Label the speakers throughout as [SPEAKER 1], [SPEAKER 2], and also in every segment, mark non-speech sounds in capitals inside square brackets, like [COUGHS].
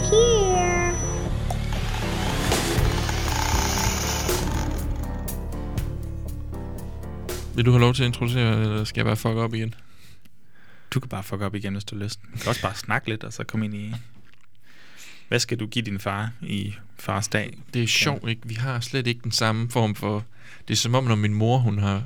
[SPEAKER 1] here.
[SPEAKER 2] Vil du have lov til at introducere, eller skal jeg bare fuck op igen?
[SPEAKER 3] Du kan bare fuck op igen, hvis du har lyst. Du kan også bare snakke lidt, og så komme ind i... Hvad skal du give din far i fars dag?
[SPEAKER 2] Det er sjovt, ikke? Vi har slet ikke den samme form for... Det er som om, når min mor, hun har...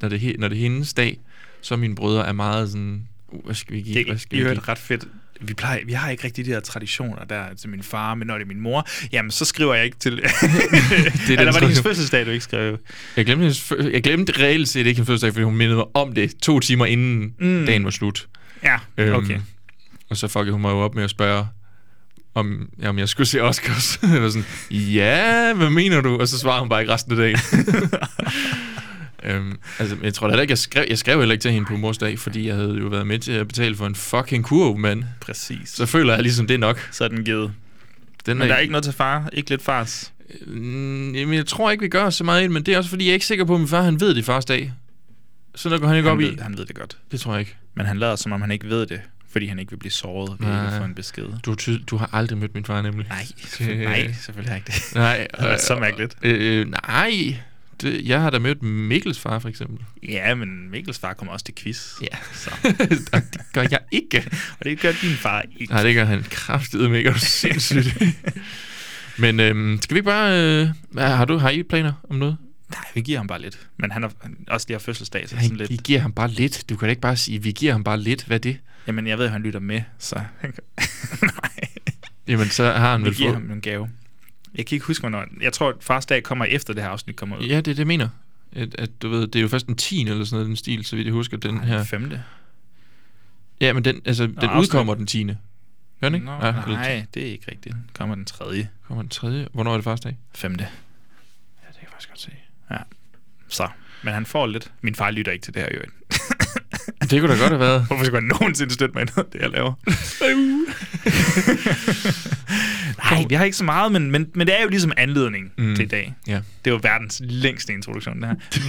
[SPEAKER 2] Når det, er he- når det er hendes dag, så er mine brødre er meget sådan... "Uh, Hvad skal vi give?
[SPEAKER 3] Det
[SPEAKER 2] Hvad
[SPEAKER 3] er
[SPEAKER 2] skal
[SPEAKER 3] i
[SPEAKER 2] vi give?
[SPEAKER 3] øvrigt ret fedt. Vi, plejer, vi har ikke rigtig de der traditioner der til min far, men når det er min mor, jamen så skriver jeg ikke [LAUGHS] til... det er Eller var det hendes
[SPEAKER 2] tradition.
[SPEAKER 3] fødselsdag, du ikke skrev?
[SPEAKER 2] Jeg glemte, hendes fø- jeg glemte reelt set ikke hendes fødselsdag, fordi hun mindede mig om det to timer inden
[SPEAKER 3] Mm.
[SPEAKER 2] mm. dagen var slut.
[SPEAKER 3] Ja,
[SPEAKER 2] Øhm,
[SPEAKER 3] okay.
[SPEAKER 2] Og så fuckede hun mig jo op med at spørge, om, ja, om jeg skulle se Oscars. [LAUGHS] jeg var sådan, ja, hvad mener du? Og så svarede hun bare ikke resten af
[SPEAKER 3] [LAUGHS]
[SPEAKER 2] dagen. øhm, altså, men jeg tror da heller ikke, jeg skrev, jeg skrev heller ikke til hende på mors dag, fordi jeg havde jo været med til at betale for en fucking kurv, mand.
[SPEAKER 3] Præcis.
[SPEAKER 2] Så føler jeg ligesom, det er nok.
[SPEAKER 3] Så er den givet.
[SPEAKER 2] Den
[SPEAKER 3] Men der er ikke noget til far? Ikke lidt fars?
[SPEAKER 2] Mm, Jamen, jeg tror ikke, vi gør så meget ind, men det er også fordi, jeg er ikke sikker på, at min far han ved det i fars dag. Så når går han ikke
[SPEAKER 3] Han
[SPEAKER 2] op
[SPEAKER 3] ved,
[SPEAKER 2] i.
[SPEAKER 3] han ved det godt.
[SPEAKER 2] Det tror jeg ikke.
[SPEAKER 3] Men han lader, som om han ikke ved det, fordi han ikke vil blive såret ved
[SPEAKER 2] Nej.
[SPEAKER 3] ikke at få en besked.
[SPEAKER 2] Du, er ty- du har aldrig mødt min far nemlig. [LAUGHS]
[SPEAKER 3] [LAUGHS] Nej, selvfølgelig- nej, selvfølgelig har jeg ikke det. [LAUGHS]
[SPEAKER 2] Nej.
[SPEAKER 3] Det var så mærkeligt.
[SPEAKER 2] Øh, øh, nej. Det, jeg har da mødt Mikkels far, for eksempel.
[SPEAKER 3] Ja, men Mikkels far kommer også til quiz. Så. [LAUGHS]
[SPEAKER 2] Og det gør jeg ikke.
[SPEAKER 3] Og det gør din far ikke.
[SPEAKER 2] Nej, det gør han kraftedet med ikke. Er du
[SPEAKER 3] [LAUGHS]
[SPEAKER 2] sindssygt? Men øhm, skal vi ikke bare... Øh, hvad- har, du, har I planer om noget?
[SPEAKER 3] Nej, vi giver ham bare lidt. Men han har han også lige har fødselsdag, så det er sådan
[SPEAKER 2] Han, vi
[SPEAKER 3] lidt...
[SPEAKER 2] giver ham bare lidt. Du kan da ikke bare sige, vi giver ham bare lidt. Hvad er det?
[SPEAKER 3] Jamen, jeg ved, at han lytter med, så... [LAUGHS] han kan- Nej,
[SPEAKER 2] Jamen, så har han
[SPEAKER 3] vi
[SPEAKER 2] vel
[SPEAKER 3] giver
[SPEAKER 2] fået...
[SPEAKER 3] ham en gave. Jeg kan ikke huske, hvornår... Jeg tror, at fars dag kommer efter det her afsnit kommer ud.
[SPEAKER 2] Ja, det er det, jeg mener. At, at, du ved, det er jo først den 10. eller sådan noget, den stil, så vidt jeg husker den
[SPEAKER 3] Den
[SPEAKER 2] her.
[SPEAKER 3] femte.
[SPEAKER 2] Ja, men den, altså, den
[SPEAKER 3] afsnit.
[SPEAKER 2] udkommer den 10. Gør den ikke?
[SPEAKER 3] Nå,
[SPEAKER 2] Ja, eller
[SPEAKER 3] nej, det er ikke rigtigt. Den Kommer den tredje.
[SPEAKER 2] Kommer den 3. Hvornår er det første dag?
[SPEAKER 3] Femte.
[SPEAKER 2] Ja, det kan jeg faktisk godt se.
[SPEAKER 3] Så. Men han får lidt. Min far lytter ikke til det her, jo. [LAUGHS]
[SPEAKER 2] Det kunne da godt have været.
[SPEAKER 3] Hvorfor skulle han nogensinde støtte mig i noget af det, jeg
[SPEAKER 2] [LAUGHS]
[SPEAKER 3] laver? Nej, vi har ikke så meget, men, men, men det er jo ligesom anledning mm.
[SPEAKER 2] Mm.
[SPEAKER 3] til i dag.
[SPEAKER 2] Ja.
[SPEAKER 3] Det var verdens længste introduktion, det her.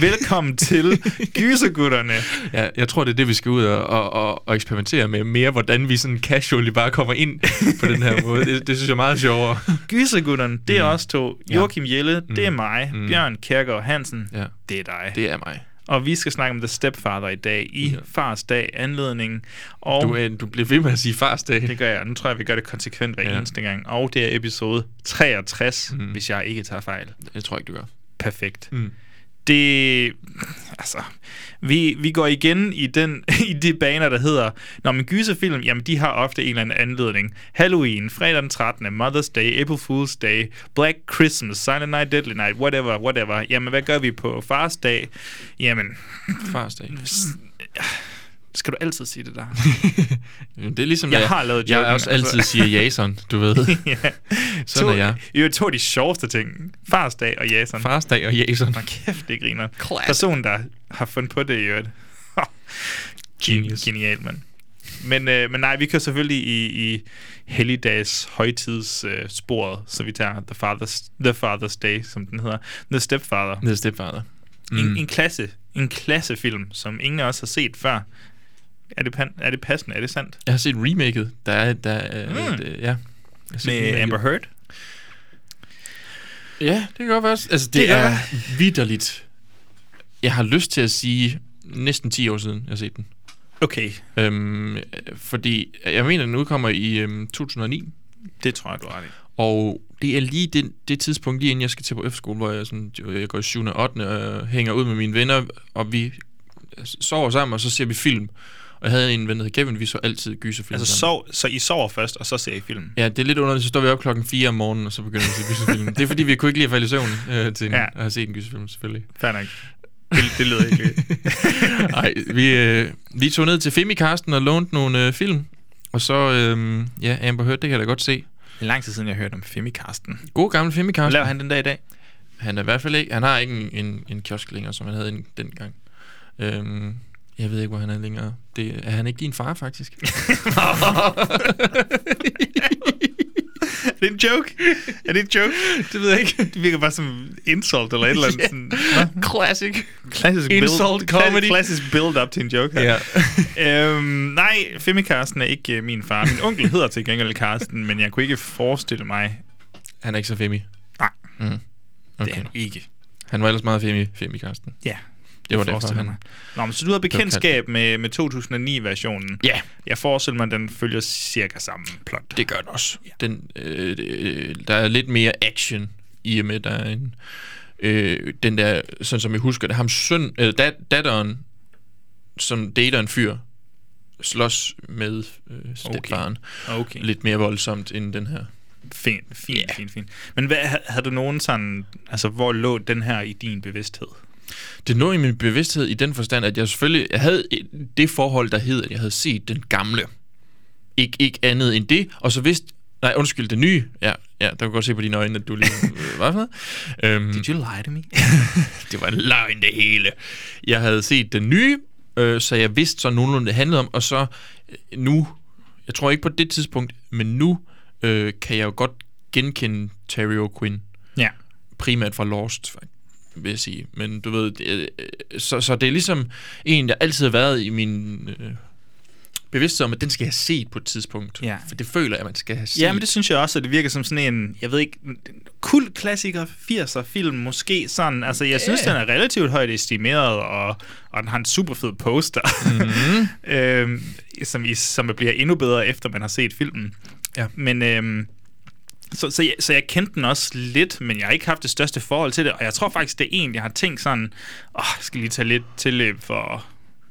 [SPEAKER 2] [LAUGHS]
[SPEAKER 3] Velkommen til Gysergutterne.
[SPEAKER 2] ja, jeg tror, det er det, vi skal ud og, og, og, og eksperimentere med. Mere, hvordan vi sådan casually bare kommer ind på den her måde. Det, det synes jeg er meget sjovere.
[SPEAKER 3] Gysergutterne, det er mm. os to.
[SPEAKER 2] Ja.
[SPEAKER 3] Joachim Jelle, mm. det er mig. Mm.
[SPEAKER 2] Mm.
[SPEAKER 3] Bjørn Kjærgaard Hansen,
[SPEAKER 2] Ja,
[SPEAKER 3] det er dig. Det.
[SPEAKER 2] det er mig.
[SPEAKER 3] Og vi skal snakke om The Stepfather i dag, i
[SPEAKER 2] Ja.
[SPEAKER 3] fars dag, anledningen. Og
[SPEAKER 2] Du, er, du bliver ved med at sige fars dag.
[SPEAKER 3] Det gør jeg. Nu tror jeg, vi gør det konsekvent hver ja.
[SPEAKER 2] Ja.
[SPEAKER 3] eneste gang. Og det er episode 63, mm.
[SPEAKER 2] Mm.
[SPEAKER 3] hvis jeg ikke tager fejl.
[SPEAKER 2] Det tror jeg ikke, du gør.
[SPEAKER 3] Perfekt.
[SPEAKER 2] Mm.
[SPEAKER 3] Det... Altså... Vi, vi går igen i, den, [LAUGHS] i de baner, der hedder... Når man gyserfilm, jamen de har ofte en eller anden anledning. Halloween, fredag den 13., Mother's Day, April Fool's Day, Black Christmas, Silent Night, Deadly Night, whatever, whatever. Jamen, hvad gør vi på fars dag? Jamen,
[SPEAKER 2] Fars dag.
[SPEAKER 3] skal du altid sige det der?
[SPEAKER 2] Jamen, Det er ligesom,
[SPEAKER 3] Jeg
[SPEAKER 2] da-
[SPEAKER 3] har lavet
[SPEAKER 2] jeg
[SPEAKER 3] joken,
[SPEAKER 2] også
[SPEAKER 3] altså.
[SPEAKER 2] altid siger Jason, du ved.
[SPEAKER 3] [LAUGHS] [LAUGHS] ja.
[SPEAKER 2] Sådan
[SPEAKER 3] to,
[SPEAKER 2] er jeg.
[SPEAKER 3] I øvrigt to af de sjoveste ting. Fars dag og Jason.
[SPEAKER 2] Fars dag og Jason.
[SPEAKER 3] Nå, kæft, det griner.
[SPEAKER 2] Classic.
[SPEAKER 3] Personen, der har fundet på det i øvrigt.
[SPEAKER 2] Genius.
[SPEAKER 3] Genial, mand. Men, øh, men nej, vi kører selvfølgelig i, i helligdags højtids øh, sporet, så vi tager The Father's, The Father's Day, som den hedder. The Stepfather.
[SPEAKER 2] Ned stepfather.
[SPEAKER 3] Mm. En, en, klasse, en klassefilm, som ingen af os har set før. Er det, pan, er det passende? Er det sandt?
[SPEAKER 2] Jeg har set remaket. Der er, der er
[SPEAKER 3] Mm.
[SPEAKER 2] mm. et, øh, ja. Jeg har set
[SPEAKER 3] Med
[SPEAKER 2] remaket.
[SPEAKER 3] Amber Heard?
[SPEAKER 2] Ja, det kan godt være. Altså, det,
[SPEAKER 3] Det
[SPEAKER 2] det
[SPEAKER 3] er-
[SPEAKER 2] er, er vidderligt. Jeg har lyst til at sige næsten 10 år siden, jeg har set den.
[SPEAKER 3] Okay,
[SPEAKER 2] Øhm, øh, fordi jeg mener, den udkommer i øhm, 2009,
[SPEAKER 3] det tror jeg, du har det.
[SPEAKER 2] og det er lige det, det tidspunkt, lige inden jeg skal til på efterskole, hvor jeg, sådan, jeg går i 7. og 8. og hænger ud med mine venner, og vi sover sammen, og så ser vi film. Og jeg havde en ven, der hed Kevin, vi så altid gyserfilm
[SPEAKER 3] Altså,
[SPEAKER 2] sammen.
[SPEAKER 3] sov, så I sover først, og så ser I filmen?
[SPEAKER 2] Ja, det er lidt underligt, så står vi op klokken 4 om morgenen, og så begynder vi at se gyserfilm. det er fordi, vi kunne ikke lide at falde i søvn øh, til en,
[SPEAKER 3] Ja.
[SPEAKER 2] ja. at have set en gyserfilm, selvfølgelig.
[SPEAKER 3] Fair nok. Det, det lyder ikke
[SPEAKER 2] [LAUGHS]
[SPEAKER 3] [LAUGHS]
[SPEAKER 2] Nej, vi, øh, vi tog ned til Femikasten og lånte nogle øh, film. Og så, øh, ja, Amber Heard, det kan jeg da godt se.
[SPEAKER 3] lang tid siden, jeg hørte om Femikarsten.
[SPEAKER 2] God gammel Femikasten.
[SPEAKER 3] han den dag [LAUGHS] i dag?
[SPEAKER 2] Han er i hvert fald ikke, han har ikke en, en, en kiosk længere, som han havde en, dengang. Øhm, jeg ved ikke, hvor han er længere. Det, er han ikke din far, faktisk?
[SPEAKER 3] Er det en joke? Er det en joke? Det ved jeg ikke. Det virker bare som insult eller et eller andet. Sådan, Nå,
[SPEAKER 2] Classic.
[SPEAKER 3] klassisk
[SPEAKER 2] Insult
[SPEAKER 3] build,
[SPEAKER 2] comedy.
[SPEAKER 3] Klassisk build-up til en joke her. Ja. [LAUGHS] øhm, nej, Femi Karsten er ikke øh, min far. Min onkel hedder til gengæld Karsten, men jeg kunne ikke forestille mig...
[SPEAKER 2] Han er ikke så femi.
[SPEAKER 3] Nej,
[SPEAKER 2] Okay.
[SPEAKER 3] det er han ikke.
[SPEAKER 2] Han var ellers meget femi, femi Karsten.
[SPEAKER 3] Ja,
[SPEAKER 2] Det var derfor,
[SPEAKER 3] forestiller
[SPEAKER 2] han...
[SPEAKER 3] mig. Nå, men så du har bekendtskab med, med 2009-versionen.
[SPEAKER 2] Ja,
[SPEAKER 3] Jeg forestiller mig, at den følger cirka samme plot.
[SPEAKER 2] det gør den også. Den, øh, øh, der er lidt mere action i og med, der er en... Øh, den der, sådan som jeg husker det, ham søn, øh, dat, datteren, som dater en fyr, slås med øh, stepfaren.
[SPEAKER 3] Okay.
[SPEAKER 2] Lidt mere voldsomt end den her.
[SPEAKER 3] Fint, fint,
[SPEAKER 2] Ja.
[SPEAKER 3] yeah. fint, fint. Men hvad, ha- havde du nogen sådan... Altså, hvor lå den her i din bevidsthed?
[SPEAKER 2] Det lå i min bevidsthed i den forstand, at jeg selvfølgelig jeg havde et- det forhold, der hed, at jeg havde set den gamle. Ikke, ikke andet end det. Og så vidste... Nej, undskyld, det nye. Ja, ja der kunne godt se på dine øjne, at du
[SPEAKER 3] [LAUGHS]
[SPEAKER 2] lige... øh, Hvad for noget? Øhm,
[SPEAKER 3] you lie [LAUGHS] to me?
[SPEAKER 2] det var løgn det hele. Jeg havde set den nye, øh, så jeg vidste så nogenlunde, det handlede om, og så øh, nu, jeg tror ikke på det tidspunkt, men nu øh, kan jeg jo godt genkende Terry O'Quinn,
[SPEAKER 3] ja.
[SPEAKER 2] primært fra Lost, fak- vil jeg sige. Men du ved, det, øh, øh, så, så det er ligesom en, der altid har været i min øh, bevidsthed om, at den skal jeg have set på et tidspunkt.
[SPEAKER 3] Ja.
[SPEAKER 2] For det føler jeg, at man skal have set.
[SPEAKER 3] ja, men det synes jeg også, at det virker som sådan en, jeg ved ikke, kult klassiker 80'er film, måske sådan. Altså, jeg synes, den er relativt højt estimeret, og, og den har en super fed poster,
[SPEAKER 2] Mhm.
[SPEAKER 3] mm-hmm. [LAUGHS] øhm, som, i, som bliver endnu bedre, efter man har set filmen.
[SPEAKER 2] Ja.
[SPEAKER 3] Men øhm, så, så, jeg, så jeg kendte den også lidt, men jeg har ikke haft det største forhold til det, og jeg tror faktisk, det er en, jeg har tænkt sådan, åh, jeg skal lige tage lidt tilløb for at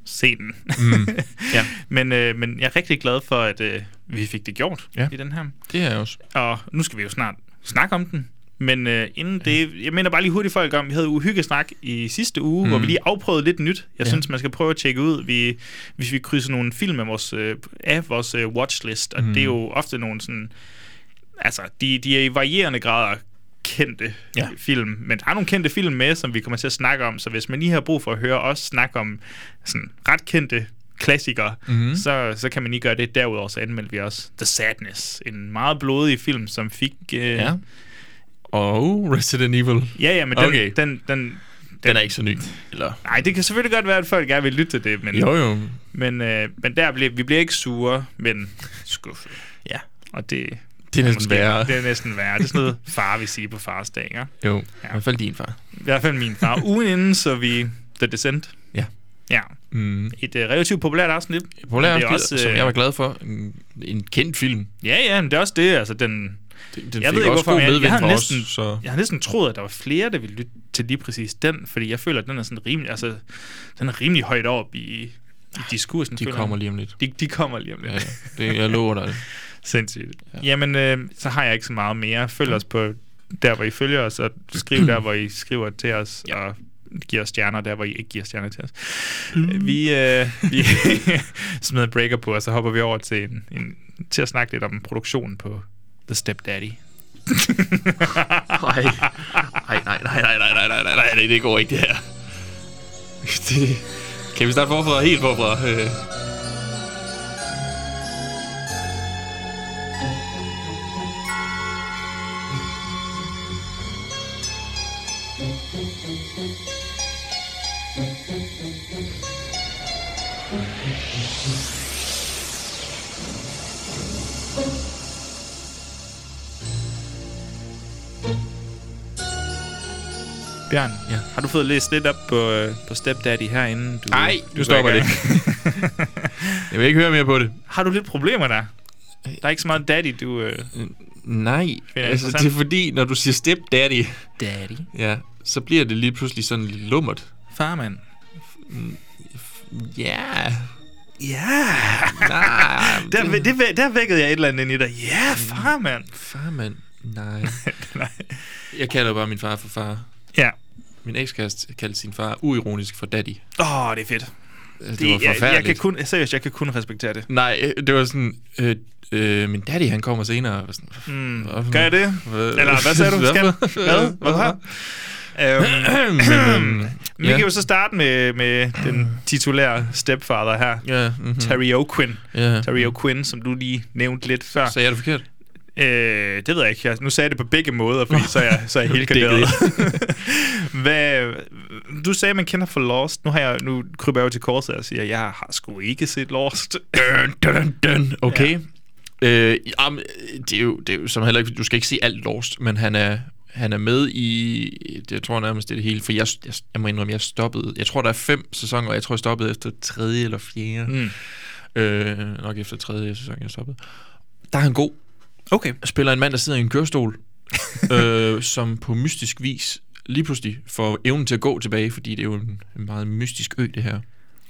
[SPEAKER 3] se den. [LAUGHS] Mm.
[SPEAKER 2] Ja.
[SPEAKER 3] men, øh, men jeg er rigtig glad for, at øh, vi fik det gjort
[SPEAKER 2] Ja.
[SPEAKER 3] i den her.
[SPEAKER 2] det er jeg også.
[SPEAKER 3] Og nu skal vi jo snart snakke om den. Men øh, inden det, jeg mener bare lige hurtigt folk om, vi havde uhyggesnak i sidste uge, mm. hvor vi lige afprøvede lidt nyt. Jeg ja. synes, man skal prøve at tjekke ud, vi, hvis vi krydser nogle film af vores, øh, af vores øh, watchlist. Og mm. det er jo ofte nogle sådan, altså de, de er i varierende grader kendte
[SPEAKER 2] Ja.
[SPEAKER 3] ja. film. Men der er nogle kendte film med, som vi kommer til at snakke om. Så hvis man lige har brug for at høre os snakke om sådan ret kendte klassikere,
[SPEAKER 2] Mhm.
[SPEAKER 3] mm-hmm. så, så kan man lige gøre det. Derudover så anmeldte vi også The Sadness, en meget blodig film, som fik... Øh,
[SPEAKER 2] Ja. Og Resident Evil.
[SPEAKER 3] ja, ja, men den,
[SPEAKER 2] Okay.
[SPEAKER 3] okay. den, den,
[SPEAKER 2] Den er ikke så ny. Eller?
[SPEAKER 3] nej, det kan selvfølgelig godt være, at folk gerne vil lytte til det, men,
[SPEAKER 2] Jo, jo.
[SPEAKER 3] men, øh, men der blev, vi bliver ikke sure, men skuffet.
[SPEAKER 2] Ja.
[SPEAKER 3] Og det,
[SPEAKER 2] Det er næsten værre.
[SPEAKER 3] det er næsten værre. Det er
[SPEAKER 2] [LAUGHS]
[SPEAKER 3] sådan noget, far vil sige på fars dag, ikke?
[SPEAKER 2] Jo, ja. i hvert fald din far.
[SPEAKER 3] I hvert fald min far. Ugen inden så vi The Descent.
[SPEAKER 2] Ja.
[SPEAKER 3] Ja.
[SPEAKER 2] Mm.
[SPEAKER 3] Et øh, relativt populært afsnit.
[SPEAKER 2] Populær
[SPEAKER 3] Men det
[SPEAKER 2] afsnit,
[SPEAKER 3] er også,
[SPEAKER 2] også, som
[SPEAKER 3] øh,
[SPEAKER 2] jeg var glad for. En, en kendt film.
[SPEAKER 3] Ja, ja, men det er også det. Altså, den,
[SPEAKER 2] Den, den
[SPEAKER 3] jeg
[SPEAKER 2] fik
[SPEAKER 3] ved ikke,
[SPEAKER 2] også
[SPEAKER 3] hvorfor,
[SPEAKER 2] god
[SPEAKER 3] men jeg, jeg,
[SPEAKER 2] medvind
[SPEAKER 3] har
[SPEAKER 2] for
[SPEAKER 3] næsten,
[SPEAKER 2] os. Så.
[SPEAKER 3] jeg har næsten troet, at der var flere, der ville lytte til lige præcis den, fordi jeg føler, at den er sådan rimelig, altså, den er rimelig højt op i, i diskursen.
[SPEAKER 2] De
[SPEAKER 3] føler
[SPEAKER 2] kommer
[SPEAKER 3] jeg.
[SPEAKER 2] lige om lidt.
[SPEAKER 3] De, de kommer lige om lidt.
[SPEAKER 2] Ja, det,
[SPEAKER 3] [LAUGHS]
[SPEAKER 2] jeg lover dig. det.
[SPEAKER 3] Sindssygt. Ja. Jamen, øh, så har jeg ikke så meget mere. Følg os på der, hvor I følger os, og skriv der, hvor I skriver til os, ja. og giver os stjerner der, hvor I ikke giver stjerner til os. Mm. Vi, øh, vi smider en breaker på, og så hopper vi over til, en, en, til at snakke lidt om produktionen på The Step Daddy.
[SPEAKER 2] Nej, nej, nej, nej, nej, nej, nej, nej, nej, nej, det går ikke det her. Det, kan vi starte forfra? Helt forfra. Øh.
[SPEAKER 3] Bjørn,
[SPEAKER 2] Ja.
[SPEAKER 3] ja. har du fået læst lidt op på, øh, på Step Daddy herinde? Du,
[SPEAKER 2] Nej,
[SPEAKER 3] du
[SPEAKER 2] nu stopper
[SPEAKER 3] går i
[SPEAKER 2] det.
[SPEAKER 3] gang?
[SPEAKER 2] jeg vil ikke høre mere på det.
[SPEAKER 3] [LAUGHS] har du lidt problemer der? Der er ikke så meget daddy, du... Øh,
[SPEAKER 2] Nej,
[SPEAKER 3] jeg
[SPEAKER 2] altså, det er
[SPEAKER 3] interessant.
[SPEAKER 2] fordi, når du siger step daddy,
[SPEAKER 3] daddy?
[SPEAKER 2] ja, så bliver det lige pludselig sådan lidt lummert.
[SPEAKER 3] Farmand.
[SPEAKER 2] Ja, Ah,
[SPEAKER 3] Ja!
[SPEAKER 2] nej,
[SPEAKER 3] Der, væ- det, væ- der vækkede jeg et eller andet ind i dig. Ja, yeah, far, [LAUGHS] mand.
[SPEAKER 2] far mand, nej. Jeg kalder bare min far for far.
[SPEAKER 3] ja.
[SPEAKER 2] Min ekskæreste kaldte sin far uironisk for daddy. Altså,
[SPEAKER 3] Åh, oh, det er fedt.
[SPEAKER 2] det, det var
[SPEAKER 3] Det, jeg,
[SPEAKER 2] forfærdeligt.
[SPEAKER 3] jeg, kan kun, seriøst, jeg kan kun respektere det.
[SPEAKER 2] Nej, øh, det var sådan... Øh, øh, min daddy, han kommer senere. Jeg var Sådan, mm,
[SPEAKER 3] Gør jeg det? Eller hvad sagde du, skat? Hvad? Hvad har?
[SPEAKER 2] [CLEARS THROAT]
[SPEAKER 3] Øhm,
[SPEAKER 2] Men, øh,
[SPEAKER 3] vi kan jo så starte med, med den titulære stepfather her,
[SPEAKER 2] ja, mm-hmm.
[SPEAKER 3] Terry O'Quinn.
[SPEAKER 2] Ja.
[SPEAKER 3] Terry O'Quinn, som du lige nævnte lidt før.
[SPEAKER 2] Sagde jeg det forkert?
[SPEAKER 3] Øh, det ved jeg ikke. Jeg, nu sagde jeg det på begge måder, fordi så er jeg, så er
[SPEAKER 2] [LAUGHS]
[SPEAKER 3] jeg helt
[SPEAKER 2] Dækket
[SPEAKER 3] karderet. [LAUGHS] Hvad, du sagde, at man kender for Lost. Nu, har jeg, nu kryber jeg jo til korset og siger, at jeg har sgu ikke set Lost.
[SPEAKER 2] [LAUGHS] Dun, dun, dun. Okay. Ja. Øh, jamen, det er jo, det er jo som heller ikke, du skal ikke se alt Lost, men han er, han er med i, det, jeg tror nærmest det, er det hele, for jeg, jeg, jeg må indrømme, jeg stoppede, jeg tror der er fem sæsoner, og jeg tror jeg stoppede efter tredje eller fjerde,
[SPEAKER 3] Mm.
[SPEAKER 2] øh, nok efter tredje sæson, jeg stoppede. Der er han god,
[SPEAKER 3] Okay.
[SPEAKER 2] spiller en mand, der sidder i en kørestol, øh, som på mystisk vis lige pludselig får evnen til at gå tilbage, fordi det er jo en, en meget mystisk ø, det her.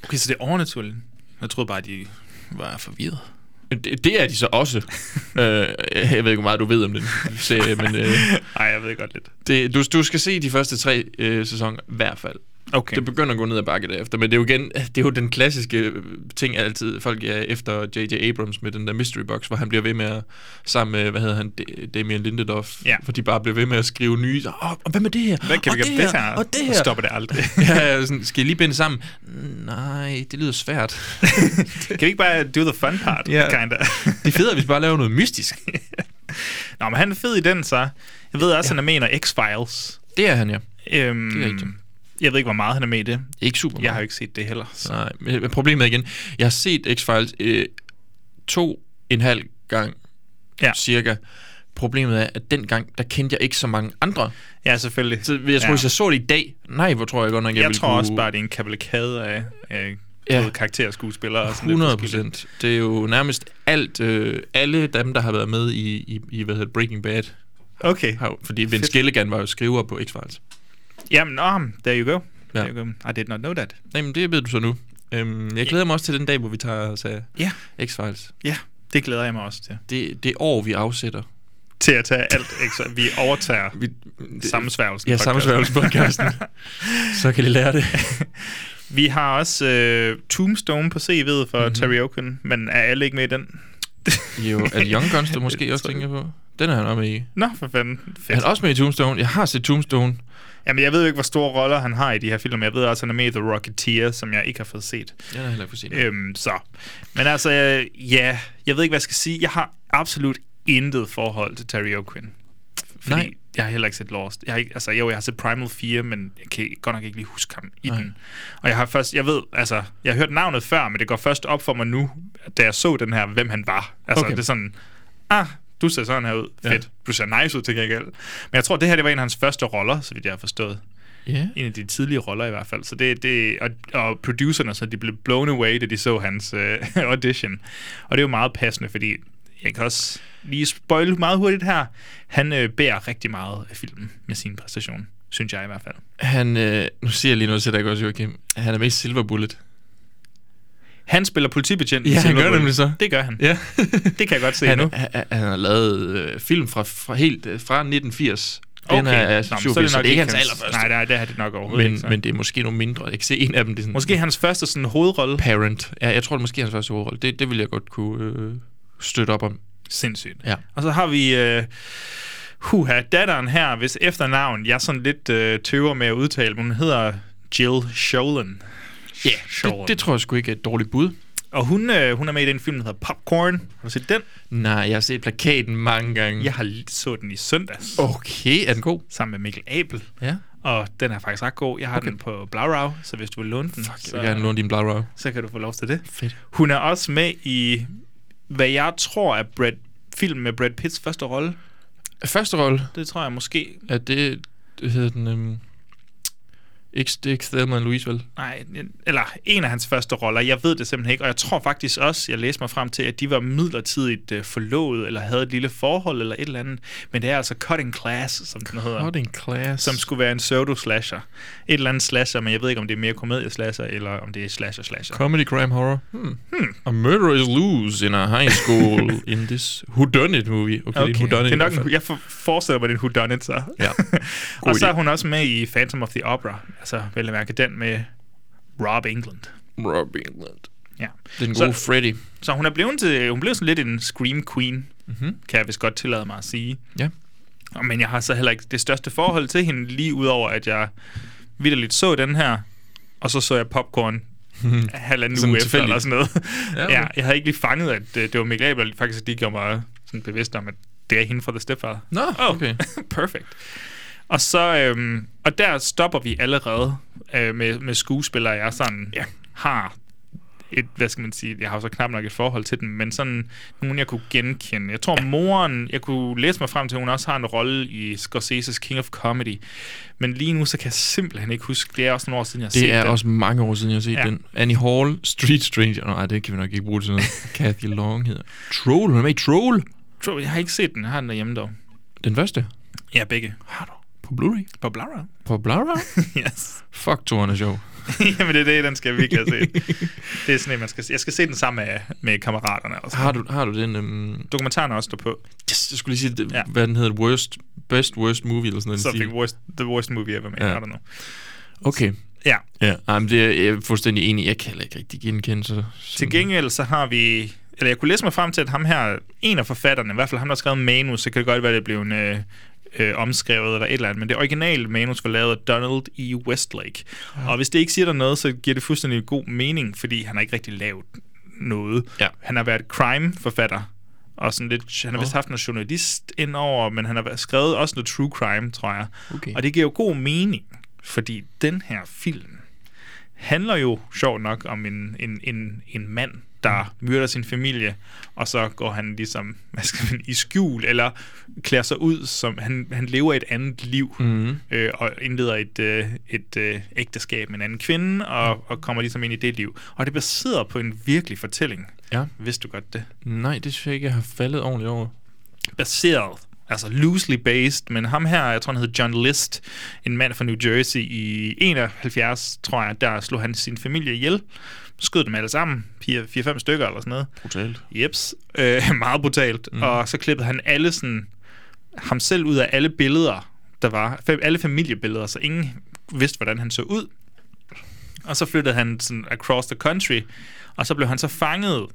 [SPEAKER 3] Okay, så det er overnaturligt. Jeg troede bare, de var forvirret.
[SPEAKER 2] Det, det er de så også. øh, jeg ved ikke, hvor meget du ved om den serie, men øh,
[SPEAKER 3] [LAUGHS] Nej, jeg ved godt lidt.
[SPEAKER 2] det, du, du skal se de første tre øh, sæsoner i hvert fald.
[SPEAKER 3] Okay.
[SPEAKER 2] Det begynder at gå ned ad bakke derefter, men det er jo, igen, det er jo den klassiske øh, ting altid, folk er efter J.J. Abrams med den der Mystery Box, hvor han bliver ved med at, sammen med, hvad hedder han, D- Damien Lindelof,
[SPEAKER 3] Ja.
[SPEAKER 2] hvor de bare bliver ved med at skrive nye, så, åh, og hvad med det her?
[SPEAKER 3] Hvad kan
[SPEAKER 2] og
[SPEAKER 3] vi gøre
[SPEAKER 2] det
[SPEAKER 3] med det
[SPEAKER 2] her?
[SPEAKER 3] her?
[SPEAKER 2] Og det
[SPEAKER 3] Og
[SPEAKER 2] her?
[SPEAKER 3] stopper det aldrig.
[SPEAKER 2] [LAUGHS] ja, sådan, skal I lige binde sammen? Nej, det lyder svært.
[SPEAKER 3] kan vi ikke bare do the fun part?
[SPEAKER 2] Ja.
[SPEAKER 3] Kinda.
[SPEAKER 2] Det er federe, hvis vi bare laver noget mystisk.
[SPEAKER 3] Nå, men han er fed i den, så. Jeg ved også, ja. han er med i noget X-Files.
[SPEAKER 2] Det er han, ja.
[SPEAKER 3] Øhm,
[SPEAKER 2] Det er rigtigt.
[SPEAKER 3] jeg ved ikke, hvor meget han er med i det.
[SPEAKER 2] Ikke super
[SPEAKER 3] Jeg har jo ikke set det heller. Så.
[SPEAKER 2] Nej, men men problemet er igen, jeg har set X-Files øh, to en halv gang
[SPEAKER 3] Ja.
[SPEAKER 2] ja. cirka. Problemet er, at dengang, der kendte jeg ikke så mange andre.
[SPEAKER 3] Ja, selvfølgelig.
[SPEAKER 2] Så jeg tror,
[SPEAKER 3] ja.
[SPEAKER 2] hvis jeg så det i dag, nej, hvor tror jeg godt nok, jeg,
[SPEAKER 3] jeg
[SPEAKER 2] ville
[SPEAKER 3] tror
[SPEAKER 2] kunne...
[SPEAKER 3] også bare, det er en kavalkade af øh,
[SPEAKER 2] Ja.
[SPEAKER 3] ja. karakterskuespillere. Og sådan lidt
[SPEAKER 2] 100
[SPEAKER 3] forskelligt.
[SPEAKER 2] procent. Det er jo nærmest alt, øh, alle dem, der har været med i, i, i hvad hedder det, Breaking Bad,
[SPEAKER 3] Okay.
[SPEAKER 2] har, jo- fordi Vince Gilligan var jo skriver på X-Files.
[SPEAKER 3] Jamen, no, there you go.
[SPEAKER 2] Ja.
[SPEAKER 3] There you go. I did not know that.
[SPEAKER 2] Jamen, det ved du så nu. Øhm, jeg glæder mig også til den dag, hvor vi tager os af
[SPEAKER 3] Ja.
[SPEAKER 2] X-Files.
[SPEAKER 3] Ja, det glæder jeg mig også til.
[SPEAKER 2] Det, det år, vi afsætter.
[SPEAKER 3] Til at tage alt ekstra. Vi overtager
[SPEAKER 2] Vi,
[SPEAKER 3] sammensværgelsen.
[SPEAKER 2] Ja,
[SPEAKER 3] podcast.
[SPEAKER 2] sammensværgelsespodcasten.
[SPEAKER 3] [LAUGHS]
[SPEAKER 2] Så kan de lære det.
[SPEAKER 3] Vi har også øh, Tombstone på CV'et for mm-hmm. Terry Oaken, men er alle ikke med i den?
[SPEAKER 2] Jo, er Mhm. det Young [LAUGHS]
[SPEAKER 3] [LAUGHS]
[SPEAKER 2] Guns, du måske
[SPEAKER 3] Jeg
[SPEAKER 2] også
[SPEAKER 3] tror
[SPEAKER 2] tænker på? Den er han også med i.
[SPEAKER 3] Nå, for fanden.
[SPEAKER 2] Er
[SPEAKER 3] Fedt.
[SPEAKER 2] han også med i Tombstone? Jeg har set Tombstone.
[SPEAKER 3] Jamen, jeg ved jo ikke, hvor store roller han har i de her film. Jeg ved også, at han er med i The Rocketeer, som jeg ikke har fået set.
[SPEAKER 2] Jeg har heller ikke set.
[SPEAKER 3] Øhm, så. Men altså, øh, ja, jeg ved ikke, hvad jeg skal sige. Jeg har absolut intet forhold til Terry O'Quinn. Fordi
[SPEAKER 2] Nej.
[SPEAKER 3] jeg har heller ikke set Lost. Jeg har ikke, altså, jo, jeg har set Primal 4, men jeg kan godt nok ikke lige huske ham i
[SPEAKER 2] Nej.
[SPEAKER 3] den. Og jeg har først, jeg ved, altså, jeg har hørt navnet før, men det går først op for mig nu, da jeg så den her, hvem han var. Altså,
[SPEAKER 2] Okay.
[SPEAKER 3] det er sådan, ah, du ser sådan her ud.
[SPEAKER 2] Ja.
[SPEAKER 3] Fedt. Du ser nice ud til gengæld. Men jeg tror, det her det var en af hans første roller, så vidt jeg har forstået
[SPEAKER 2] Ja.
[SPEAKER 3] en af de tidlige roller i hvert fald. Så det, det, og, og producerne, så de blev blown away, da de så hans øh, [LAUGHS] audition. Og det er jo meget passende, fordi jeg kan også lige spoil meget hurtigt her. Han øh, bærer rigtig meget af filmen med sin præstation, synes jeg i hvert fald.
[SPEAKER 2] Han, øh, nu siger jeg lige noget til dig også, Joachim. Han er med i Silver Bullet.
[SPEAKER 3] Han spiller politibetjent. i
[SPEAKER 2] Ja, han
[SPEAKER 3] Silver
[SPEAKER 2] gør
[SPEAKER 3] Bullet.
[SPEAKER 2] nemlig så.
[SPEAKER 3] Det gør han.
[SPEAKER 2] Ja.
[SPEAKER 3] [LAUGHS] Det kan jeg godt se
[SPEAKER 2] han,
[SPEAKER 3] nu.
[SPEAKER 2] Han, han har lavet øh, film fra, fra helt øh, fra 1980. Den
[SPEAKER 3] Okay.
[SPEAKER 2] er, er
[SPEAKER 3] Nå, men
[SPEAKER 2] 87, så det, er ikke hans allerførste.
[SPEAKER 3] Nej, nej, det er det nok overhovedet ikke.
[SPEAKER 2] men,
[SPEAKER 3] så.
[SPEAKER 2] men det er måske nogle mindre. Jeg kan se en af dem. Det er sådan,
[SPEAKER 3] Måske hans første sådan, hovedrolle.
[SPEAKER 2] Parent. Ja, jeg tror, det er måske hans første hovedrolle. Det, det vil jeg godt kunne øh, støtte op om.
[SPEAKER 3] Sindssygt.
[SPEAKER 2] Ja.
[SPEAKER 3] Og så har vi... Øh, huha, datteren her, hvis efternavn, jeg sådan lidt øh, tøver med at udtale, men hun hedder Jill Scholen. Ja,
[SPEAKER 2] Det, det tror jeg sgu ikke er et dårligt bud.
[SPEAKER 3] Og hun, øh, hun er med i den film, der hedder Popcorn. Har du set den?
[SPEAKER 2] Nej, jeg har set plakaten mange gange.
[SPEAKER 3] Jeg har l- så den i søndags,
[SPEAKER 2] Okay, er den god?
[SPEAKER 3] sammen med Mikkel Abel.
[SPEAKER 2] Ja.
[SPEAKER 3] Og den er faktisk ret god. Jeg har okay. den på Blaurau, så hvis du vil låne den,
[SPEAKER 2] Fuck, jeg
[SPEAKER 3] så,
[SPEAKER 2] vil gerne låne din Blood Row.
[SPEAKER 3] så kan du få lov til det.
[SPEAKER 2] Fedt.
[SPEAKER 3] Hun er også med i, hvad jeg tror er Brad, film med Brad Pitts første rolle.
[SPEAKER 2] Første rolle,
[SPEAKER 3] Det tror jeg måske...
[SPEAKER 2] er det, det hedder den, øhm, ikke, det er ikke Thelma Louise, vel?
[SPEAKER 3] Nej, eller en af hans første roller. Jeg ved det simpelthen ikke, og jeg tror faktisk også, jeg læste mig frem til, at de var midlertidigt øh, forlovet, eller havde et lille forhold, eller et eller andet. Men det er altså Cutting Class, som den hedder.
[SPEAKER 2] Cutting Class.
[SPEAKER 3] Som skulle være en pseudo-slasher. Et eller andet slasher, men jeg ved ikke, om det er mere komedieslasher, eller om det er slasher-slasher.
[SPEAKER 2] Comedy crime horror. Hmm. hmm. A murder is loose in a high school [LAUGHS] in this whodunit movie. Okay, okay. det er en whodunit
[SPEAKER 3] det er
[SPEAKER 2] i hvert
[SPEAKER 3] nok en,
[SPEAKER 2] fald.
[SPEAKER 3] jeg for- forestiller mig, det er en whodunit, [LAUGHS] så.
[SPEAKER 2] Ja. God
[SPEAKER 3] og så
[SPEAKER 2] idé.
[SPEAKER 3] er hun også med i Phantom of the Opera. Altså, vel at mærke den med Rob England.
[SPEAKER 2] Rob England.
[SPEAKER 3] Ja.
[SPEAKER 2] Det er den
[SPEAKER 3] Så-
[SPEAKER 2] gode så, Freddy.
[SPEAKER 3] Så hun er blevet, til, hun blev sådan lidt en scream queen,
[SPEAKER 2] Mhm.
[SPEAKER 3] kan jeg vist godt tillade mig at sige.
[SPEAKER 2] Ja.
[SPEAKER 3] Og Men jeg har så heller ikke det største forhold til hende, lige udover at jeg vidderligt så den her, og så så jeg
[SPEAKER 2] [LAUGHS]
[SPEAKER 3] popcorn halvanden
[SPEAKER 2] Sådan
[SPEAKER 3] uge efter,
[SPEAKER 2] tilfældigt.
[SPEAKER 3] eller sådan noget.
[SPEAKER 2] [LAUGHS] Ja, okay.
[SPEAKER 3] Ja, okay. ja, jeg havde ikke lige fanget, at øh, det var Mikkel Abel, faktisk, de gjorde mig sådan bevidst om, at det er hende fra The Stepfather.
[SPEAKER 2] Nå,
[SPEAKER 3] [LAUGHS] Oh,
[SPEAKER 2] Ah, okay.
[SPEAKER 3] perfect. Og så, øhm, og der stopper vi allerede øh, med, med skuespillere, jeg sådan ja. har et, hvad skal man sige, jeg har jo så knap nok et forhold til dem, men sådan nogen, jeg kunne genkende. Jeg tror, ja. moren, jeg kunne læse mig frem til, at hun også har en rolle i Scorsese's King of Comedy. Men lige nu, så kan jeg simpelthen ikke huske, det er også nogle år siden, jeg har set
[SPEAKER 2] Det er
[SPEAKER 3] den.
[SPEAKER 2] også mange år siden, jeg har set ja.
[SPEAKER 3] Ja.
[SPEAKER 2] den. Annie Hall, Street Stranger. Nej, det kan vi nok ikke bruge til noget. Kathy Long hedder. Troll, hun er med i Troll.
[SPEAKER 3] Jeg tror, Jeg har ikke set den, jeg har den derhjemme dog.
[SPEAKER 2] Den første.
[SPEAKER 3] Ja, begge. Har du?
[SPEAKER 2] På Blu-ray.
[SPEAKER 3] På Blara?
[SPEAKER 2] På Blu-ray.
[SPEAKER 3] [LAUGHS] yes.
[SPEAKER 2] Fuck, Toren er sjov.
[SPEAKER 3] [LAUGHS] Jamen, det er det, den skal jeg virkelig have set. Det er sådan en, man skal se. Jeg skal se den sammen med, med kammeraterne. Og sådan.
[SPEAKER 2] Har du, har du den... Øhm,
[SPEAKER 3] Dokumentaren er også der på.
[SPEAKER 2] yes, jeg skulle lige sige, det, ja.
[SPEAKER 3] Ja.
[SPEAKER 2] hvad den hedder. Worst, best worst movie eller sådan noget. i den
[SPEAKER 3] Something
[SPEAKER 2] stil.
[SPEAKER 3] worst, the worst movie ever made.
[SPEAKER 2] Ja.
[SPEAKER 3] Ja. I don't know.
[SPEAKER 2] Okay.
[SPEAKER 3] Ja.
[SPEAKER 2] Ja, ej, men det er jeg er fuldstændig enig. i. Jeg kan heller ikke rigtig genkende så.
[SPEAKER 3] Til gengæld så har vi... Eller jeg kunne læse mig frem til, at ham her, en af forfatterne, i hvert fald ham, der har skrevet manus, så kan det godt være, det blev en... Øh, øh, omskrevet eller et eller andet, men det originale manus var lavet af Donald E. Westlake. Og hvis det ikke siger dig noget, så giver det fuldstændig god mening, fordi han har ikke rigtig lavet noget.
[SPEAKER 2] Ja.
[SPEAKER 3] Han har været crime-forfatter, og sådan lidt, han har vist haft noget journalist indover, men han har været- skrevet også noget true crime, tror jeg.
[SPEAKER 2] Okay.
[SPEAKER 3] Og det giver jo god mening, fordi den her film handler jo sjovt nok om en, en, en, en mand, der myrder sin familie, og så går han ligesom [LAUGHS] hvad skal man, i skjul, eller klæder sig ud, som han, han lever et andet liv, mm. øh, og indleder et, øh, et øh, ægteskab med en anden kvinde, og, og kommer ligesom ind i det liv. Og det er baseret på en virkelig fortælling.
[SPEAKER 2] Ja.
[SPEAKER 3] Vidste du godt det?
[SPEAKER 2] Nej, det synes jeg ikke, jeg har faldet ordentligt over.
[SPEAKER 3] baseret, altså loosely based, men ham her, jeg tror han hed John List, en mand fra New Jersey i 71, tror jeg, der slog han sin familie ihjel, skød dem alle sammen, 4-5 stykker eller sådan noget.
[SPEAKER 2] Brutalt.
[SPEAKER 3] Jeps, øh, [LAUGHS] meget brutalt. Mm. Og så klippede han alle sådan, ham selv ud af alle billeder, der var, fa- alle familiebilleder, så ingen vidste, hvordan han så ud. Og så flyttede han sådan across the country, og så blev han så fanget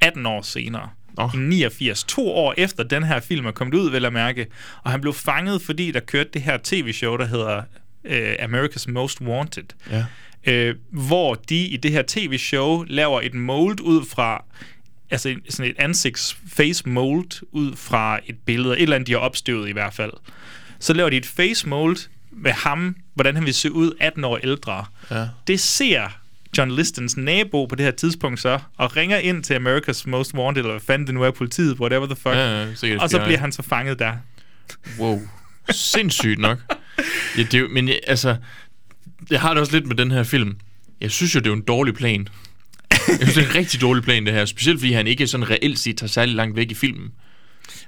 [SPEAKER 3] 18 år senere.
[SPEAKER 2] Nå.
[SPEAKER 3] Oh. I 89, to år efter den her film er kommet ud, vel at mærke. Og han blev fanget, fordi der kørte det her tv-show, der hedder øh, America's Most Wanted
[SPEAKER 2] Ja.
[SPEAKER 3] øh, hvor de i det her tv-show laver et mold ud fra altså en- sådan et ansigts face mold ud fra et billede, et eller andet, de har opstøvet i hvert fald. Så laver de et face mold med ham, hvordan han vil se ud 18 år ældre.
[SPEAKER 2] Ja.
[SPEAKER 3] Det ser John Listons nabo på det her tidspunkt så, og ringer ind til America's Most Wanted, eller hvad fanden det nu er, politiet, whatever the fuck.
[SPEAKER 2] Ja, ja, sikkert
[SPEAKER 3] og så
[SPEAKER 2] FBI.
[SPEAKER 3] bliver han så fanget der.
[SPEAKER 2] Wow. Sindssygt nok. Ja, det er jo, men jeg- altså, jeg har det også lidt med den her film. Jeg synes jo, det er en dårlig plan. Jeg synes, det er en rigtig dårlig plan, det her. Specielt fordi han ikke sådan reelt set tager særlig langt væk i filmen.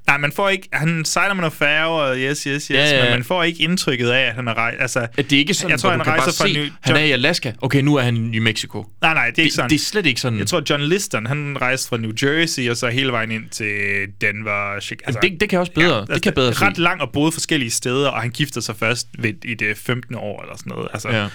[SPEAKER 3] Nej, man får ikke... Han sejler med noget færge, og yes, yes, yes,
[SPEAKER 2] Ja, ja, ja.
[SPEAKER 3] men man får ikke indtrykket af, at han er rejst. Altså,
[SPEAKER 2] At det er ikke sådan,
[SPEAKER 3] Jeg tror,
[SPEAKER 2] hvor
[SPEAKER 3] han
[SPEAKER 2] du kan
[SPEAKER 3] rejser
[SPEAKER 2] bare
[SPEAKER 3] fra
[SPEAKER 2] se,
[SPEAKER 3] New-
[SPEAKER 2] han er i Alaska. Okay, nu er han i Mexico. Det,
[SPEAKER 3] Nej, nej, det er ikke sådan.
[SPEAKER 2] det er slet ikke sådan.
[SPEAKER 3] jeg tror, John Liston, han rejste fra New Jersey, og så hele vejen ind til Denver. Chicago. Altså,
[SPEAKER 2] det, det kan jeg også bedre. Ja, altså, det kan jeg bedre
[SPEAKER 3] ret
[SPEAKER 2] se.
[SPEAKER 3] lang og boede forskellige steder, og han giftede sig først ved, i det 15. år eller sådan noget. Altså,
[SPEAKER 2] Ja.
[SPEAKER 3] ja.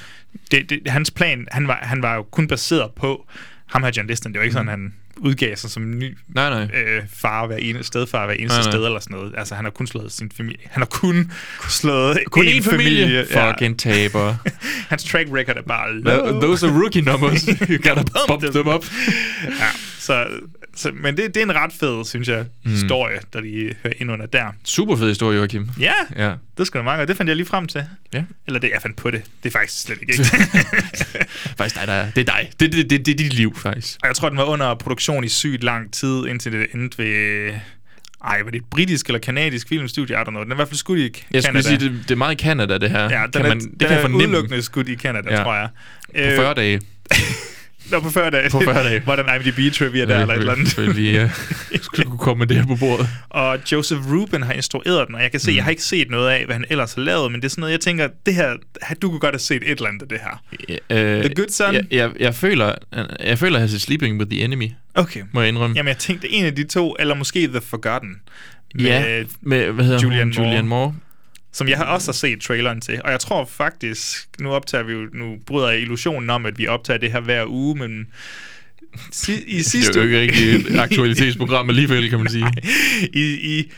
[SPEAKER 3] det, det, hans plan, han var, han var jo kun baseret på ham her John Liston. Det var ikke sådan, han udgav sig som ny
[SPEAKER 2] Mm. Nej, nej.
[SPEAKER 3] øh, far hver ene, stedfar hver eneste
[SPEAKER 2] Nej, nej.
[SPEAKER 3] sted eller sådan noget. Altså, han har kun slået sin familie. Han har kun slået
[SPEAKER 2] [LAUGHS] Kun
[SPEAKER 3] én
[SPEAKER 2] én familie.
[SPEAKER 3] Ja.
[SPEAKER 2] Fucking [LAUGHS] taber.
[SPEAKER 3] [LAUGHS] Hans track record er bare
[SPEAKER 2] Tha-
[SPEAKER 3] low.
[SPEAKER 2] Those are rookie
[SPEAKER 3] [LAUGHS]
[SPEAKER 2] [LAUGHS] numbers. You gotta bump them up.
[SPEAKER 3] Ja, så, så, men det, det er en ret fed, synes jeg,
[SPEAKER 2] Hmm.
[SPEAKER 3] historie, der lige hører ind under der.
[SPEAKER 2] Super fed historie, Joachim.
[SPEAKER 3] Ja,
[SPEAKER 2] Ja.
[SPEAKER 3] det skal du mange, og det fandt jeg lige frem til.
[SPEAKER 2] Ja.
[SPEAKER 3] Eller det, jeg fandt på det. Det er faktisk slet ikke.
[SPEAKER 2] [LAUGHS] Faktisk dig, der er. Det er dig. Det, det, det, det er dit liv, faktisk.
[SPEAKER 3] og jeg tror, den var under produktion i sygt lang tid, indtil det endte ved... Ej, var det et britisk eller kanadisk filmstudie? I don't know. Den er i hvert fald skudt i Canada.
[SPEAKER 2] Jeg skulle sige, det, det er meget Canada, det her.
[SPEAKER 3] Ja, den
[SPEAKER 2] kan
[SPEAKER 3] er,
[SPEAKER 2] man,
[SPEAKER 3] den
[SPEAKER 2] det kan jeg
[SPEAKER 3] er
[SPEAKER 2] fornemme
[SPEAKER 3] udelukkende skudt i Canada,
[SPEAKER 2] Ja.
[SPEAKER 3] tror jeg. Øh,
[SPEAKER 2] på 40 dage.
[SPEAKER 3] Nå, på 40 dage.
[SPEAKER 2] På 40
[SPEAKER 3] [LAUGHS]
[SPEAKER 2] dage.
[SPEAKER 3] Var der en IMDb-trivia der, eller et eller andet.
[SPEAKER 2] Selvfølgelig, ja.
[SPEAKER 3] [LAUGHS]
[SPEAKER 2] Jeg øh, skulle kunne komme med det her på bordet.
[SPEAKER 3] Og Joseph Rubin har instrueret den, og jeg kan se, mm. jeg har ikke set noget af, hvad han ellers har lavet, men det er sådan noget, jeg tænker, det her, du kunne godt have set et eller andet af det her.
[SPEAKER 2] Øh,
[SPEAKER 3] The Good Son?
[SPEAKER 2] Jeg, jeg, jeg, føler, jeg føler, at jeg har set Sleeping with the Enemy,
[SPEAKER 3] Okay.
[SPEAKER 2] må jeg indrømme.
[SPEAKER 3] Jamen, jeg tænkte en af de to, eller måske The Forgotten. øh,
[SPEAKER 2] øh, ja, med, hvad hedder
[SPEAKER 3] Julianne
[SPEAKER 2] hun? Julian Moore.
[SPEAKER 3] som jeg har også har set traileren til. Og jeg tror faktisk, nu optager vi jo, nu bryder jeg illusionen om, at vi optager det her hver uge, men si- i sidste
[SPEAKER 2] Det er jo ikke
[SPEAKER 3] uge-
[SPEAKER 2] rigtig et aktualitetsprogram alligevel,
[SPEAKER 3] [LAUGHS]
[SPEAKER 2] kan man sige.
[SPEAKER 3] I, i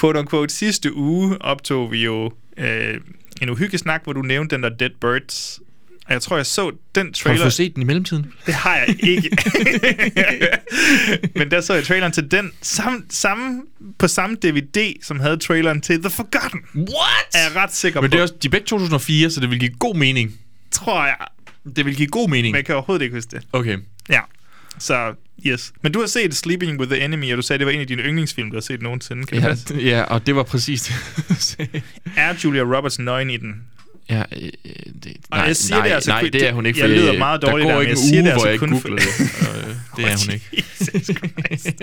[SPEAKER 3] quote unquote sidste uge optog vi jo øh, en uhyggesnak, hvor du nævnte den der Dead Birds. Og jeg tror, jeg så den
[SPEAKER 2] Har du
[SPEAKER 3] trailer.
[SPEAKER 2] fået set den i mellemtiden?
[SPEAKER 3] Det har jeg
[SPEAKER 2] [LAUGHS]
[SPEAKER 3] ikke. Men der så jeg traileren til den samme, samme, på samme DVD, som havde traileren til The Forgotten.
[SPEAKER 2] What?
[SPEAKER 3] Er jeg ret sikker
[SPEAKER 2] Men
[SPEAKER 3] på.
[SPEAKER 2] det er også, de er begge 2004, så det vil give god mening.
[SPEAKER 3] tror jeg.
[SPEAKER 2] Det vil give god mening.
[SPEAKER 3] Men jeg kan overhovedet ikke huske det.
[SPEAKER 2] Okay.
[SPEAKER 3] Ja. Så, yes. Men du har set Sleeping with the Enemy, og du sagde, det var en af dine yndlingsfilm, du har set nogensinde. Kan
[SPEAKER 2] Ja,
[SPEAKER 3] ja.
[SPEAKER 2] d- ja, og det var præcis det. [LAUGHS]
[SPEAKER 3] Er Julia Roberts nøgen i den?
[SPEAKER 2] ja, øh, det,
[SPEAKER 3] Og
[SPEAKER 2] nej,
[SPEAKER 3] jeg siger
[SPEAKER 2] nej,
[SPEAKER 3] det altså
[SPEAKER 2] nej,
[SPEAKER 3] kun-
[SPEAKER 2] det er hun ikke.
[SPEAKER 3] jeg
[SPEAKER 2] fordi
[SPEAKER 3] lyder meget dårlig
[SPEAKER 2] der
[SPEAKER 3] der,
[SPEAKER 2] går
[SPEAKER 3] men
[SPEAKER 2] ikke
[SPEAKER 3] jeg
[SPEAKER 2] en
[SPEAKER 3] siger
[SPEAKER 2] uge,
[SPEAKER 3] det
[SPEAKER 2] hvor
[SPEAKER 3] altså
[SPEAKER 2] jeg ikke
[SPEAKER 3] kun for-
[SPEAKER 2] googlede det. Og, øh, det
[SPEAKER 3] [LAUGHS]
[SPEAKER 2] er hun ikke.
[SPEAKER 3] Jesus Christ.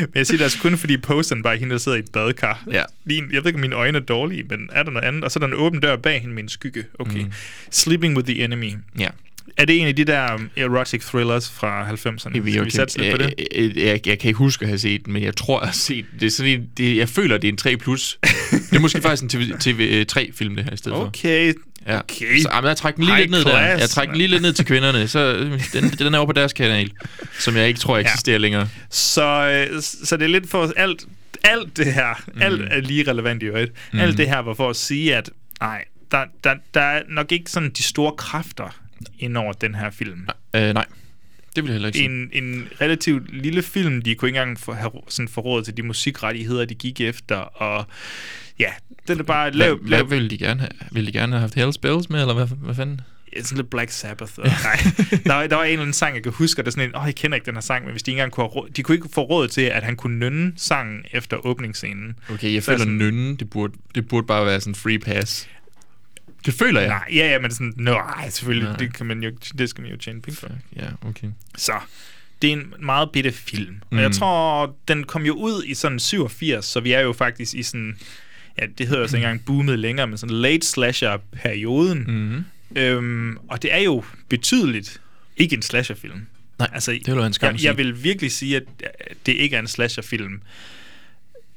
[SPEAKER 3] men jeg siger det altså kun, fordi posteren bare er hende, der sidder i et badkar.
[SPEAKER 2] Ja.
[SPEAKER 3] Lige, jeg ved ikke, om mine øjne er dårlige, men er der noget andet? Og så er der en åben dør bag hende med en skygge. Okay. Mm. Sleeping with the Enemy.
[SPEAKER 2] Ja.
[SPEAKER 3] Er det en af de der um, erotic thrillers fra 90'erne? Skal
[SPEAKER 2] Jeg,
[SPEAKER 3] vi satse lidt på det?
[SPEAKER 2] jeg, jeg, jeg kan ikke huske at have set den, men jeg tror, jeg har set den. det. Er sådan en, det jeg føler, det er en 3+. Plus. Det er måske faktisk en TV, TV3-film, det her i stedet for.
[SPEAKER 3] Okay.
[SPEAKER 2] Ja.
[SPEAKER 3] Okay.
[SPEAKER 2] Så, jamen, jeg trækker den lige lidt
[SPEAKER 3] High
[SPEAKER 2] ned der.
[SPEAKER 3] class,
[SPEAKER 2] Jeg trækker den lige lidt ned til kvinderne. Så øh, den, den er over på deres kanal, som jeg ikke tror eksisterer ja. længere.
[SPEAKER 3] Så, øh, så det er lidt for alt, alt det her, mm. alt er lige relevant i øvrigt. Mm. Alt det her var for at sige, at nej, der, der, der er nok ikke sådan de store kræfter ind over den her film.
[SPEAKER 2] Øh, nej, det vil jeg heller ikke sige.
[SPEAKER 3] En, en relativt lille film, de kunne ikke engang for, have sådan forrådet til de musikrettigheder, de gik efter, og ja, den er bare lav,
[SPEAKER 2] Hvad, hvad
[SPEAKER 3] lav,
[SPEAKER 2] ville de gerne have? Ville de gerne have haft Hell's Bells med, eller hvad, hvad fanden?
[SPEAKER 3] Ja, sådan lidt Black Sabbath. Og, nej, der, var, der var en eller anden sang, jeg kan huske, og det er sådan en, åh, oh, jeg kender ikke den her sang, men hvis de ikke engang kunne have råd, de kunne ikke få råd til, at han kunne nynne sangen efter åbningsscenen.
[SPEAKER 2] Okay, jeg
[SPEAKER 3] Så er
[SPEAKER 2] føler
[SPEAKER 3] sådan-
[SPEAKER 2] nynne, det burde, det burde bare være sådan en free pass. Det føler jeg.
[SPEAKER 3] Nej, ja, ja, men sådan, nej, selvfølgelig,
[SPEAKER 2] Nej.
[SPEAKER 3] det, kan man jo, det skal man jo tjene penge for.
[SPEAKER 2] Ja, okay.
[SPEAKER 3] Så, det er en meget bitte film. Mm.
[SPEAKER 2] Mm.
[SPEAKER 3] Og jeg tror, den kom jo ud i sådan 87, så vi er jo faktisk i sådan, ja, det hedder jo så ikke engang boomet længere, men sådan late slasher-perioden.
[SPEAKER 2] Mm-hmm.
[SPEAKER 3] Øhm, og det er jo betydeligt ikke en slasherfilm. Altså,
[SPEAKER 2] Nej, det ville være en skam at
[SPEAKER 3] jeg,
[SPEAKER 2] sige.
[SPEAKER 3] jeg vil virkelig sige, at det ikke er en slasherfilm.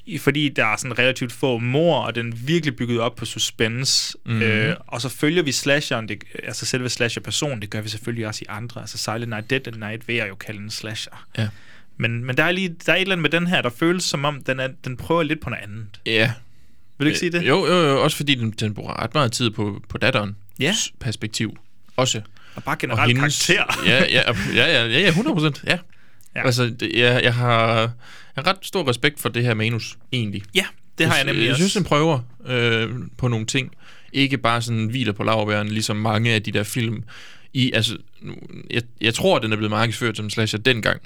[SPEAKER 3] I- Fordi der er sådan relativt få mor, og den er virkelig bygget op på suspense.
[SPEAKER 2] Mhm.
[SPEAKER 3] Mm. Øh, og så følger vi slasheren, det, altså selve slasher-personen, det gør vi selvfølgelig også i andre. Altså Silent Night, Dead Night vil jeg jo kalde en slasher.
[SPEAKER 2] Ja.
[SPEAKER 3] Men, men der, er lige, der er et eller andet med den her, der føles som om, den, er, den prøver lidt på noget andet.
[SPEAKER 2] Ja.
[SPEAKER 3] Vil du ikke sige det?
[SPEAKER 2] Øh, Jo, jo, jo. Også fordi den, den bruger ret meget tid på, på datteren.
[SPEAKER 3] Ja.
[SPEAKER 2] perspektiv. Også.
[SPEAKER 3] Og bare generelt og karakter.
[SPEAKER 2] [LAUGHS] ja, ja, ja, ja, ja, ja, 100 procent. Ja.
[SPEAKER 3] Ja.
[SPEAKER 2] ja. Altså, det, jeg, jeg, har, jeg har ret stor respekt for det her manus, egentlig.
[SPEAKER 3] [LAUGHS] ja, det har jeg nemlig
[SPEAKER 2] Jeg
[SPEAKER 3] også.
[SPEAKER 2] synes, den prøver øh, på nogle ting. Ikke bare sådan hviler på lavbæren, ligesom mange af de der film. I, altså, nu- jeg, jeg tror, den er blevet markedsført som slasher dengang.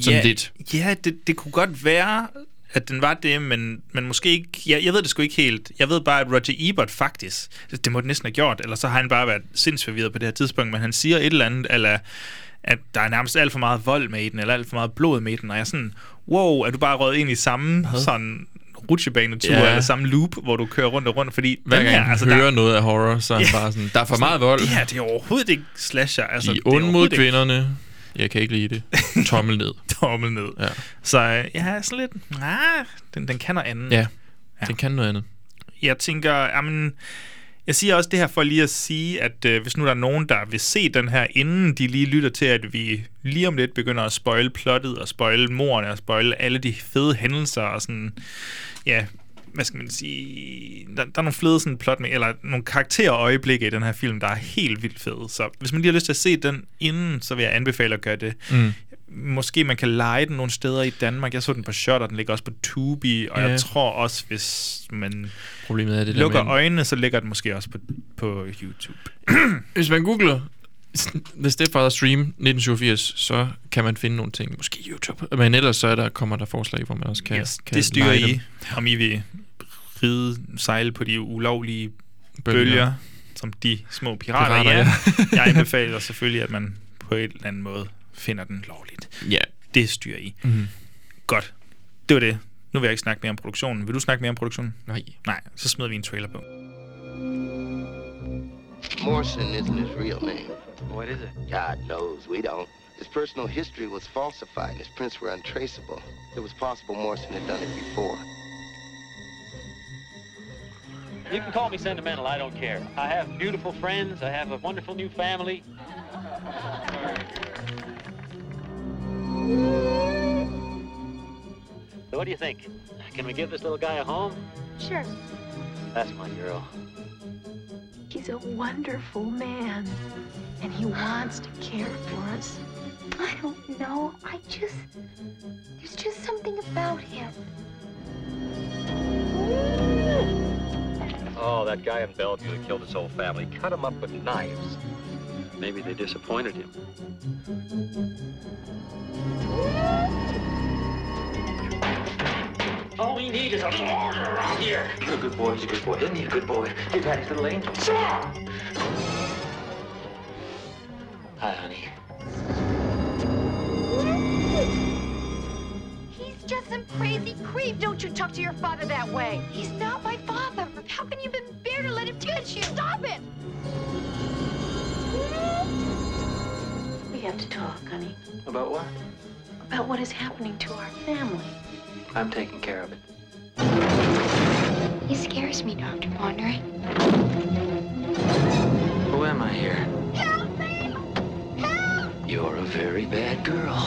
[SPEAKER 2] Sådan
[SPEAKER 3] ja,
[SPEAKER 2] lidt.
[SPEAKER 3] Ja, det, det kunne godt være, at den var det, men, men måske ikke... Jeg, jeg ved det sgu ikke helt. Jeg ved bare, at Roger Ebert faktisk... Det det må den næsten have gjort, eller så har han bare været sindsforvirret på det her tidspunkt, men han siger et eller andet, eller at der er nærmest alt for meget vold med i den, eller alt for meget blod med i den, og jeg er sådan, wow, er du bare røget ind i samme sådan rutsjebanetur,
[SPEAKER 2] Ja.
[SPEAKER 3] ja. eller samme loop, hvor du kører rundt og rundt, fordi
[SPEAKER 2] Hver
[SPEAKER 3] den
[SPEAKER 2] gang
[SPEAKER 3] her,
[SPEAKER 2] han altså,
[SPEAKER 3] der,
[SPEAKER 2] hører noget af horror, så er han
[SPEAKER 3] Ja.
[SPEAKER 2] bare sådan, der er for meget vold.
[SPEAKER 3] det her, det er overhovedet ikke slasher. Altså,
[SPEAKER 2] De er
[SPEAKER 3] det er
[SPEAKER 2] onde mod
[SPEAKER 3] overhovedet ikke
[SPEAKER 2] kvinderne. Jeg kan ikke lide
[SPEAKER 3] [LAUGHS]
[SPEAKER 2] det. Tommel ned.
[SPEAKER 3] Tommel ned.
[SPEAKER 2] Ja.
[SPEAKER 3] Så øh, ja, sådan lidt, ah, den, den kan noget andet.
[SPEAKER 2] Ja, den kan noget andet.
[SPEAKER 3] jeg tænker, jamen, jeg siger også det her for lige at sige, at øh, hvis nu der er nogen, der vil se den her, inden de lige lytter til, at vi lige om lidt begynder at spoil plottet, og spoil mordene, og spoil alle de fede hændelser, og sådan, ja, hvad skal man sige, der, der er nogle fede sådan plot med, eller nogle karakterer og øjeblikke i den her film, der er helt vildt fede. Så hvis man lige har lyst til at se den inden, så vil jeg anbefale at gøre det. Mm. Måske man kan lege den nogle steder i Danmark. Jeg så den på Shot, og den ligger også på Tubi, og
[SPEAKER 2] Ja.
[SPEAKER 3] jeg tror også, hvis man
[SPEAKER 2] Problemet er det
[SPEAKER 3] lukker
[SPEAKER 2] der med,
[SPEAKER 3] øjnene, så ligger den måske også på, på YouTube.
[SPEAKER 2] Hvis man googler The Stepfather Stream 1987, så kan man finde nogle ting. Måske YouTube. Men ellers så er der, kommer der forslag, hvor man også kan...
[SPEAKER 3] Yes,
[SPEAKER 2] kan
[SPEAKER 3] det styrer
[SPEAKER 2] lege
[SPEAKER 3] I, om I vil ride, sejle på de ulovlige
[SPEAKER 2] dem.
[SPEAKER 3] bølger, bølger som de små pirater,
[SPEAKER 2] Pirater,
[SPEAKER 3] pirater er.
[SPEAKER 2] ja.
[SPEAKER 3] [LAUGHS] Jeg anbefaler selvfølgelig, at man på en eller anden måde finder den lovligt.
[SPEAKER 2] Ja.
[SPEAKER 3] Det styrer I.
[SPEAKER 2] Mhm.
[SPEAKER 3] Mm-hmm. Godt. Det var det. Nu vil jeg ikke snakke mere om produktionen. Vil du snakke mere om produktionen?
[SPEAKER 2] Nej.
[SPEAKER 3] Nej, så smider vi en trailer på.
[SPEAKER 4] Morrison isn't his real name.
[SPEAKER 5] What is it?
[SPEAKER 4] God knows, we don't. His personal history was falsified and his prints were untraceable. It was possible Morrison had done it before.
[SPEAKER 6] You can call me sentimental, I don't care. I have beautiful friends, I have a wonderful new family. So what do you think? Can we give this little guy a home?
[SPEAKER 1] Sure.
[SPEAKER 6] That's my girl.
[SPEAKER 1] He's a wonderful man, and he wants to care for us. I don't know. I just. There's just something about him.
[SPEAKER 6] Oh, that guy in Bellevue that killed his whole family. Cut him up with knives. Maybe they disappointed him. All we need is a lawyer around here.
[SPEAKER 7] He's a good boy. He's a good boy. Isn't he a good boy? He's Daddy's little angel.
[SPEAKER 6] Hi, honey.
[SPEAKER 1] He's just some crazy creep. Don't you talk to your father that way. He's not my father. How can you even bear to let him touch you? Stop it! We have to talk, honey,
[SPEAKER 7] About what?
[SPEAKER 1] about what is happening to our family.
[SPEAKER 7] I'm taking care of it.
[SPEAKER 1] He scares me, Dr. Pondery.
[SPEAKER 7] Who am I here? You're a very bad girl.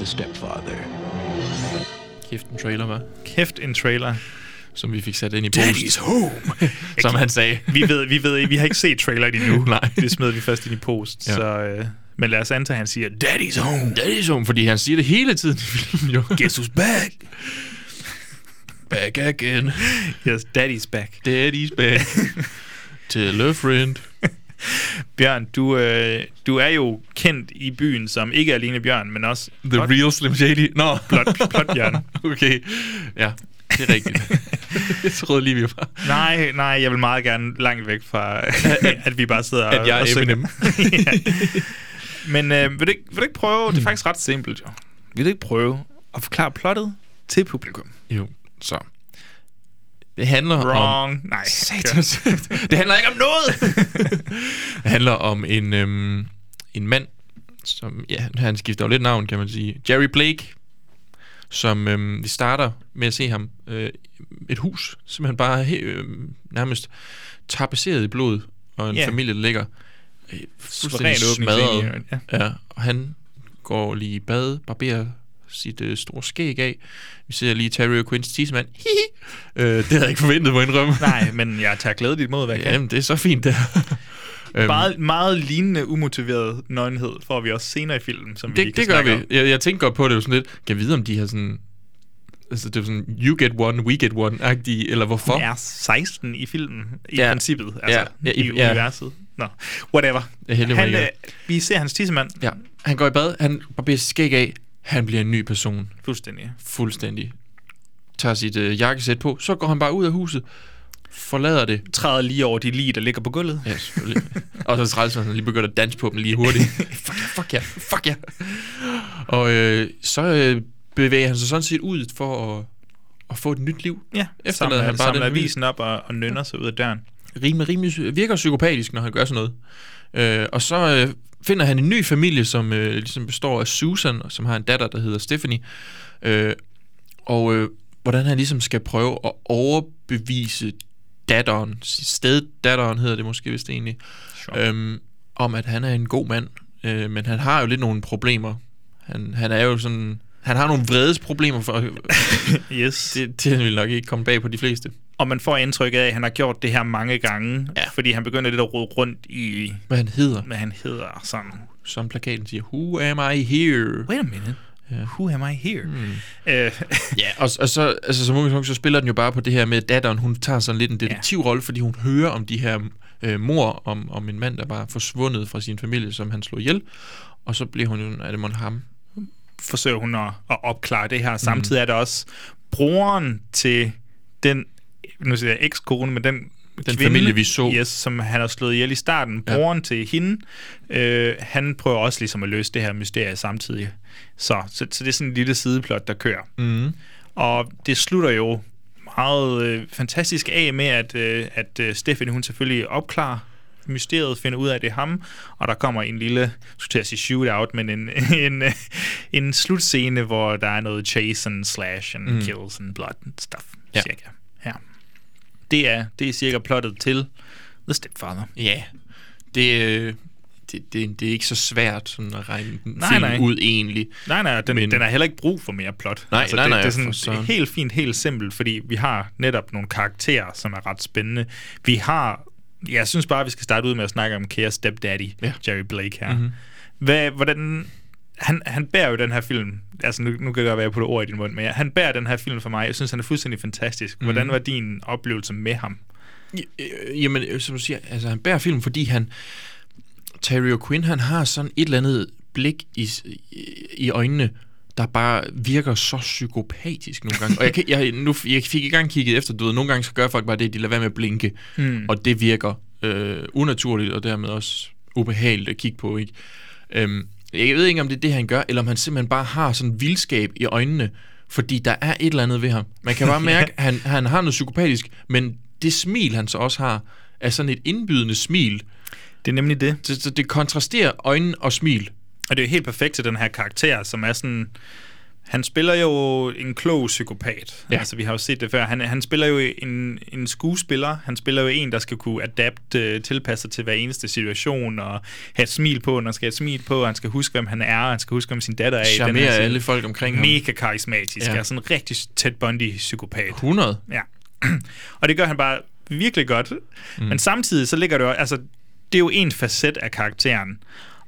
[SPEAKER 8] The stepfather.
[SPEAKER 2] Kæft en trailer, var,
[SPEAKER 3] Kæft en trailer.
[SPEAKER 2] Som vi fik sat ind i
[SPEAKER 3] Daddy's
[SPEAKER 2] post,
[SPEAKER 3] home!
[SPEAKER 2] [LAUGHS] som han sagde.
[SPEAKER 3] vi, ved, vi ved ikke, vi har ikke set traileren
[SPEAKER 2] [LAUGHS]
[SPEAKER 3] endnu.
[SPEAKER 2] Nej.
[SPEAKER 3] Det smed vi først ind i post.
[SPEAKER 2] Ja.
[SPEAKER 3] Ja. Så, øh, men lad os antage, at han siger, Daddy's home,
[SPEAKER 2] Daddy's home, fordi han siger det hele tiden i filmen, jo.
[SPEAKER 3] guess who's back?
[SPEAKER 2] back again.
[SPEAKER 3] Yes, daddy's back.
[SPEAKER 2] Daddy's back.
[SPEAKER 3] [LAUGHS]
[SPEAKER 2] Tell a friend.
[SPEAKER 3] Bjørn, du, øh, du er jo kendt i byen som ikke alene Bjørn, men også
[SPEAKER 2] The
[SPEAKER 3] Blot-
[SPEAKER 2] real Slim Shady. Nå.
[SPEAKER 3] [LAUGHS] Blot- Blotbjørn.
[SPEAKER 2] [LAUGHS] okay. Ja, det er
[SPEAKER 3] [LAUGHS]
[SPEAKER 2] rigtigt. jeg troede lige, vi var...
[SPEAKER 3] Nej, nej, jeg vil meget gerne langt væk
[SPEAKER 2] [LAUGHS]
[SPEAKER 3] fra, at vi bare sidder
[SPEAKER 2] At jeg er
[SPEAKER 3] og synger.
[SPEAKER 2] Eminem. [LAUGHS]
[SPEAKER 3] ja. Men øh, vil, du ikke, vil du ikke prøve,
[SPEAKER 2] Mm.
[SPEAKER 3] det er faktisk ret simpelt jo, [LAUGHS] vil du ikke prøve at forklare plottet til publikum?
[SPEAKER 2] Jo, så. Det handler om...
[SPEAKER 3] Wrong. Nej.
[SPEAKER 2] Satans. [LAUGHS] det handler ikke om noget!
[SPEAKER 3] [LAUGHS]
[SPEAKER 2] det handler om en, øhm, en mand, som... Ja, han skifter jo lidt navn, kan man sige. Jerry Blake, som øhm, vi starter med at se ham. Øh, et hus, simpelthen bare he, øhm, nærmest tapetseret i blod, og en
[SPEAKER 3] Ja.
[SPEAKER 2] yeah. familie, der ligger øh, fuldstændig
[SPEAKER 3] Suveræn åbningslinje,
[SPEAKER 2] smadret.
[SPEAKER 3] ja.
[SPEAKER 2] Ja, og han går lige i bad, barberer sit øh, store skæg af. Vi ser lige Terry og Quinns tissemand. [LAUGHS] Hihi. Øh, det havde jeg ikke forventet, må jeg indrømme.
[SPEAKER 3] Nej, men jeg tager glædeligt mod, hvad jeg kan.
[SPEAKER 2] Jamen, det er så fint der. [LAUGHS] øhm,
[SPEAKER 3] Meget, meget lignende umotiveret nøgenhed får vi også senere i filmen, som vi lige
[SPEAKER 2] det,
[SPEAKER 3] kan
[SPEAKER 2] det gør
[SPEAKER 3] snakke om.
[SPEAKER 2] vi. Jeg, jeg tænkte godt på det, det var sådan lidt, kan jeg vide, om de har sådan... Altså, det er sådan, you get one, we get one-agtige, eller hvorfor?
[SPEAKER 3] Hun er 16 i filmen, i
[SPEAKER 2] Ja.
[SPEAKER 3] ja. princippet, altså
[SPEAKER 2] Ja, ja,
[SPEAKER 3] ja.
[SPEAKER 2] i-
[SPEAKER 3] i, i
[SPEAKER 2] ja.
[SPEAKER 3] universet. Nå, whatever.
[SPEAKER 2] Jeg er heldig, hun
[SPEAKER 3] Han,
[SPEAKER 2] ikke er.
[SPEAKER 3] øh, vi ser hans tissemand
[SPEAKER 2] Ja, han går i bad, han barberer sit skæg af, han bliver en ny person,
[SPEAKER 3] fuldstændig.
[SPEAKER 2] fuldstændig. Tager sit øh, jakkesæt på, så går han bare ud af huset, forlader det,
[SPEAKER 3] Træder lige over de lige, der ligger på gulvet.
[SPEAKER 2] Ja, [LAUGHS] selvfølgelig. og så er træls, at han lige begynder at danse på dem lige hurtigt. [LAUGHS] fuck ja, fuck ja, fuck ja. Og øh, så øh, bevæger han sig sådan set ud for at, at få et nyt liv.
[SPEAKER 3] Ja,
[SPEAKER 2] Efterlader
[SPEAKER 3] samler,
[SPEAKER 2] han
[SPEAKER 3] han
[SPEAKER 2] bare
[SPEAKER 3] samler
[SPEAKER 2] den
[SPEAKER 3] avisen op og, og nynner sig ud af
[SPEAKER 2] [COUGHS]
[SPEAKER 3] døren.
[SPEAKER 2] Rimelig, rimelig, psy- virker psykopatisk, når han gør sådan noget. Øh, og så øh, finder han en ny familie, som øh, ligesom består af Susan, og som har en datter, der hedder Stephanie. Øh, og øh, hvordan han ligesom skal prøve at overbevise datteren, steddatteren hedder det måske vist egentlig,
[SPEAKER 3] Sure.
[SPEAKER 2] øhm, om at han er en god mand, øh, men han har jo lidt nogle problemer. Han, han er jo sådan... Han har nogle vredesproblemer, for, [LAUGHS]
[SPEAKER 3] Yes. Det.
[SPEAKER 2] det, det vil nok ikke komme bag på de fleste.
[SPEAKER 3] Og man får indtrykket af, at han har gjort det her mange gange,
[SPEAKER 2] Ja.
[SPEAKER 3] ja. fordi han begynder lidt at rode rundt i,
[SPEAKER 2] Hvad han hedder,
[SPEAKER 3] hvad han hedder sådan.
[SPEAKER 2] som plakaten siger, Who am I here?
[SPEAKER 3] Wait a minute. Who am I here? Mm. Øh,
[SPEAKER 2] Hmm.
[SPEAKER 3] [LAUGHS]
[SPEAKER 2] Ja, og, og så, altså, som udgangspunkt, så spiller den jo bare på det her med, at datteren, hun tager sådan lidt en detektivrolle, fordi hun hører om de her øh, mor, om, om en mand, der var forsvundet fra sin familie, som han slog ihjel. Og så bliver hun jo, er det mon ham?
[SPEAKER 3] forsøger hun at, at opklare det her. Samtidig er der også broren til den, nu siger jeg ekskone, men den den
[SPEAKER 2] familie, vi så.
[SPEAKER 3] Yes, som han har slået ihjel i starten. Broren ja. til hende, øh, han prøver også ligesom at løse det her mysterie samtidig. Så, så, så det er sådan en lille sideplot, der kører.
[SPEAKER 2] Mm.
[SPEAKER 3] Og det slutter jo meget øh, fantastisk af med, at, øh, at øh, Stephanie hun selvfølgelig opklarer mysteriet, finder ud af, at det er ham, og der kommer en lille, jeg skulle til at sige shootout, men en, [LAUGHS] en, øh, en slutscene, hvor der er noget chase and slash and mm. kills and blood and stuff,
[SPEAKER 2] Ja.
[SPEAKER 3] cirka. Ja. Det er, det er cirka plottet til The Stepfather.
[SPEAKER 2] Ja, det, øh, det, det, det er ikke så svært sådan at regne den
[SPEAKER 3] Nej,
[SPEAKER 2] film
[SPEAKER 3] nej.
[SPEAKER 2] ud egentlig.
[SPEAKER 3] Nej, nej, den,
[SPEAKER 2] Men-
[SPEAKER 3] Men... den har heller ikke brug for mere plot. Altså,
[SPEAKER 2] Nej, nej,
[SPEAKER 3] det,
[SPEAKER 2] nej,
[SPEAKER 3] det er
[SPEAKER 2] for
[SPEAKER 3] sådan,
[SPEAKER 2] søren.
[SPEAKER 3] helt fint, helt simpelt, fordi vi har netop nogle karakterer, som er ret spændende. Vi har, jeg synes bare, vi skal starte ud med at snakke om Kære Stepdaddy,
[SPEAKER 2] Ja.
[SPEAKER 3] ja. Jerry Blake her.
[SPEAKER 2] Mhm.
[SPEAKER 3] Mm-hmm. Hvad, hvordan, han, han bærer jo den her film, altså nu, nu kan det godt være, at jeg putter ord i din mund, men jeg, han bærer den her film for mig. Jeg synes, han er fuldstændig fantastisk. Hvordan
[SPEAKER 2] Mhm.
[SPEAKER 3] var din oplevelse med ham?
[SPEAKER 2] Øh, øh, Jamen, øh, som du siger, altså, han bærer filmen, fordi han... Terry O'Quinn, han har sådan et eller andet blik i, s- i- i øjnene, der bare virker så psykopatisk nogle gange. Og jeg, kan, jeg, nu, f- jeg fik i gang kigget efter, du ved, nogle gange så gør folk bare det, de lader være med at blinke,
[SPEAKER 3] Mm.
[SPEAKER 2] og det virker øh, unaturligt, og dermed også ubehageligt at kigge på, ikke? Øhm, jeg ved ikke, om det er det, han gør, eller om han simpelthen bare har sådan vildskab i øjnene, fordi der er et eller andet ved ham. Man kan bare mærke, at han, han har noget psykopatisk, men det smil, han så også har, er sådan et indbydende smil.
[SPEAKER 3] Det er nemlig det.
[SPEAKER 2] Så, så det kontrasterer øjnene og smil.
[SPEAKER 3] Og det er jo helt perfekt til den her karakter, som er sådan... Han spiller jo en klog psykopat.
[SPEAKER 2] Ja.
[SPEAKER 3] Ja. Altså, vi har jo set det før. Han, han spiller jo en, en skuespiller. Han spiller jo en, der skal kunne adapte, øh, tilpasse sig til hver eneste situation, og have et smil på, når han skal have et smil på, og han skal huske, hvem han er, og han skal huske, hvem sin datter er. i den her
[SPEAKER 2] Charmerer
[SPEAKER 3] scene.
[SPEAKER 2] alle folk omkring ham.
[SPEAKER 3] Mega karismatisk.
[SPEAKER 2] Ja.
[SPEAKER 3] Ja. Er sådan en rigtig Ted Bundy-psykopat.
[SPEAKER 2] 100.
[SPEAKER 3] Ja. [CLEARS THROAT] og det gør han bare virkelig godt. Mm. Men samtidig så ligger det jo, altså, det er jo en facet af karakteren.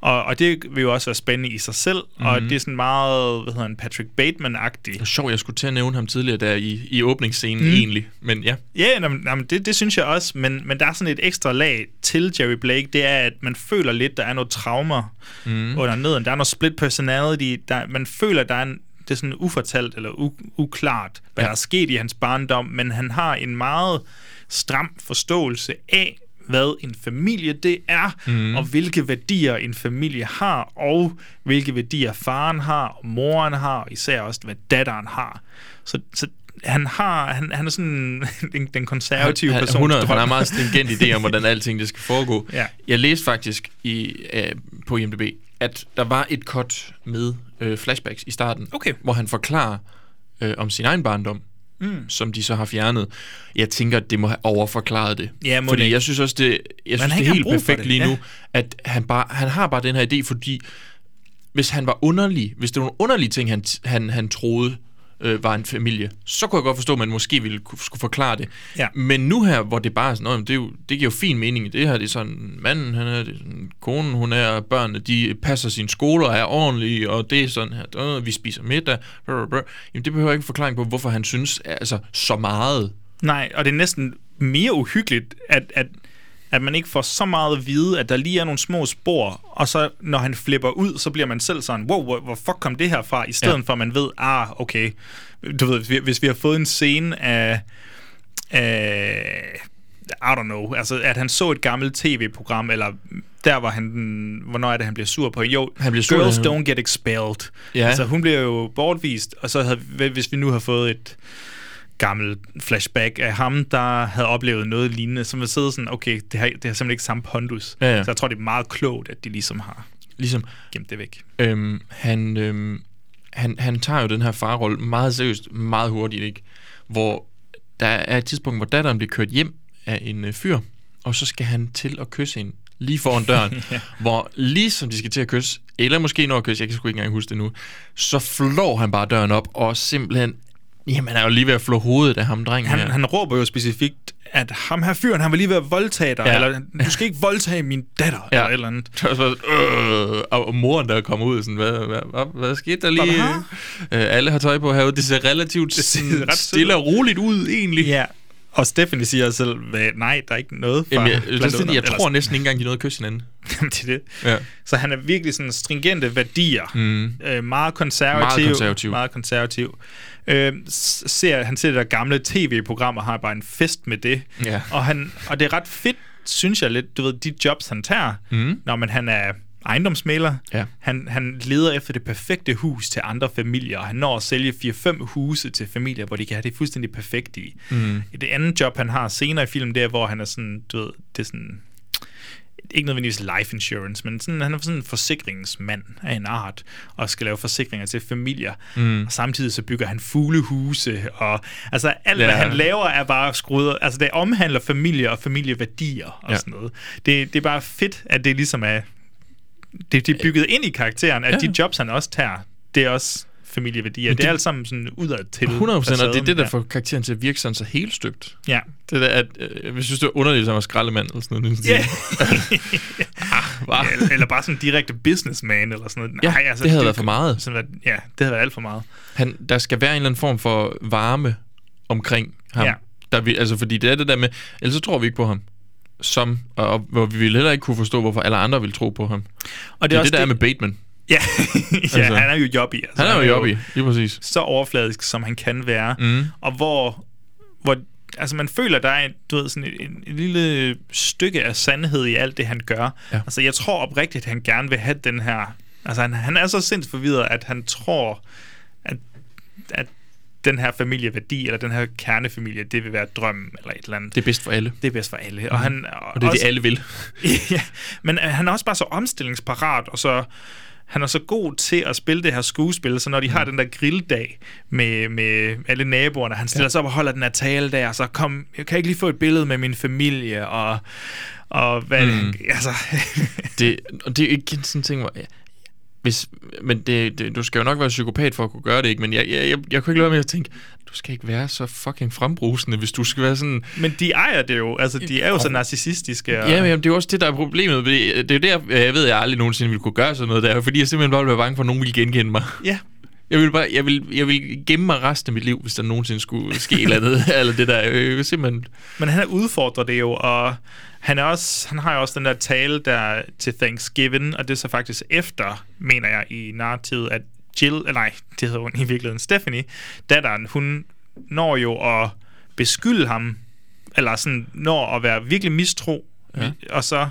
[SPEAKER 3] Og, og det vil jo også være spændende i sig selv, mm. og det er sådan meget, hvad hedder han, Patrick Bateman-agtig.
[SPEAKER 2] Det var sjovt, jeg skulle til at nævne ham tidligere der i, i åbningsscenen mm. egentlig. Men ja,
[SPEAKER 3] Ja, nå, men- nå, men det, det synes jeg også, men, men der er sådan et ekstra lag til Jerry Blake, det er, at man føler lidt, der er noget traumer mm. under neden, der er noget split personality, der, man føler, der er en, det er sådan ufortalt eller u, uklart, hvad
[SPEAKER 2] Ja.
[SPEAKER 3] ja. der er sket i hans barndom, men han har en meget stram forståelse af, hvad en familie det er, mm. og hvilke værdier en familie har, og hvilke værdier faren har, og moren har, og især også, hvad datteren har. Så, så han har han, han er sådan [LAUGHS] den, den konservative
[SPEAKER 2] han,
[SPEAKER 3] person.
[SPEAKER 2] 100, han har en meget stringent idé om, hvordan alting det skal foregå.
[SPEAKER 3] Ja.
[SPEAKER 2] Jeg læste faktisk i, øh, på IMDb, at der var et cut med øh, flashbacks i starten,
[SPEAKER 3] Okay.
[SPEAKER 2] hvor han forklarer øh, om sin egen barndom, mm. som de så har fjernet. Jeg tænker, at det må have overforklaret det.
[SPEAKER 3] Ja, må det
[SPEAKER 2] fordi
[SPEAKER 3] ikke?
[SPEAKER 2] jeg synes også, det, jeg synes,
[SPEAKER 3] han
[SPEAKER 2] det er
[SPEAKER 3] ikke har
[SPEAKER 2] helt
[SPEAKER 3] brug for
[SPEAKER 2] perfekt
[SPEAKER 3] det,
[SPEAKER 2] lige
[SPEAKER 3] ja.
[SPEAKER 2] nu, at han, bare, han har bare den her idé, fordi hvis han var underlig, hvis det var nogle underlige ting, han, han, han troede øh, var en familie, så kunne jeg godt forstå, at man måske ville kunne, skulle forklare det.
[SPEAKER 3] Ja.
[SPEAKER 2] Men nu her, hvor det bare er sådan, "Nå, jamen, det, er jo, det giver jo fin mening. Det her, det er sådan, manden, han er, det er sådan, konen, hun er, og børnene, de passer sine skoler, er ordentlige, og det er sådan her, øh, vi spiser middag, brr, brr, brr. Jamen, det behøver jeg ikke forklaring på, hvorfor han synes altså, så meget.
[SPEAKER 3] Nej, og det er næsten mere uhyggeligt, at, at, at man ikke får så meget at vide, at der lige er nogle små spor, og så når han flipper ud, så bliver man selv sådan, wow, hvor, hvor fuck kom det her fra? I stedet
[SPEAKER 2] Ja.
[SPEAKER 3] ja. for, at man ved, ah, okay, du ved, hvis vi, hvis vi har fået en scene af, af i don't know, altså at han så et gammelt tv-program, eller der var han, den- hvornår er det, han bliver sur på? Jo,
[SPEAKER 2] Han bliver sur,
[SPEAKER 3] girls
[SPEAKER 2] da han-
[SPEAKER 3] don't get expelled.
[SPEAKER 2] Ja.
[SPEAKER 3] Ja. Altså hun bliver jo bortvist, og så havde, hvis vi nu har fået et, gammel flashback af ham, der havde oplevet noget lignende, som vil sidde sådan, okay, det har, det har simpelthen ikke samme pondus.
[SPEAKER 2] Ja, ja.
[SPEAKER 3] Så jeg tror, det er meget klogt, at de ligesom har
[SPEAKER 2] Ligesom,
[SPEAKER 3] gemt det væk.
[SPEAKER 2] Øhm, han, øhm, han, han tager jo den her farrolle meget seriøst, meget hurtigt, ikke? Hvor der er et tidspunkt, hvor datteren bliver kørt hjem af en øh, fyr, og så skal han til at kysse hende lige foran
[SPEAKER 3] [LAUGHS]
[SPEAKER 2] døren, ja. hvor lige som de skal til at kysse, eller måske når at kysse, jeg kan sgu ikke engang huske det nu, så flår han bare døren op, og simpelthen, jamen han er jo lige ved at flå hovedet af ham, drengen
[SPEAKER 3] Han,
[SPEAKER 2] her.
[SPEAKER 3] ja. han råber jo specifikt, at ham her fyren, han var lige ved at voldtage dig,
[SPEAKER 2] Ja.
[SPEAKER 3] ja. eller du skal ikke voldtage min datter,
[SPEAKER 2] Ja.
[SPEAKER 3] ja. eller et eller andet.
[SPEAKER 2] [LAUGHS] Så er jeg sådan, øh, og og moren, der kommer ud, sådan, hvad, hvad, hvad, hvad skete der lige?
[SPEAKER 3] Hvad
[SPEAKER 2] Øh, alle har tøj på herude. Det ser relativt det
[SPEAKER 3] ser
[SPEAKER 2] ser
[SPEAKER 3] ret
[SPEAKER 2] ret stille og roligt ud, egentlig.
[SPEAKER 3] Ja. Og Stephanie siger selv, hvad, nej, der er ikke noget fra
[SPEAKER 2] Jamen, jeg,
[SPEAKER 3] blandt
[SPEAKER 2] jeg, jeg, jeg
[SPEAKER 3] under-
[SPEAKER 2] tror
[SPEAKER 3] eller-
[SPEAKER 2] næsten ikke engang, de nåede at kysse hinanden.
[SPEAKER 3] Jamen, det er det.
[SPEAKER 2] Ja.
[SPEAKER 3] Så han er virkelig sådan stringente værdier.
[SPEAKER 2] Mm.
[SPEAKER 3] Øh, meget konservativ.
[SPEAKER 2] Meget konservativ.
[SPEAKER 3] Meget konservativ. Øh, s- ser, han ser det der gamle tv-program og har bare en fest med det.
[SPEAKER 2] Ja.
[SPEAKER 3] Og, han, og det er ret fedt, synes jeg lidt, du ved, de jobs, han tager,
[SPEAKER 2] Mm.
[SPEAKER 3] når man, han er ejendomsmaler.
[SPEAKER 2] Ja.
[SPEAKER 3] Han, han leder efter det perfekte hus til andre familier, og han når at sælge 4-5 huse til familier, hvor de kan have det fuldstændig perfekt i. Mm. Et andet job, han har senere i filmen, det er, hvor han er sådan, du ved, det er sådan ikke nødvendigvis life insurance, men sådan, han er sådan en forsikringsmand af en art, og skal lave forsikringer til familier.
[SPEAKER 2] Mm.
[SPEAKER 3] Og samtidig så bygger han fuglehuse, og altså alt, ja.
[SPEAKER 2] Ja.
[SPEAKER 3] hvad han laver, er bare skruet. Altså det omhandler familier og familieværdier og
[SPEAKER 2] Ja.
[SPEAKER 3] ja. sådan noget. Det, det er bare fedt, at det ligesom er, det, det er bygget ind i karakteren, at
[SPEAKER 2] Ja.
[SPEAKER 3] ja. de jobs, han også tager, det er også familieværdier. Det, det
[SPEAKER 2] det-
[SPEAKER 3] er alt sammen sådan udad til.
[SPEAKER 2] 100 procent, og det er det, der
[SPEAKER 3] Ja.
[SPEAKER 2] får karakteren til at virke sådan så helt støbt.
[SPEAKER 3] Ja.
[SPEAKER 2] Det der, at øh, jeg synes, det var underligt, at han var skraldemand eller sådan noget.
[SPEAKER 3] Ja.
[SPEAKER 2] [LAUGHS] Var.
[SPEAKER 3] eller, eller bare sådan direkte businessman eller sådan noget.
[SPEAKER 2] Ah,
[SPEAKER 3] altså,
[SPEAKER 2] Ja, det havde været for meget.
[SPEAKER 3] Sådan, at, ja, det havde været alt for meget.
[SPEAKER 2] Han, der skal være en eller anden form for varme omkring ham. Ja.
[SPEAKER 3] Ja.
[SPEAKER 2] Der, vi- altså, fordi det er det der med, ellers så tror vi ikke på ham. Som, og, og hvor vi ville heller ikke kunne forstå, hvorfor alle andre ville tro på ham. Og det er det,
[SPEAKER 3] også
[SPEAKER 2] der det... er med Bateman.
[SPEAKER 3] [LAUGHS] Ja, ja
[SPEAKER 2] Altså.
[SPEAKER 3] han er jo jobby. Altså,
[SPEAKER 2] Han er jo jobby, lige præcis.
[SPEAKER 3] Så overfladisk, som han kan være.
[SPEAKER 2] Mm.
[SPEAKER 3] Og hvor, hvor altså man føler, der er en, du ved, sådan et, en, et lille stykke af sandhed i alt det, han gør.
[SPEAKER 2] Ja.
[SPEAKER 3] Ja. Altså jeg tror oprigtigt, at han gerne vil have den her... Altså han, han er så sindssygt forvirret, at han tror, at, at den her familieværdi, eller den her kernefamilie, det vil være drømmen, eller et eller andet.
[SPEAKER 2] Det er bedst for alle.
[SPEAKER 3] Det er bedst for alle. Og, han,
[SPEAKER 2] Mhm. Og det er
[SPEAKER 3] også,
[SPEAKER 2] det, alle vil.
[SPEAKER 3] [LAUGHS] ja, men øh, han er også bare så omstillingsparat, og så han er så god til at spille det her skuespil, så når de har
[SPEAKER 2] Mhm.
[SPEAKER 3] den der grilldag med, med alle naboerne, han stiller ja. sig op og holder den her tale der, og så kom, jeg kan ikke lige få et billede med min familie, og, og hvad
[SPEAKER 2] Mm.
[SPEAKER 3] mm. altså, [LAUGHS]
[SPEAKER 2] det, og det er ikke sådan en ting, hvor... Hvis, men det, det, du skal jo nok være psykopat for at kunne gøre det, ikke? Men jeg, jeg, jeg, jeg kunne ikke lade være med at tænke, du skal ikke være så fucking frembrusende, hvis du skal være sådan...
[SPEAKER 3] men de ejer det jo, altså de er jo så narcissistiske. Og,
[SPEAKER 2] Ja, men jamen, det er jo også det, der er problemet. Det, det er jo der, øh, jeg ved, at jeg aldrig nogensinde ville kunne gøre sådan noget der, fordi jeg simpelthen bare ville være bange for, at nogen ville genkende mig. [LAUGHS]
[SPEAKER 3] ja.
[SPEAKER 2] Jeg ville, bare, jeg, ville, jeg ville gemme mig resten af mit liv, hvis der nogensinde skulle ske et eller andet. [LAUGHS] eller det der, øh, simpelthen...
[SPEAKER 3] Men han udfordrer det jo, og han, er også, han har jo også den der tale der til Thanksgiving, og det er så faktisk efter, mener jeg, i narrativet, at Jill, eller nej, det hedder hun i virkeligheden, Stephanie, datteren, hun når jo at beskylde ham, eller sådan når at være virkelig mistro,
[SPEAKER 2] Ja.
[SPEAKER 3] ja. og så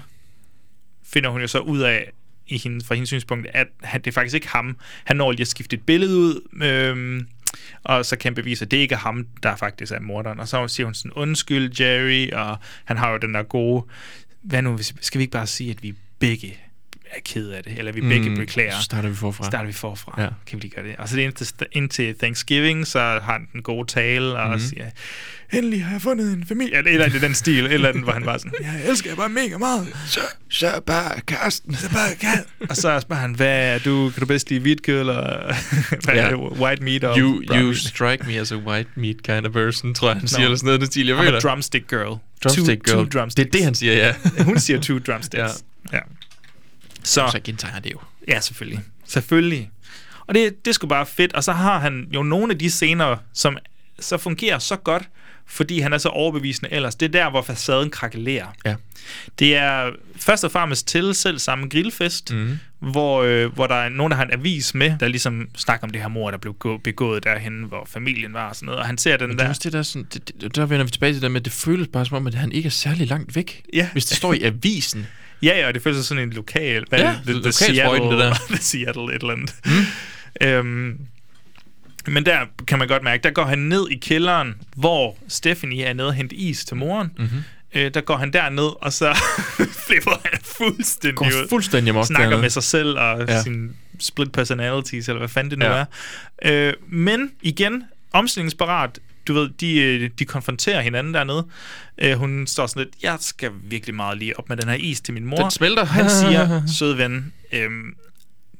[SPEAKER 3] finder hun jo så ud af, i hende, fra hendes synspunkt, at han, det er faktisk ikke ham. Han når lige at skifte et billede ud, øhm, og så kan han bevise, at det ikke er ham, der faktisk er morderen. Og så siger hun sådan, undskyld Jerry, og han har jo den der gode, hvad nu, hvis- skal vi ikke bare sige, at vi begge er ked af det, eller vi begge beklager.
[SPEAKER 2] Hmm, Så Mm, starter vi forfra.
[SPEAKER 3] Så starter vi forfra.
[SPEAKER 2] Ja.
[SPEAKER 3] Ja. Kan vi lige gøre det? Og så det er indtil, indtil Thanksgiving, så har han den gode tale og
[SPEAKER 2] Mhm.
[SPEAKER 3] mm-hmm. siger, endelig har jeg fundet en familie. Eller, eller andet i den stil, et eller andet, hvor han bare sådan, jeg elsker jer bare mega meget.
[SPEAKER 8] Så, så bare Karsten. Så bare Karsten.
[SPEAKER 3] Og [LAUGHS] så spørger han, hvad er du, kan du bedst lide hvidkøl, eller [LAUGHS] hvad
[SPEAKER 2] Ja.
[SPEAKER 3] er det, white meat og
[SPEAKER 2] You,
[SPEAKER 3] brown
[SPEAKER 2] you
[SPEAKER 3] meat?
[SPEAKER 2] strike me as a white meat kind of person, tror jeg, han siger,
[SPEAKER 3] Nå.
[SPEAKER 2] eller sådan noget, i den stil. Jeg
[SPEAKER 3] I'm
[SPEAKER 2] føler.
[SPEAKER 3] a drumstick girl.
[SPEAKER 2] Drumstick
[SPEAKER 3] two,
[SPEAKER 2] girl.
[SPEAKER 3] Two drumsticks.
[SPEAKER 2] Det er det, han siger, ja.
[SPEAKER 3] [LAUGHS] Hun siger
[SPEAKER 2] [LAUGHS]
[SPEAKER 3] two drumsticks. Ja. ja.
[SPEAKER 2] Så
[SPEAKER 3] Så,
[SPEAKER 2] gentager han det jo.
[SPEAKER 3] ja, selvfølgelig. Selvfølgelig. Og det, det er sgu bare fedt. Og så har han jo nogle af de scener, som så fungerer så godt, fordi han er så overbevisende ellers. Det er der, hvor facaden krakelerer.
[SPEAKER 2] Ja.
[SPEAKER 3] Det er først og fremmest til selv samme grillfest,
[SPEAKER 2] Mhm.
[SPEAKER 3] mm. hvor, øh, hvor der er nogen, der har en avis med, der ligesom snakker om det her mor, der blev gå- begået derhen, hvor familien var og sådan noget. Og han ser den
[SPEAKER 2] Men det er
[SPEAKER 3] der...
[SPEAKER 2] også det, der, er sådan, det, det, der vender vi tilbage til det der med, at det føles bare som om, at han ikke er særlig langt væk.
[SPEAKER 3] Ja.
[SPEAKER 2] Hvis det står i
[SPEAKER 3] [LAUGHS]
[SPEAKER 2] avisen.
[SPEAKER 3] Ja, ja, og det føles som sådan en lokal... Hvad
[SPEAKER 2] Ja,
[SPEAKER 3] er det,
[SPEAKER 2] det er
[SPEAKER 3] The- The
[SPEAKER 2] lokalsprøjten,
[SPEAKER 3] Seattle,
[SPEAKER 2] det der. Mhm.
[SPEAKER 3] [LAUGHS] The Seattle et eller andet. Mm. Øhm, men der kan man godt mærke, der går han ned i kælderen, hvor Stephanie er nede og hente is til moren.
[SPEAKER 2] Mhm.
[SPEAKER 3] Mm-hmm. Øh, der går han derned, og så [LAUGHS] flipper han fuldstændig
[SPEAKER 2] Går
[SPEAKER 3] ud.
[SPEAKER 2] fuldstændig amok
[SPEAKER 3] Snakker
[SPEAKER 2] dernede.
[SPEAKER 3] med sig selv og
[SPEAKER 2] Ja.
[SPEAKER 3] ja. sin split personalities, eller hvad fanden det nu
[SPEAKER 2] Ja.
[SPEAKER 3] ja. er. Øh, men igen, omstillingsparat. Du ved, de, øh, de konfronterer hinanden dernede. Øh, hun står sådan lidt, jeg skal virkelig meget lige op med den her is til min mor.
[SPEAKER 2] Den smelter. [LAUGHS]
[SPEAKER 3] Han [LAUGHS] siger, søde ven, øhm,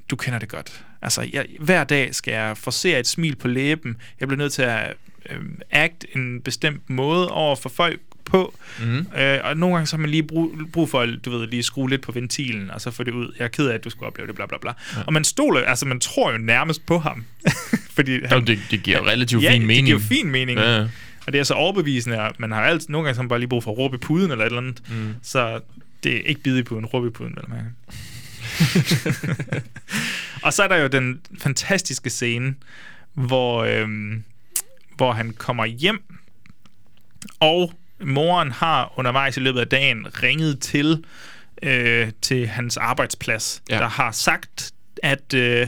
[SPEAKER 3] du kender det godt. Altså, jeg, hver dag skal jeg forsere et smil på læben. Jeg bliver nødt til at øhm, act en bestemt måde over for folk på.
[SPEAKER 2] Mhm.
[SPEAKER 3] Øh, og nogle gange så har man lige brug, brug for at, du ved, lige skrue lidt på ventilen, og så få det ud. Jeg er ked af, at du skulle opleve det, bla bla bla. Ja. Og man stoler, altså man tror jo nærmest på
[SPEAKER 2] [LAUGHS]
[SPEAKER 3] ham. Fordi han,
[SPEAKER 2] Nå, det, det giver jo relativt
[SPEAKER 3] ja,
[SPEAKER 2] fin
[SPEAKER 3] det
[SPEAKER 2] mening.
[SPEAKER 3] giver fin mening.
[SPEAKER 2] Ja, ja.
[SPEAKER 3] Og det er så overbevisende, at man har altid, nogle gange så har man bare lige brug for at råbe i puden eller et eller andet. Mm. Så det er ikke bide i puden, råbe i puden, vel at mærke. og så er der jo den fantastiske scene, hvor, øhm, hvor han kommer hjem, og moren har undervejs i løbet af dagen ringet til øh, til hans arbejdsplads,
[SPEAKER 2] Ja.
[SPEAKER 3] ja. der har sagt, at øh,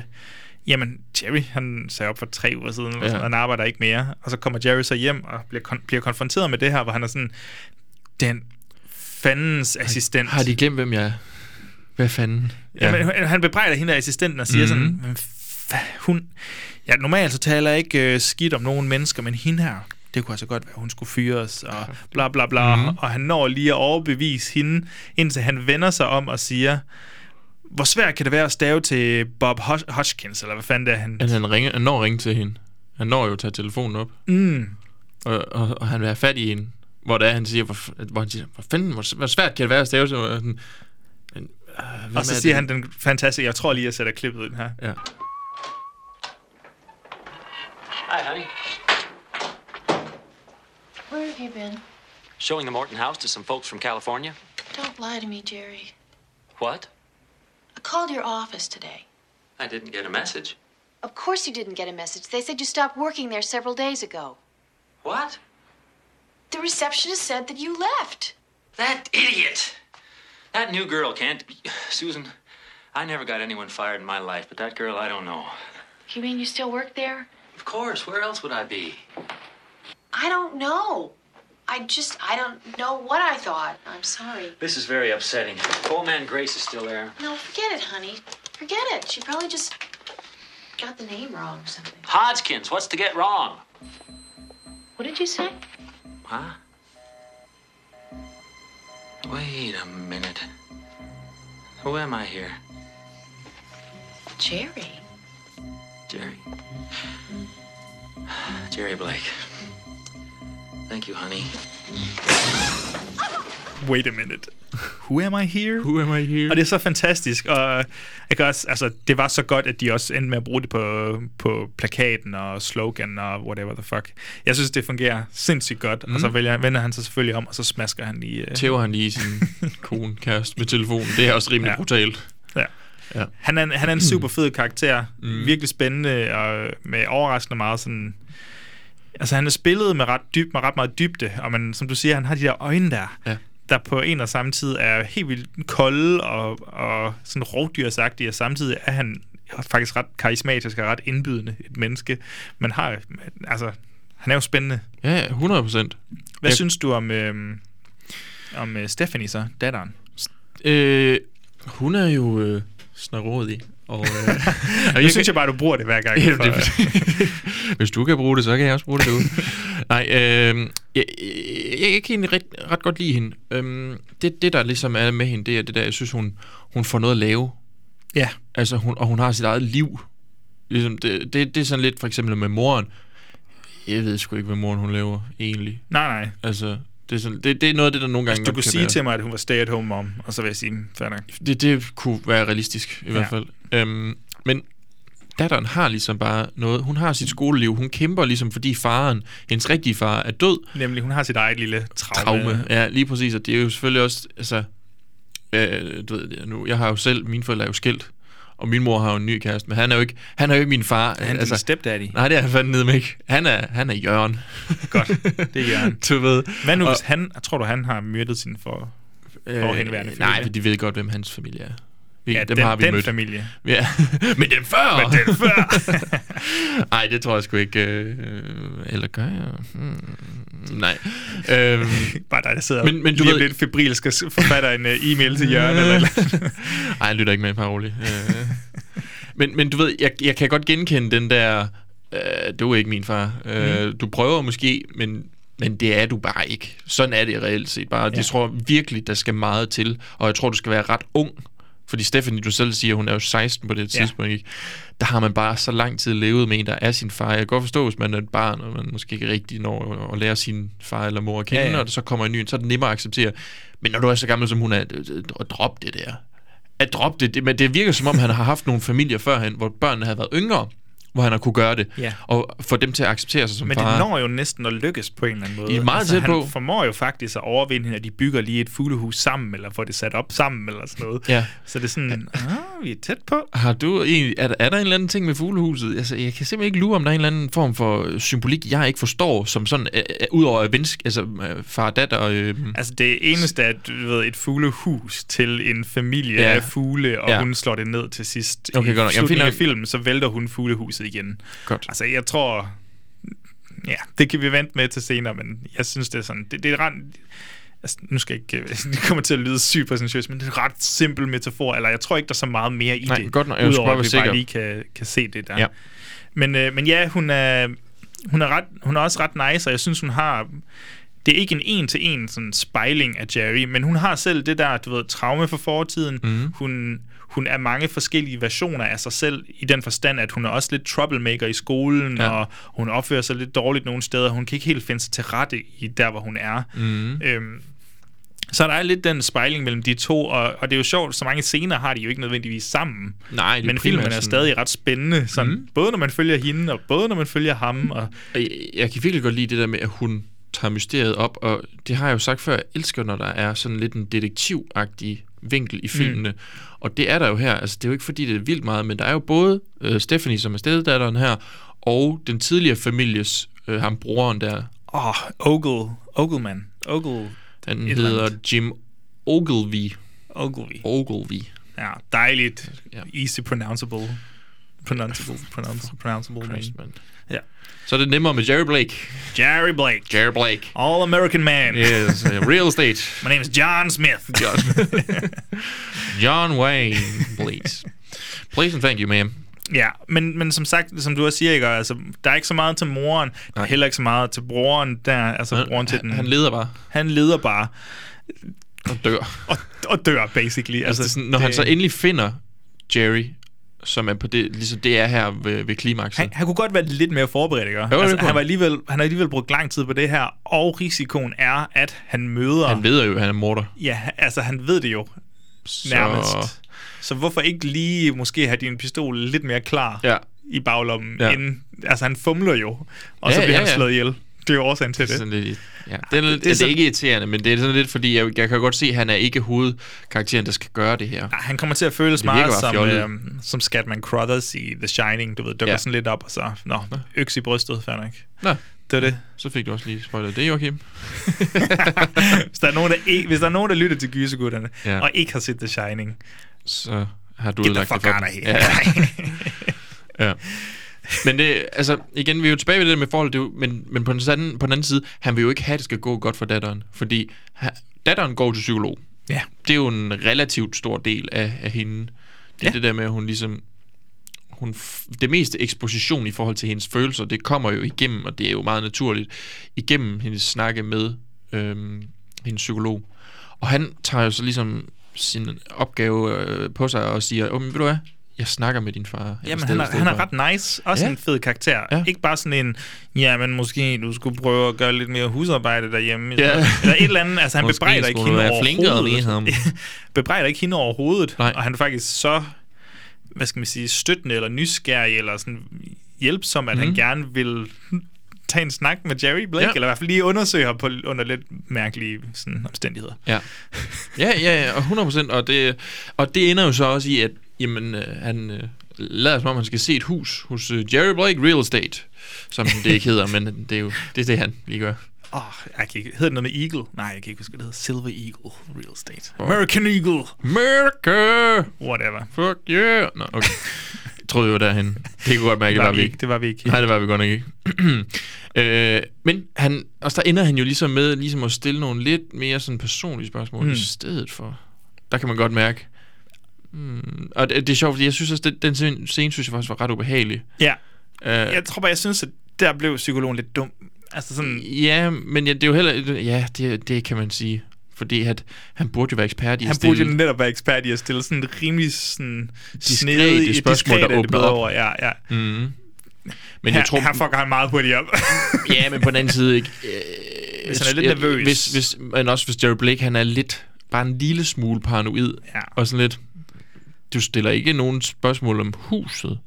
[SPEAKER 3] jamen, Jerry, han sagde op for tre uger siden,
[SPEAKER 2] Ja.
[SPEAKER 3] ja. han arbejder ikke mere. Og så kommer Jerry så hjem og bliver, kon- bliver konfronteret med det her, hvor han er sådan, den fandens assistent.
[SPEAKER 2] Har de glemt, hvem jeg er? Hvad fanden?
[SPEAKER 3] Ja. Jamen, han bebrejder hende af assistenten og siger mm.
[SPEAKER 2] Mhm.
[SPEAKER 3] sådan, "Men fa- hun... Ja, normalt så taler jeg ikke øh, skidt om nogen mennesker, men hende her, det kunne altså godt være, hun skulle fyres, og bla bla bla.
[SPEAKER 2] Mhm.
[SPEAKER 3] Mm. Og han når lige at overbevise hende, indtil han vender sig om og siger, hvor svært kan det være at stave til Bob Hos- Hodgkins, eller hvad fanden det er, han...
[SPEAKER 2] At han, ringer, han når at ringe til hende. Han når jo at tage telefonen op.
[SPEAKER 3] Mm.
[SPEAKER 2] Og, og, og han vil have fat i hende. Hvor det er, han siger, hvor, f- hvor han siger, hvor fanden, hvor, s- hvor svært kan det være at stave til... Og, sådan, men, øh, hvem
[SPEAKER 3] Og så
[SPEAKER 2] er
[SPEAKER 3] siger
[SPEAKER 2] det?
[SPEAKER 3] han den fantastiske, jeg tror lige, jeg sætter klippet ind her.
[SPEAKER 2] Ja.
[SPEAKER 7] Hi, honey.
[SPEAKER 9] Where have you been?
[SPEAKER 7] Showing the Morton house to some folks from California.
[SPEAKER 9] Don't lie to me, Jerry.
[SPEAKER 7] What?
[SPEAKER 9] I called your office today.
[SPEAKER 7] I didn't get a message.
[SPEAKER 9] Of course you didn't get a message. They said you stopped working there several days ago.
[SPEAKER 7] What?
[SPEAKER 9] The receptionist said that you left.
[SPEAKER 7] That idiot! That new girl can't. Be... [SIGHS] Susan, I never got anyone fired in my life, but that girl, I don't know.
[SPEAKER 9] You mean you still work there?
[SPEAKER 7] Of course, where else would I be?
[SPEAKER 9] I don't know. I just, I don't know what I thought. I'm sorry.
[SPEAKER 7] This is very upsetting. Old man Grace is still there.
[SPEAKER 9] No, forget it, honey. Forget it. She probably just got the name wrong or something.
[SPEAKER 7] Hodgkins, what's to get wrong?
[SPEAKER 9] What did you say?
[SPEAKER 7] Huh? Wait a minute. Who am I here?
[SPEAKER 9] Jerry.
[SPEAKER 7] Jerry. [SIGHS] Jerry Blake. Thank you, honey.
[SPEAKER 3] Wait a minute. Who am I here?
[SPEAKER 2] Who am I here?
[SPEAKER 3] Og det er så fantastisk, og jeg kan også, altså, det var så godt, at de også endte med at bruge det på, på plakaten og slogan og whatever the fuck. Jeg synes, det fungerer sindssygt godt, mm. og så vælger, vender han sig selvfølgelig om, og så smasker han lige... Øh,
[SPEAKER 2] Tæver han lige
[SPEAKER 3] [LAUGHS]
[SPEAKER 2] sin kone, kæreste med telefonen. Det er også rimelig
[SPEAKER 3] Ja.
[SPEAKER 2] ja. brutalt.
[SPEAKER 3] ja.
[SPEAKER 2] Ja.
[SPEAKER 3] han, er, en- han er en
[SPEAKER 2] [CLEARS THROAT]
[SPEAKER 3] super fed karakter, mm. virkelig spændende og med overraskende meget sådan... Altså, han er spillet med ret, dyb, med ret meget dybde, og man, som du siger, han har de der øjne der.
[SPEAKER 2] Ja.
[SPEAKER 3] der på en og samme tid er helt vildt kolde og, og sådan rovdyrsagtige, og samtidig er han faktisk ret karismatisk og ret indbydende et menneske. Man har, altså, han er jo spændende.
[SPEAKER 2] Ja, 100 procent.
[SPEAKER 3] Hvad
[SPEAKER 2] Jeg-
[SPEAKER 3] synes du om, øh, om øh, Stephanie så, datteren?
[SPEAKER 2] Øh, hun er jo øh, snarådig. Og,
[SPEAKER 3] [LAUGHS]
[SPEAKER 2] øh, og
[SPEAKER 3] Nu synes jeg bare, du bruger det hver gang.
[SPEAKER 2] Ja,
[SPEAKER 3] for-
[SPEAKER 2] det, [LAUGHS] hvis du kan bruge det, så kan jeg også bruge det derude. Nej, øh, jeg, jeg, jeg kan egentlig ret, ret godt lide hende. Øhm, det, det, der ligesom er med hende, det er det der, jeg synes, hun, hun får noget at lave.
[SPEAKER 3] [LAUGHS] ja.
[SPEAKER 2] Altså, hun, og hun har sit eget liv. Ligesom det, det, det er sådan lidt for eksempel med moren. Jeg ved sgu ikke, hvad moren hun laver egentlig.
[SPEAKER 3] Nej, nej.
[SPEAKER 2] Altså, det er, sådan, det, det er noget af det, der nogle gange
[SPEAKER 3] Altså,
[SPEAKER 2] godt
[SPEAKER 3] Du kunne
[SPEAKER 2] kan
[SPEAKER 3] sige
[SPEAKER 2] være.
[SPEAKER 3] til mig, at hun var stay-at-home mom, og så vil jeg sige, "Mm, fair nok.
[SPEAKER 2] det, det kunne være realistisk i ja. hvert fald. Øhm, men datteren har ligesom bare noget. Hun har sit skoleliv. Hun kæmper ligesom, fordi faren, hendes rigtige far, er død.
[SPEAKER 3] Nemlig, hun har sit eget lille traume.
[SPEAKER 2] Traume. Ja, lige præcis. Og det er jo selvfølgelig også, altså... Øh, du ved det nu. Jeg har jo selv... Mine forældre er jo skilt. Og min mor har jo en ny kæreste. Men han er jo ikke, han er jo ikke min far.
[SPEAKER 3] Han er altså, stepdaddy.
[SPEAKER 2] Nej, det er han fandme nede med ikke. Han er, han er Jørgen.
[SPEAKER 3] Godt, det er Jørgen.
[SPEAKER 2] [LAUGHS] du ved.
[SPEAKER 3] Hvad nu,
[SPEAKER 2] Og-
[SPEAKER 3] hvis han, tror du, han har myrdet sin for... forhenværende
[SPEAKER 2] Øh, Nej,
[SPEAKER 3] familie.
[SPEAKER 2] men de ved godt, hvem hans familie er. Vi,
[SPEAKER 3] Ja,
[SPEAKER 2] dem
[SPEAKER 3] den,
[SPEAKER 2] har vi
[SPEAKER 3] den
[SPEAKER 2] mødt.
[SPEAKER 3] familie.
[SPEAKER 2] Ja, [LAUGHS] men den før!
[SPEAKER 3] Men den
[SPEAKER 2] [LAUGHS]
[SPEAKER 3] før!
[SPEAKER 2] Nej, det tror jeg sgu ikke. Øh, eller gør jeg? Hmm, nej. Øhm,
[SPEAKER 3] Bare dig, der sidder
[SPEAKER 2] Men- men
[SPEAKER 3] men, men
[SPEAKER 2] du
[SPEAKER 3] lige om
[SPEAKER 2] ved-
[SPEAKER 3] lidt febril skal s- forfatter en uh, e-mail til Jørgen eller, et eller andet.
[SPEAKER 2] [LAUGHS] Ej, jeg lytter ikke med, Paroli. Øh, men, men du ved, jeg, jeg kan godt genkende den der, øh, du er ikke min far. Øh,
[SPEAKER 3] Mm-hmm.
[SPEAKER 2] Du prøver måske, men, men det er du bare ikke. Sådan er det reelt set bare. Ja. Jeg tror virkelig, der skal meget til, og jeg tror, du skal være ret ung. Fordi Stephanie, du selv siger, hun er jo 16 på det
[SPEAKER 3] Ja.
[SPEAKER 2] tidspunkt, ikke? Der har man bare så lang tid levet med en, der er sin far. Jeg kan godt forstå, hvis man er et barn, og man måske ikke rigtig når at- at lære sin far eller mor at kende,
[SPEAKER 3] Ja,
[SPEAKER 2] ja,
[SPEAKER 3] ja.
[SPEAKER 2] ja. og så kommer en ny, så er det nemmere at acceptere. Men når du er så gammel, som hun er, og drop det der at droppe det. det. Men det virker som om, han har haft nogle familier førhen, hvor børnene havde været yngre, hvor han har kunne gøre det,
[SPEAKER 3] Ja.
[SPEAKER 2] og få dem til at acceptere sig som
[SPEAKER 3] Men
[SPEAKER 2] far.
[SPEAKER 3] det når jo næsten at lykkes på en eller anden måde. Altså,
[SPEAKER 2] De er meget tæt
[SPEAKER 3] han
[SPEAKER 2] på.
[SPEAKER 3] formår jo faktisk at overvinde hende, at de bygger lige et fuglehus sammen, eller får det sat op sammen, eller sådan noget.
[SPEAKER 2] Ja.
[SPEAKER 3] Så det er sådan, ah, vi er tæt på.
[SPEAKER 2] Har du egentlig, er, der- er der en eller anden ting med fuglehuset? Altså, jeg kan simpelthen ikke lure, om der er en eller anden form for øh, symbolik, jeg ikke forstår, som sådan, øh, øh, udover at vensk, altså øh, far og datter. Øh,
[SPEAKER 3] Altså det eneste er, du ved, et fuglehus til en familie ja.
[SPEAKER 2] Ja.
[SPEAKER 3] af fugle, og ja.
[SPEAKER 2] Ja.
[SPEAKER 3] hun slår det ned til sidst.
[SPEAKER 2] Okay,
[SPEAKER 3] I
[SPEAKER 2] godt nok. Jamen, fint
[SPEAKER 3] slutningen
[SPEAKER 2] nok.
[SPEAKER 3] af filmen, så vælter hun fuglehuset igen.
[SPEAKER 2] Godt.
[SPEAKER 3] Altså jeg tror, ja, det kan vi vente med til senere, men jeg synes det er sådan, det, det er ret, altså, nu skal jeg ikke, [LAUGHS] det kommer til at lyde sygt præsentøst, men det er en ret simpel metafor, eller jeg tror ikke, der er så meget mere i
[SPEAKER 2] Nej,
[SPEAKER 3] det,
[SPEAKER 2] godt nok. Jeg skulle
[SPEAKER 3] udover
[SPEAKER 2] bare
[SPEAKER 3] at vi
[SPEAKER 2] være sikker.
[SPEAKER 3] bare lige kan, kan se det der.
[SPEAKER 2] Ja.
[SPEAKER 3] Men, øh, men ja, hun er, hun, er ret, hun er også ret nice, og jeg synes, hun har... Det er ikke en en-til-en sådan spejling af Jerry, men hun har selv det der, du ved, traume fra fortiden.
[SPEAKER 2] Mhm.
[SPEAKER 3] Hun, hun er mange forskellige versioner af sig selv, i den forstand, at hun er også lidt troublemaker i skolen,
[SPEAKER 2] Ja.
[SPEAKER 3] ja. og hun opfører sig lidt dårligt nogle steder. Hun kan ikke helt finde sig til rette i der, hvor hun er.
[SPEAKER 2] Mhm.
[SPEAKER 3] Øhm, så der er lidt den spejling mellem de to, og, og det er jo sjovt, så mange scener har de jo ikke nødvendigvis sammen.
[SPEAKER 2] Nej, det er
[SPEAKER 3] Men
[SPEAKER 2] primært
[SPEAKER 3] filmen er
[SPEAKER 2] sådan- Mhm.
[SPEAKER 3] stadig ret spændende, sådan, mm. både når man følger hende, og både når man følger ham. Og,
[SPEAKER 2] Og Jeg, jeg kan virkelig godt lide det der med, at hun tager mysteriet op, og det har jeg jo sagt før, jeg elsker, når der er sådan lidt en detektivagtig vinkel i filmene. Mm. Og det er der jo her. Altså, det er jo ikke fordi, det er vildt meget, men der er jo både øh, Stephanie, som er steddatteren her, og den tidligere families, øh, ham broren der.
[SPEAKER 3] Åh, oh, Ogle, Ogleman. Ogle.
[SPEAKER 2] Han
[SPEAKER 3] et eller
[SPEAKER 2] hedder
[SPEAKER 3] andet.
[SPEAKER 2] Jim Ogilvy.
[SPEAKER 3] Ogilvy.
[SPEAKER 2] Ogilvy.
[SPEAKER 3] Ja, dejligt. Easy pronounceable. Pronounceable. Pronounce, pronounceable.
[SPEAKER 2] Christ,
[SPEAKER 3] name.
[SPEAKER 2] mand.
[SPEAKER 3] Ja.
[SPEAKER 2] Så er det nemmere med Jerry Blake.
[SPEAKER 3] Jerry Blake.
[SPEAKER 2] Jerry Blake.
[SPEAKER 3] All American man.
[SPEAKER 2] Yes, uh, real estate.
[SPEAKER 3] My name is John Smith.
[SPEAKER 2] John.
[SPEAKER 3] [LAUGHS]
[SPEAKER 2] John Wayne, please. Please and thank you, ma'am.
[SPEAKER 3] Ja, men, men som sagt, som du også siger, ikke, altså, der er ikke så meget til moren, der er heller ikke så meget til broren, der, altså
[SPEAKER 2] Han-
[SPEAKER 3] broren til
[SPEAKER 2] han-
[SPEAKER 3] den.
[SPEAKER 2] han leder bare.
[SPEAKER 3] Han leder bare,
[SPEAKER 2] Og dør.
[SPEAKER 3] og, og dør, basically.
[SPEAKER 2] Altså, det, er sådan, når det... han så endelig finder Jerry, som er på det, ligesom det er her ved, ved klimakset.
[SPEAKER 3] Han, han kunne godt være lidt mere forberedt, ikke?
[SPEAKER 2] det
[SPEAKER 3] altså,
[SPEAKER 2] kunne
[SPEAKER 3] han,
[SPEAKER 2] han.
[SPEAKER 3] var alligevel, han har alligevel brugt lang tid på det her, og risikoen er, at han møder...
[SPEAKER 2] Han ved jo, at han er morder.
[SPEAKER 3] Ja, altså han ved det jo nærmest. Så hvorfor ikke lige måske have din pistol lidt mere klar
[SPEAKER 2] Ja.
[SPEAKER 3] i baglommen?
[SPEAKER 2] Ja.
[SPEAKER 3] Ja. Inden, altså han fumler jo, og ja, så
[SPEAKER 2] Ja,
[SPEAKER 3] bliver
[SPEAKER 2] ja,
[SPEAKER 3] ja, han
[SPEAKER 2] ja.
[SPEAKER 3] slået ihjel. Det er jo årsagen til
[SPEAKER 2] Det er
[SPEAKER 3] det.
[SPEAKER 2] sådan lidt, ja. det, er, det,
[SPEAKER 3] det er
[SPEAKER 2] er det
[SPEAKER 3] sådan-
[SPEAKER 2] ikke irriterende, men det er sådan lidt, fordi jeg, jeg kan godt se, at han er ikke hovedkarakteren, der skal gøre det her.
[SPEAKER 3] Ah, Han kommer til at føles
[SPEAKER 2] Det virker
[SPEAKER 3] meget
[SPEAKER 2] bare
[SPEAKER 3] som,
[SPEAKER 2] fjollet.
[SPEAKER 3] øhm, som Scatman Crothers i The Shining, du ved, dukker
[SPEAKER 2] Ja.
[SPEAKER 3] ja. sådan lidt op, og så, nå, øks i brystet, fair
[SPEAKER 2] [LAUGHS]
[SPEAKER 3] nok.
[SPEAKER 2] Nå,
[SPEAKER 3] Det var det.
[SPEAKER 2] så fik du også lige spoilet det, Joachim.
[SPEAKER 3] [LAUGHS] hvis, der er nogen, der ikke, hvis der er nogen, der lytter til gysegutterne,
[SPEAKER 2] Ja.
[SPEAKER 3] ja. og ikke har set The Shining,
[SPEAKER 2] Så har du
[SPEAKER 3] Get the
[SPEAKER 2] ødelagt det
[SPEAKER 3] fuck
[SPEAKER 2] for
[SPEAKER 3] out
[SPEAKER 2] dem.
[SPEAKER 3] of here. [LAUGHS]
[SPEAKER 2] Ja. ja. Men det, altså, igen, vi er jo tilbage ved det der med forhold, det er jo, men, men på, den anden, på den anden side, han vil jo ikke have, at det skal gå godt for datteren, fordi ha, datteren går jo til psykolog.
[SPEAKER 3] [LAUGHS] Ja.
[SPEAKER 2] Det er jo en relativt stor del af, af hende. Det er
[SPEAKER 3] Ja.
[SPEAKER 2] det der med, at hun ligesom, hun, f- det meste eksposition i forhold til hendes følelser, det kommer jo igennem, og det er jo meget naturligt, igennem hendes snakke med øhm, hendes psykolog. Og han tager jo så ligesom sin opgave øh, på sig og siger, åh, men ved du hvad, jeg snakker med din far. eller
[SPEAKER 3] Jamen,
[SPEAKER 2] sted-
[SPEAKER 3] han er, han
[SPEAKER 2] stedfar."
[SPEAKER 3] er ret nice. Også
[SPEAKER 2] Ja.
[SPEAKER 3] ja. en fed karakter.
[SPEAKER 2] Ja.
[SPEAKER 3] Ja. Ikke bare sådan en, ja, men måske du skulle prøve at gøre lidt mere husarbejde derhjemme.
[SPEAKER 2] Ja.
[SPEAKER 3] Eller et eller andet. Altså, han
[SPEAKER 2] Måske
[SPEAKER 3] bebrejder ikke
[SPEAKER 2] skulle du
[SPEAKER 3] hende
[SPEAKER 2] være flinkere ved ham.
[SPEAKER 3] overhovedet. [LAUGHS] bebrejder ikke hende overhovedet.
[SPEAKER 2] Nej.
[SPEAKER 3] Og han er faktisk så, hvad skal man sige, støttende eller nysgerrig eller sådan hjælpsom, at mm. han gerne vil tage en snak med Jerry Blake,
[SPEAKER 2] Mhm. Ja.
[SPEAKER 3] ja. eller i hvert fald lige undersøge ham på, under lidt mærkelige sådan, omstændigheder.
[SPEAKER 2] Ja. Ja, ja, ja, og 100%. Og det, og det ender jo så også i, at jamen, øh, han øh, lader som om, han skal se et hus hos øh, Jerry Blake Real Estate, som det ikke hedder, men det er jo det, er det han lige gør.
[SPEAKER 3] Åh, oh, jeg kan ikke... Hedder det noget med Eagle? Nej, jeg kan ikke huske, hvad det hedder. Silver Eagle Real Estate. American Eagle!
[SPEAKER 2] Mørke!
[SPEAKER 3] Whatever.
[SPEAKER 2] Øh, Fuck yeah! Nå, okay. Jeg troede, vi var derhen. Det kunne godt mærke, det var vi ikke.
[SPEAKER 3] Det var vi ikke.
[SPEAKER 2] Nej, det var vi godt nok ikke. [CLEARS THROAT] øh, men han, og der ender han jo ligesom med ligesom at stille nogle lidt mere sådan personlige spørgsmål mm.
[SPEAKER 3] Mm.
[SPEAKER 2] i stedet for. Der kan man godt mærke. Mm, og det, det er sjovt, fordi jeg synes også, den, den scene- scene synes jeg faktisk var ret ubehagelig.
[SPEAKER 3] Ja.
[SPEAKER 2] Øh,
[SPEAKER 3] Jeg tror bare, jeg synes, at der blev psykologen lidt dum. Altså sådan...
[SPEAKER 2] Ja, men ja, det er jo heller... Ja, det, det kan man sige. Fordi at, han burde jo være ekspert i
[SPEAKER 3] Han
[SPEAKER 2] at
[SPEAKER 3] burde jo
[SPEAKER 2] stille-
[SPEAKER 3] netop være ekspert i at stille sådan rimelig sådan
[SPEAKER 2] Diskrete
[SPEAKER 3] snedige
[SPEAKER 2] spørgsmål, der
[SPEAKER 3] diskrete er det
[SPEAKER 2] åbner
[SPEAKER 3] bedre
[SPEAKER 2] op.
[SPEAKER 3] Over. Ja, ja.
[SPEAKER 2] Mhm. Men jeg
[SPEAKER 3] Men her,
[SPEAKER 2] tror,
[SPEAKER 3] her fucker han meget hurtigt op. [LAUGHS]
[SPEAKER 2] Ja, men på den anden side ikke. øh,
[SPEAKER 3] Hvis han er lidt
[SPEAKER 2] Jeg-
[SPEAKER 3] nervøs.
[SPEAKER 2] Hvis, hvis, men også hvis Jerry Blake, han er lidt, bare en lille smule paranoid.
[SPEAKER 3] Ja.
[SPEAKER 2] Og sådan lidt, du stiller ikke nogen spørgsmål om huset,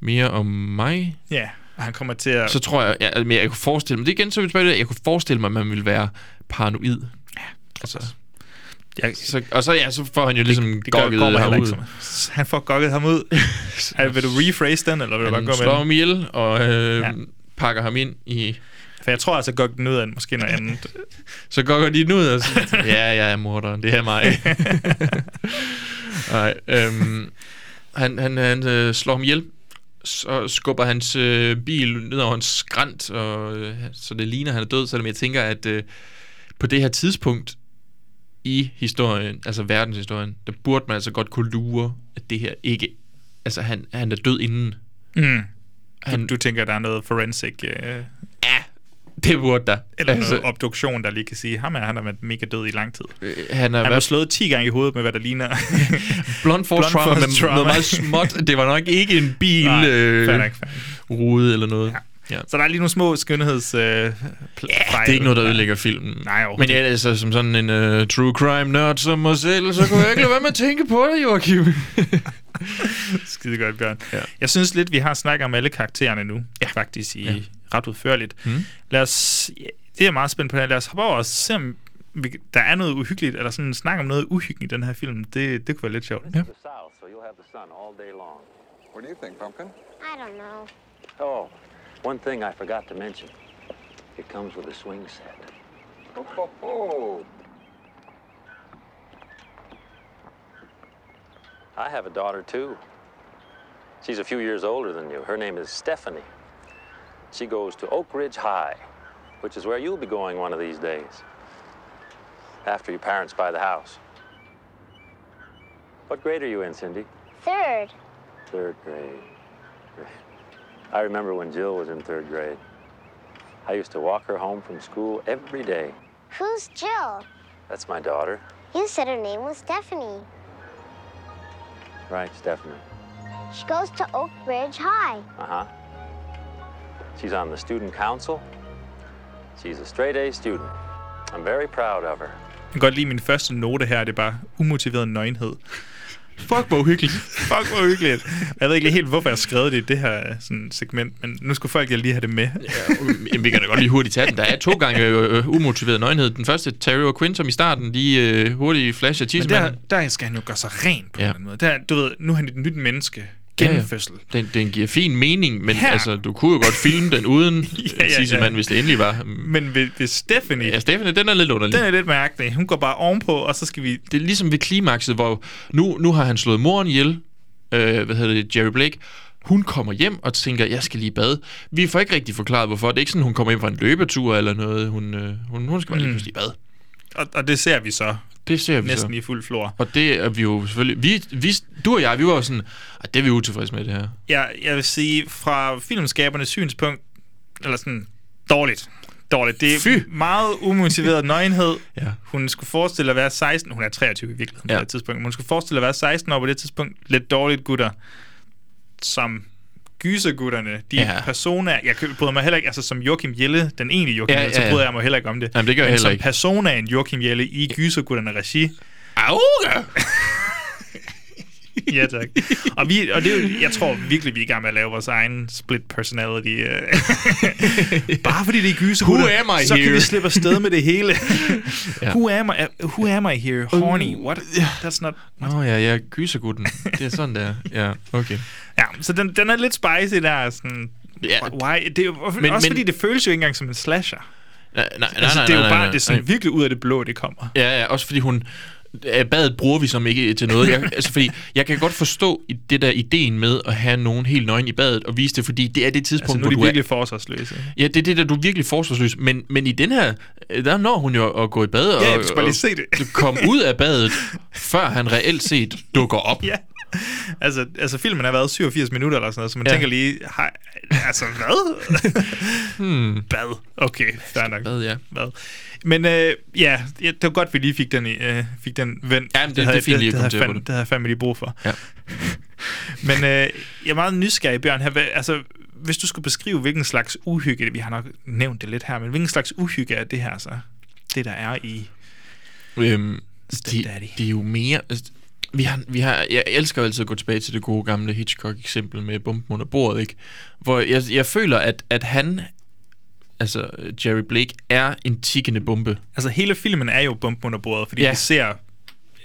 [SPEAKER 2] mere om mig.
[SPEAKER 3] ja, og han kommer til at...
[SPEAKER 2] Så tror jeg, jeg, men jeg kunne forestille mig, det er igen, så vi tilbage, til det, jeg kunne forestille mig, at man ville være paranoid. Ja, altså,
[SPEAKER 3] jeg,
[SPEAKER 2] så, og så, ja, så får han jo ligesom
[SPEAKER 3] det gør,
[SPEAKER 2] gokket
[SPEAKER 3] går mig heller ikke.
[SPEAKER 2] herud.
[SPEAKER 3] som- Han får gokket ham
[SPEAKER 2] [LAUGHS]
[SPEAKER 3] ud. Ej, vil du rephrase den, eller vil du bare gå
[SPEAKER 2] Han
[SPEAKER 3] med
[SPEAKER 2] slår
[SPEAKER 3] den?
[SPEAKER 2] ham ihjel og øh, ja.
[SPEAKER 3] Ja.
[SPEAKER 2] pakker ham ind i...
[SPEAKER 3] For jeg tror altså, at den ud af den måske noget andet.
[SPEAKER 2] Så gokker de den ud og
[SPEAKER 3] [LAUGHS]
[SPEAKER 2] siger, ja, jeg er morderen, det er mig. Nej, øhm, han, han, han øh, slår ham ihjel, så skubber hans øh, bil ned over en skrant, og, øh, så det ligner, at han er død, selvom jeg tænker, at øh, på det her tidspunkt, i historien, altså verdenshistorien, der burde man altså godt kunne lure, at det her ikke... Altså, han, han er død inden.
[SPEAKER 3] [LAUGHS] Mm. Han, du, du tænker, der er noget forensic... Øh,
[SPEAKER 2] Det burde der.
[SPEAKER 3] eller altså,
[SPEAKER 2] altså, Øh,
[SPEAKER 3] noget obduktion, der lige kan sige, ham er, han har været mega død i lang tid.
[SPEAKER 2] han er
[SPEAKER 3] han var
[SPEAKER 2] været-
[SPEAKER 3] slået 10 gange i hovedet med, hvad der ligner.
[SPEAKER 2] [LAUGHS] Blond force
[SPEAKER 3] Blunt
[SPEAKER 2] trauma,
[SPEAKER 3] force
[SPEAKER 2] men
[SPEAKER 3] trauma.
[SPEAKER 2] noget meget småt. Det var nok ikke en bil,
[SPEAKER 3] Nej,
[SPEAKER 2] øh,
[SPEAKER 3] fair nok, fair
[SPEAKER 2] rude eller noget. Ja. Ja.
[SPEAKER 3] Så der er lige nogle små skønheds... Øh, ja,
[SPEAKER 2] Det er ikke noget, der ødelægger filmen.
[SPEAKER 3] Nej,
[SPEAKER 2] Men
[SPEAKER 3] overhovedet.
[SPEAKER 2] ja, altså, som sådan en uh, true crime nørd som mig selv, så kunne jeg ikke lade være med at tænke på det, Joachim.
[SPEAKER 3] [LAUGHS] Skide godt, Bjørn. Ja. Jeg synes lidt, vi har snakket om alle karaktererne nu, ja. faktisk i ja. ret udførligt.
[SPEAKER 2] Mm.
[SPEAKER 3] Lad os, ja, det er jeg meget spændt på, det her. lad os hoppe over og se, om vi, der er noget uhyggeligt, eller sådan snak om noget uhyggeligt i den her film. Det, det kunne være lidt sjovt. Ja.
[SPEAKER 10] The south, so you'll have the sun all day long. What do you think, Pumpkin?
[SPEAKER 11] I don't know.
[SPEAKER 10] Oh, one thing I forgot to mention. It comes with a swing set.
[SPEAKER 4] Oh,
[SPEAKER 10] I have a daughter, too. She's a few years older than you. Her name is Stephanie. She goes to Oak Ridge High, which is where you'll be going one of these days. After your parents buy the house. What grade are you in, Cindy?
[SPEAKER 11] Third.
[SPEAKER 10] Third grade. Great. I remember when Jill was in third grade. I used to walk her home from school every day.
[SPEAKER 11] Who's Jill?
[SPEAKER 10] That's my daughter.
[SPEAKER 11] You said her name was Stephanie.
[SPEAKER 10] Right, Stephanie.
[SPEAKER 11] She goes to Oak Ridge High.
[SPEAKER 10] Uh huh. She's on the student council. She's a straight A student. I'm very proud of her.
[SPEAKER 3] Jeg kan godt lide min første note her, det er bare umotiveret nøgenhed. [LAUGHS] Fuck, hvor uhyggeligt. Fuck, hvor uhyggeligt. Og Jeg ved ikke lige helt, hvorfor jeg har skrevet det i det her øh, sådan, segment, men nu skulle folk lige have det med. [LAUGHS]
[SPEAKER 2] Jamen, vi kan da godt lige hurtigt tage den. Der er to gange øh, øh, umotiveret nøgenhed. Den første, Terry O'Quinn, som i starten lige øh, hurtigt flasher
[SPEAKER 3] Men der,
[SPEAKER 2] tissemanden.
[SPEAKER 3] der skal han jo gøre sig ren på ja.
[SPEAKER 2] Ja.
[SPEAKER 3] en eller anden måde. Der, du ved, nu er han et nyt menneske. Genfødsel.
[SPEAKER 2] Ja, ja. Den, den giver fin mening, men
[SPEAKER 3] Her.
[SPEAKER 2] Her. altså, du kunne jo godt filme den
[SPEAKER 3] [LAUGHS]
[SPEAKER 2] uden ja, ja, ja. hvis det endelig var.
[SPEAKER 3] Men ved, ved Stephanie...
[SPEAKER 2] Ja, Stephanie, den er lidt underlig.
[SPEAKER 3] Den er lidt mærkelig. Hun går bare ovenpå, og så skal vi...
[SPEAKER 2] Det er ligesom ved klimakset, hvor nu, nu har han slået moren ihjel, øh, hvad hedder det, Jerry Blake. Hun kommer hjem og tænker, jeg skal lige i bad. Vi får ikke rigtig forklaret, hvorfor. Det er ikke sådan, hun kommer hjem fra en løbetur eller noget. Hun, øh, hun, hun skal bare lige
[SPEAKER 3] Mm.
[SPEAKER 2] pludselig i bad.
[SPEAKER 3] Og, og det ser vi så.
[SPEAKER 2] Det ser vi
[SPEAKER 3] Næsten
[SPEAKER 2] så.
[SPEAKER 3] i fuld flor.
[SPEAKER 2] Og det er vi jo selvfølgelig... Vi, vi, du og jeg, vi var jo sådan, at det er vi utilfredse med, det her.
[SPEAKER 3] Jeg, jeg vil sige, fra filmskabernes synspunkt, eller sådan, dårligt. Dårligt. Det er Fy. meget
[SPEAKER 2] [LAUGHS]
[SPEAKER 3] umotiveret nøgenhed.
[SPEAKER 2] Ja.
[SPEAKER 3] Hun skulle forestille at være 16... Hun er 23 i virkeligheden ja. på
[SPEAKER 2] Ja.
[SPEAKER 3] det tidspunkt. Men hun skulle forestille at være 16 år på det tidspunkt. Lidt dårligt gutter, som gysergutterne, de ja.
[SPEAKER 2] Ja.
[SPEAKER 3] personer, jeg kø- bryder mig heller ikke, altså som Joachim Jelle, den ene Joachim ja, Jelle, så bryder jeg mig heller ikke om det.
[SPEAKER 2] Jamen, det gør jeg
[SPEAKER 3] Men
[SPEAKER 2] heller
[SPEAKER 3] som
[SPEAKER 2] ikke.
[SPEAKER 3] personaen Joachim Jelle i gysergutterne regi,
[SPEAKER 2] Au! [LAUGHS]
[SPEAKER 3] [LAUGHS] Ja, tak. Og, vi, og det er jo, jeg tror virkelig, vi er i gang med at lave vores egen split personality. øh. [LAUGHS] Bare fordi det er gysergutter,
[SPEAKER 2] Who am I
[SPEAKER 3] så kan
[SPEAKER 2] here?
[SPEAKER 3] vi slippe afsted med det [LAUGHS] hele.
[SPEAKER 2] Ja.
[SPEAKER 3] who, am I, uh, who am I here? Horny? What? That's not...
[SPEAKER 2] Nå ja, jeg gyser gutten. Det er sådan, der. Ja, okay.
[SPEAKER 3] Ja, så den, den er lidt spicy der. Sådan,
[SPEAKER 2] Ja.
[SPEAKER 3] Why? Det er jo, men,
[SPEAKER 2] Men-
[SPEAKER 3] også
[SPEAKER 2] men-
[SPEAKER 3] fordi, det føles jo ikke engang som en slasher.
[SPEAKER 2] Nej, nej, nej,
[SPEAKER 3] Altså,
[SPEAKER 2] nej,
[SPEAKER 3] det er jo
[SPEAKER 2] nej,
[SPEAKER 3] bare
[SPEAKER 2] nej,
[SPEAKER 3] det er sådan
[SPEAKER 2] nej.
[SPEAKER 3] virkelig ud af det blå, det kommer.
[SPEAKER 2] Ja, ja, også fordi hun... øh, Badet bruger vi som ikke til
[SPEAKER 3] [LAUGHS]
[SPEAKER 2] noget. Jeg, altså, fordi jeg kan godt forstå i det der ideen med at have nogen helt nøgen i badet og vise det, fordi det er det tidspunkt,
[SPEAKER 3] Altså,
[SPEAKER 2] hvor
[SPEAKER 3] nu er de
[SPEAKER 2] du er
[SPEAKER 3] virkelig forsvarsløse.
[SPEAKER 2] Ja, det er det der, du er virkelig forsvarsløs. Men, men i den her, øh, der når hun jo at gå i bad og,
[SPEAKER 3] Ja, ja, vi skal bare lige
[SPEAKER 2] og
[SPEAKER 3] se det.
[SPEAKER 2] komme ud af
[SPEAKER 3] [LAUGHS]
[SPEAKER 2] badet, før han reelt set dukker op.
[SPEAKER 3] Ja. Altså, altså filmen har været 87 minutter eller sådan noget, så man ja.
[SPEAKER 2] Ja.
[SPEAKER 3] tænker lige, hej, altså hvad?
[SPEAKER 2] [LAUGHS] Hmm.
[SPEAKER 3] Bad. Okay, fair nok.
[SPEAKER 2] Bad, ja.
[SPEAKER 3] Bad. Men øh, ja, ja, det var godt, vi lige fik den, i, øh, fik den vendt.
[SPEAKER 2] Ja, men det- det er
[SPEAKER 3] havde-
[SPEAKER 2] fint lige at
[SPEAKER 3] det,
[SPEAKER 2] komme
[SPEAKER 3] havde
[SPEAKER 2] til
[SPEAKER 3] jeg
[SPEAKER 2] på
[SPEAKER 3] fandme-
[SPEAKER 2] det.
[SPEAKER 3] det havde jeg fandme lige brug for.
[SPEAKER 2] Ja.
[SPEAKER 3] [LAUGHS] Men øh, jeg er meget nysgerrig, Bjørn. Her. Hvad- Altså, hvis du skulle beskrive, hvilken slags uhygge, det, vi har nok nævnt det lidt her, men hvilken slags uhygge er det her så? Det, der er i...
[SPEAKER 2] Øhm, de, de er jo mere... Altså, vi har, vi har, jeg elsker jo altid at gå tilbage til det gode gamle Hitchcock-eksempel med bomben under bordet, ikke? Hvor jeg, jeg føler, at, at han, altså Jerry Blake, er en tikkende bombe.
[SPEAKER 3] Altså, hele filmen er jo bomben under bordet, fordi ja.
[SPEAKER 2] Ja.
[SPEAKER 3] vi ser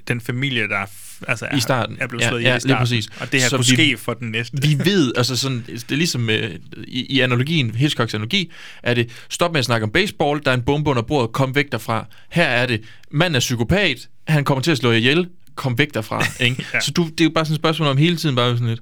[SPEAKER 3] den familie, der er, f- altså, er,
[SPEAKER 2] I starten.
[SPEAKER 3] er blevet
[SPEAKER 2] Ja,
[SPEAKER 3] slået
[SPEAKER 2] ja,
[SPEAKER 3] ihjel i
[SPEAKER 2] lige
[SPEAKER 3] starten.
[SPEAKER 2] præcis.
[SPEAKER 3] Og det her
[SPEAKER 2] Så
[SPEAKER 3] kunne
[SPEAKER 2] vi-
[SPEAKER 3] ske for den næste. [LAUGHS]
[SPEAKER 2] vi ved, altså sådan, det er ligesom øh, i, i analogien, Hitchcocks analogi, er det, stop med at snakke om baseball, der er en bombe under bordet, kom væk derfra. Her er det, mand er psykopat, han kommer til at slå jer ihjel, kom væk derfra. Ikke?
[SPEAKER 3] Ja.
[SPEAKER 2] ja. Så du, det er jo bare sådan et spørgsmål om hele tiden, bare sådan lidt,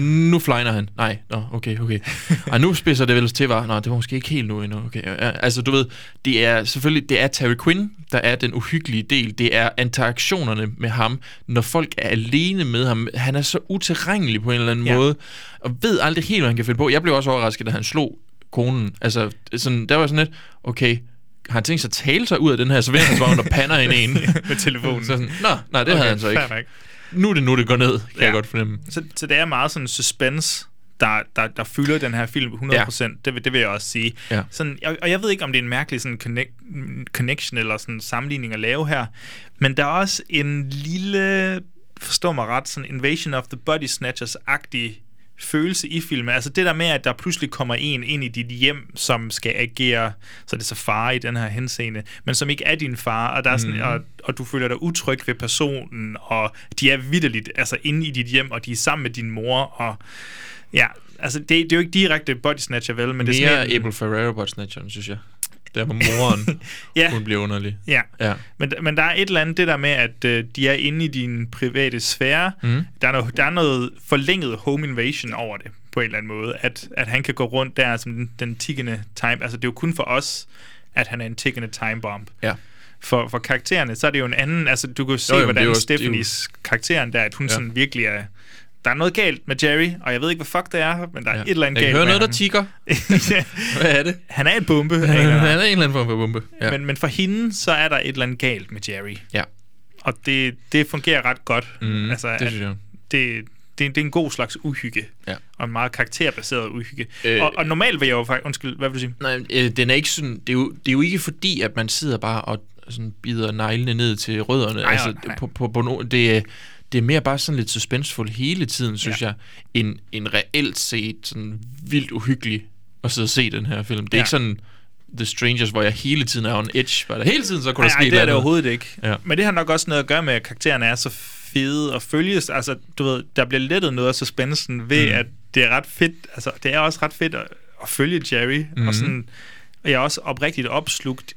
[SPEAKER 2] nu flyner han. Nej, nå, okay, okay. Ej, nu spidser det ellers til, var. Nå, det var måske ikke helt nu endnu. Okay, ja, altså, du ved, det er selvfølgelig, det er Terry Quinn, der er den uhyggelige del. Det er interaktionerne med ham, når folk er alene med ham. Han er så utilregnelig på en eller anden ja. måde, og ved aldrig helt, hvad han kan finde på. Jeg blev også overrasket, da han slog konen. Altså, sådan, der var sådan lidt, okay, har han tænkt sig at tale sig ud af den her serveringsvogn, der pander hende [LAUGHS] en?
[SPEAKER 3] [LAUGHS] med telefonen.
[SPEAKER 2] Så sådan, Nå, nej, det okay, havde han så ikke.
[SPEAKER 3] fair nok.
[SPEAKER 2] Nu er det nu, det går ned, kan ja. jeg godt fornemme.
[SPEAKER 3] Så, så det er meget sådan suspense, der, der, der fylder den her film 100%. Ja. Det, vil- det vil jeg også sige.
[SPEAKER 2] Ja.
[SPEAKER 3] Sådan, og, og jeg ved ikke, om det er en mærkelig sådan connect, connection eller sådan sammenligning at lave her, men der er også en lille, forstå mig ret, sådan Invasion of the Body Snatchers-agtig følelse i filmen. Altså det der med, at der pludselig kommer en ind i dit hjem, som skal agere, så det er så far i den her henseende, men som ikke er din far, og, der er sådan,
[SPEAKER 2] Mhm.
[SPEAKER 3] og, og du føler dig utryg ved personen, og de er vidderligt altså inde i dit hjem, og de er sammen med din mor, og ja, altså det, det er jo ikke direkte body snatcher, vel, men
[SPEAKER 2] Men det
[SPEAKER 3] det er sådan
[SPEAKER 2] Mere
[SPEAKER 3] en-
[SPEAKER 2] Abel Ferrero på snatcheren, synes jeg. Der var moren,
[SPEAKER 3] [LAUGHS] Ja.
[SPEAKER 2] ja. hun bliver underlig.
[SPEAKER 3] Ja.
[SPEAKER 2] ja.
[SPEAKER 3] Men, men der er et eller andet det der med, at øh, de er inde i din private sfære.
[SPEAKER 2] Mhm.
[SPEAKER 3] Der, er noget, der er noget forlænget home invasion over det, på en eller anden måde. At, at han kan gå rundt der som den, den tikkende time... Altså, det er jo kun for os, at han er en tikkende time bomb.
[SPEAKER 2] Ja.
[SPEAKER 3] For, for karaktererne, så er det jo en anden... Altså, du kan jo se,
[SPEAKER 2] Jo,
[SPEAKER 3] jo,
[SPEAKER 2] jo, men det er
[SPEAKER 3] hvordan
[SPEAKER 2] jo
[SPEAKER 3] jo,
[SPEAKER 2] også- det er jo-
[SPEAKER 3] Stephanies karakteren der, at hun ja.
[SPEAKER 2] Ja.
[SPEAKER 3] sådan virkelig er... Der er noget galt med Jerry, og jeg ved ikke, hvad fuck det er, men der er
[SPEAKER 2] Ja.
[SPEAKER 3] et eller andet
[SPEAKER 2] Jeg kan
[SPEAKER 3] galt
[SPEAKER 2] høre
[SPEAKER 3] med
[SPEAKER 2] noget, der
[SPEAKER 3] ham.
[SPEAKER 2] tikker.
[SPEAKER 3] [LAUGHS] Ja.
[SPEAKER 2] Hvad er det?
[SPEAKER 3] Han er en bombe. af en eller
[SPEAKER 2] Han [LAUGHS]
[SPEAKER 3] anden art.
[SPEAKER 2] er en eller anden form for bombe. Ja.
[SPEAKER 3] Men, men for hende, så er der et eller andet galt med Jerry.
[SPEAKER 2] Ja.
[SPEAKER 3] Og det, det fungerer ret godt. Altså,
[SPEAKER 2] Mhm, det
[SPEAKER 3] at
[SPEAKER 2] synes jeg.
[SPEAKER 3] Det, det, det er en god slags uhygge.
[SPEAKER 2] Ja.
[SPEAKER 3] Og en meget karakterbaseret uhygge. Øh,
[SPEAKER 2] Øh,
[SPEAKER 3] og, og normalt vil jeg jo faktisk... Undskyld, hvad vil du sige?
[SPEAKER 2] Nej, øh, den er ikke sådan, det, er jo, det er jo ikke fordi, at man sidder bare og sådan bider neglene ned til rødderne.
[SPEAKER 3] Nej,
[SPEAKER 2] altså,
[SPEAKER 3] nej.
[SPEAKER 2] På, på, på no, det, er- det er mere bare sådan lidt suspensfuldt hele tiden, synes ja. jeg, en, en reelt set sådan vildt uhyggelig at sidde og se den her film. Det er
[SPEAKER 3] Ja.
[SPEAKER 2] ikke sådan The Strangers, hvor jeg hele tiden er on edge. Var der hele tiden, så kunne der
[SPEAKER 3] Nej,
[SPEAKER 2] ske et
[SPEAKER 3] det er det
[SPEAKER 2] eller andet.
[SPEAKER 3] overhovedet ikke.
[SPEAKER 2] Ja.
[SPEAKER 3] Men det har nok også noget at gøre med, at karaktererne er så fede og følges. Altså, du ved, der bliver lettet noget af suspensen ved, mm.
[SPEAKER 2] Mhm.
[SPEAKER 3] at det er ret fedt. Altså, det er også ret fedt at, at følge Jerry. Mm.
[SPEAKER 2] Mhm.
[SPEAKER 3] Og, sådan, og jeg er også oprigtigt opslugt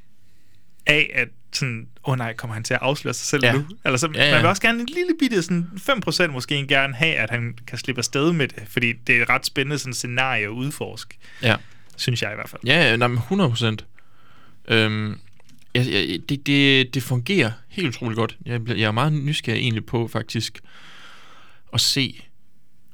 [SPEAKER 3] af, at sådan, åh oh nej, kommer han til at afsløre sig selv
[SPEAKER 2] Ja.
[SPEAKER 3] nu? Eller så,
[SPEAKER 2] Ja, ja.
[SPEAKER 3] Man vil også gerne en lille bitte, sådan 5% måske gerne have, at han kan slippe afsted med det, fordi det er et ret spændende sådan, scenarie at udforske,
[SPEAKER 2] Ja.
[SPEAKER 3] synes jeg i hvert fald.
[SPEAKER 2] Ja, ja, nej, men 100 procent. Øhm, jeg, jeg, det, det, det fungerer helt utroligt godt. Jeg, bliver- jeg er meget nysgerrig egentlig på faktisk at se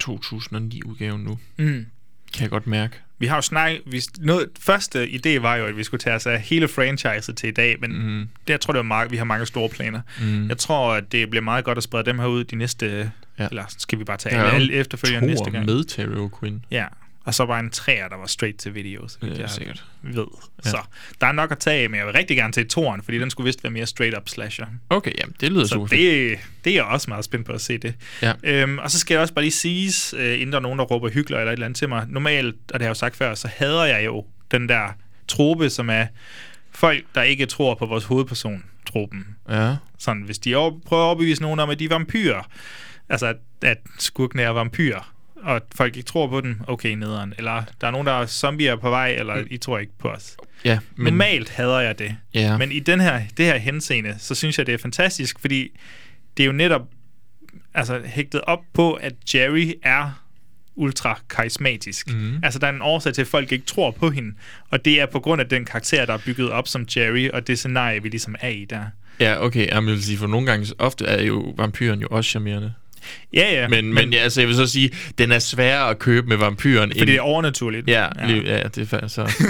[SPEAKER 2] 2009-udgaven nu.
[SPEAKER 3] Mm.
[SPEAKER 2] Kan jeg godt mærke.
[SPEAKER 3] Vi har jo snakket... Vi, noget, første idé var jo, at vi skulle tage os af hele franchiset til i dag, men
[SPEAKER 2] Mhm.
[SPEAKER 3] mm. der tror jeg, det var meget, vi har mange store planer.
[SPEAKER 2] Mm.
[SPEAKER 3] Jeg tror, at det bliver meget godt at sprede dem her ud de næste... Ja.
[SPEAKER 2] Ja.
[SPEAKER 3] Eller skal vi bare tage
[SPEAKER 2] Der er
[SPEAKER 3] alle,
[SPEAKER 2] jo
[SPEAKER 3] alle
[SPEAKER 2] en
[SPEAKER 3] efterfølgende
[SPEAKER 2] toer
[SPEAKER 3] næste gang?
[SPEAKER 2] med Terry O'Quinn.
[SPEAKER 3] Ja, og så var en træer, der var straight til video, så vidt
[SPEAKER 2] Ja,
[SPEAKER 3] jeg
[SPEAKER 2] sikkert.
[SPEAKER 3] ved. Ja.
[SPEAKER 2] Ja.
[SPEAKER 3] Så der er nok at tage af, men jeg vil rigtig gerne til toren, fordi den skulle vist være mere straight up slasher.
[SPEAKER 2] Okay, jamen, det lyder
[SPEAKER 3] Så
[SPEAKER 2] super fedt.
[SPEAKER 3] det, det er jeg også meget spændt på at se det.
[SPEAKER 2] Ja.
[SPEAKER 3] Øhm, og så skal jeg også bare lige sige, øh, inden der er nogen, der råber hyggeler eller et eller andet til mig. Normalt, og det har jeg jo sagt før, så hader jeg jo den der trope, som er folk, der ikke tror på vores hovedperson, tropen.
[SPEAKER 2] Ja.
[SPEAKER 3] Sådan, hvis de over, prøver at overbevise nogen om, at de er vampyrer, altså at, at skurkene er vampyrer, og folk ikke tror på dem, okay, nederen. Eller der er nogen, der er zombier på vej, eller
[SPEAKER 2] Mm.
[SPEAKER 3] I tror ikke på os.
[SPEAKER 2] Ja,
[SPEAKER 3] Men, Normalt hader jeg det.
[SPEAKER 2] Ja.
[SPEAKER 3] Men i den her, det her henseende, så synes jeg, det er fantastisk, fordi det er jo netop altså, hægtet op på, at Jerry er ultra karismatisk.
[SPEAKER 2] Mhm.
[SPEAKER 3] Altså, der er en årsag til, at folk ikke tror på hende, og det er på grund af den karakter, der er bygget op som Jerry, og det scenarie, vi ligesom er i der.
[SPEAKER 2] Ja, okay, jamen, jeg vil sige, for nogle gange, så ofte er jo vampyren jo også charmerende.
[SPEAKER 3] Ja, ja.
[SPEAKER 2] Men, men ja, altså, jeg vil så sige, den er sværere at købe med vampyren.
[SPEAKER 3] Fordi det er overnaturligt.
[SPEAKER 2] Ja,
[SPEAKER 3] Ja.
[SPEAKER 2] ja. Lige, ja det er fa-
[SPEAKER 3] [LAUGHS]
[SPEAKER 2] så...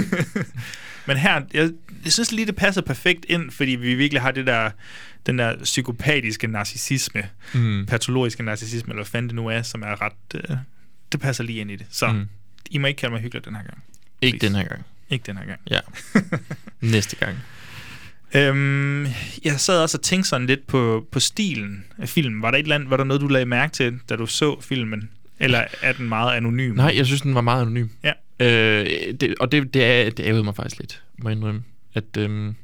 [SPEAKER 3] Men her, jeg, jeg synes lige, det passer perfekt ind, fordi vi virkelig har det der, den der psykopatiske narcissisme, mm.
[SPEAKER 2] Mm.
[SPEAKER 3] patologiske narcissisme, eller hvad fanden det nu er, som er ret... Øh, det passer lige ind i det. Så mm.
[SPEAKER 2] Mm.
[SPEAKER 3] I må ikke kalde mig hyggelig den her gang.
[SPEAKER 2] Ikke den her gang.
[SPEAKER 3] Ikke den her gang. [LAUGHS]
[SPEAKER 2] Ja. Næste gang.
[SPEAKER 3] Øhm, jeg sad også og tænkte sådan lidt på, på stilen af filmen. Var der, et eller andet, var der noget, du lagde mærke til, da du så filmen? Eller er den meget anonym?
[SPEAKER 2] Nej, jeg synes, den var meget anonym.
[SPEAKER 3] Ja.
[SPEAKER 2] Øh, det, og det, det, er, det ærgede mig faktisk lidt, må jeg indrømme. At øhm,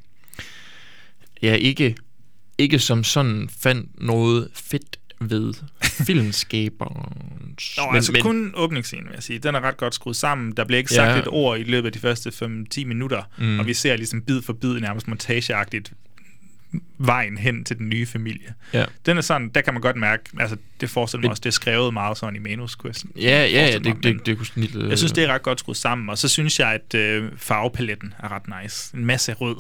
[SPEAKER 2] jeg ikke, ikke som sådan fandt noget fedt
[SPEAKER 3] [LAUGHS]
[SPEAKER 2] ved filmskaberen.
[SPEAKER 3] Nå, men, altså men, kun åbningsscenen, vil jeg sige. Den er ret godt skruet sammen. Der bliver ikke sagt
[SPEAKER 2] Ja.
[SPEAKER 3] et ord i løbet af de første 5-10 minutter, mm.
[SPEAKER 2] Mm.
[SPEAKER 3] og vi ser ligesom bid for bid, nærmest montageagtigt, vejen hen til den nye familie.
[SPEAKER 2] Ja.
[SPEAKER 3] Den er sådan, der kan man godt mærke, altså det forestiller mig også, det er skrevet meget sådan i manuskristen.
[SPEAKER 2] Ja, ja, ja,
[SPEAKER 3] Forestiller mig,
[SPEAKER 2] det, det, det kunne øh, snitte...
[SPEAKER 3] jeg synes, det er ret godt skruet sammen, og så synes jeg, at øh, farvepaletten er ret nice. En masse rød,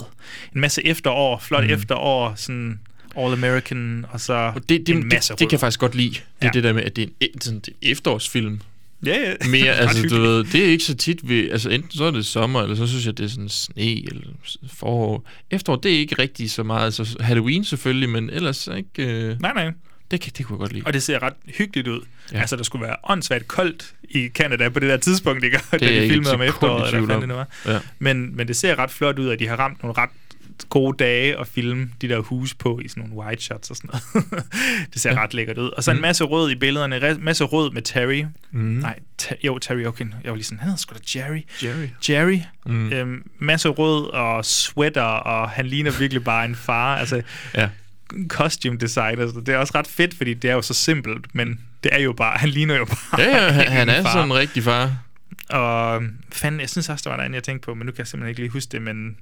[SPEAKER 3] en masse efterår, flot mm. efterår, sådan all-American, og så og
[SPEAKER 2] det, det,
[SPEAKER 3] en masse
[SPEAKER 2] det, det kan jeg
[SPEAKER 3] rød.
[SPEAKER 2] faktisk godt lide. Det ja. er det der med, at det er en, e- sådan, det er en efterårsfilm.
[SPEAKER 3] Ja, ja.
[SPEAKER 2] Mere,
[SPEAKER 3] [LAUGHS] Ret
[SPEAKER 2] altså, du
[SPEAKER 3] hyggeligt.
[SPEAKER 2] ved, det er ikke så tit, vi, altså enten så er det sommer, eller så synes jeg, det er sådan sne eller s- forår. Efterår, det er ikke rigtig så meget, altså Halloween selvfølgelig, men ellers ikke... Øh,
[SPEAKER 3] Nej, nej.
[SPEAKER 2] Det, kan, det kunne jeg godt lide.
[SPEAKER 3] Og det ser ret hyggeligt ud.
[SPEAKER 2] Ja.
[SPEAKER 3] Ja. Altså, der skulle være åndssvagt koldt i Canada på det der tidspunkt, ikke? [LAUGHS]
[SPEAKER 2] Det
[SPEAKER 3] Det
[SPEAKER 2] er
[SPEAKER 3] da
[SPEAKER 2] jeg ikke
[SPEAKER 3] de filmede
[SPEAKER 2] et
[SPEAKER 3] om
[SPEAKER 2] sekund i
[SPEAKER 3] efteråret, eller
[SPEAKER 2] tvivl
[SPEAKER 3] hvad
[SPEAKER 2] om.
[SPEAKER 3] fanden det nu var.
[SPEAKER 2] Ja.
[SPEAKER 3] Men, men det ser ret flot ud, at de har ramt nogle ret gode dage at filme de der huse på i sådan nogle wide shots og sådan noget. [LAUGHS] det ser
[SPEAKER 2] Ja.
[SPEAKER 3] ja. ret lækkert ud. Og så en
[SPEAKER 2] Mm.
[SPEAKER 3] masse rød i billederne. Re- masse rød med Terry.
[SPEAKER 2] Mm.
[SPEAKER 3] Nej, ta- jo, Terry Oaken. Jeg var lige sådan, han hedder sgu da Jerry.
[SPEAKER 2] Jerry.
[SPEAKER 3] Jerry.
[SPEAKER 2] Mm.
[SPEAKER 3] Mm. Øhm, masse rød og sweater, og han ligner virkelig bare en far. Altså,
[SPEAKER 2] Ja.
[SPEAKER 3] costume designer, så det er også ret fedt, fordi det er jo så simpelt, men det er jo bare, han ligner jo bare
[SPEAKER 2] Ja, ja,
[SPEAKER 3] [LAUGHS]
[SPEAKER 2] han,
[SPEAKER 3] en
[SPEAKER 2] han er
[SPEAKER 3] far.
[SPEAKER 2] sådan en rigtig far.
[SPEAKER 3] Og øhm, fanden, jeg synes også, der var der en, jeg tænkte på, men nu kan jeg simpelthen ikke lige huske det, men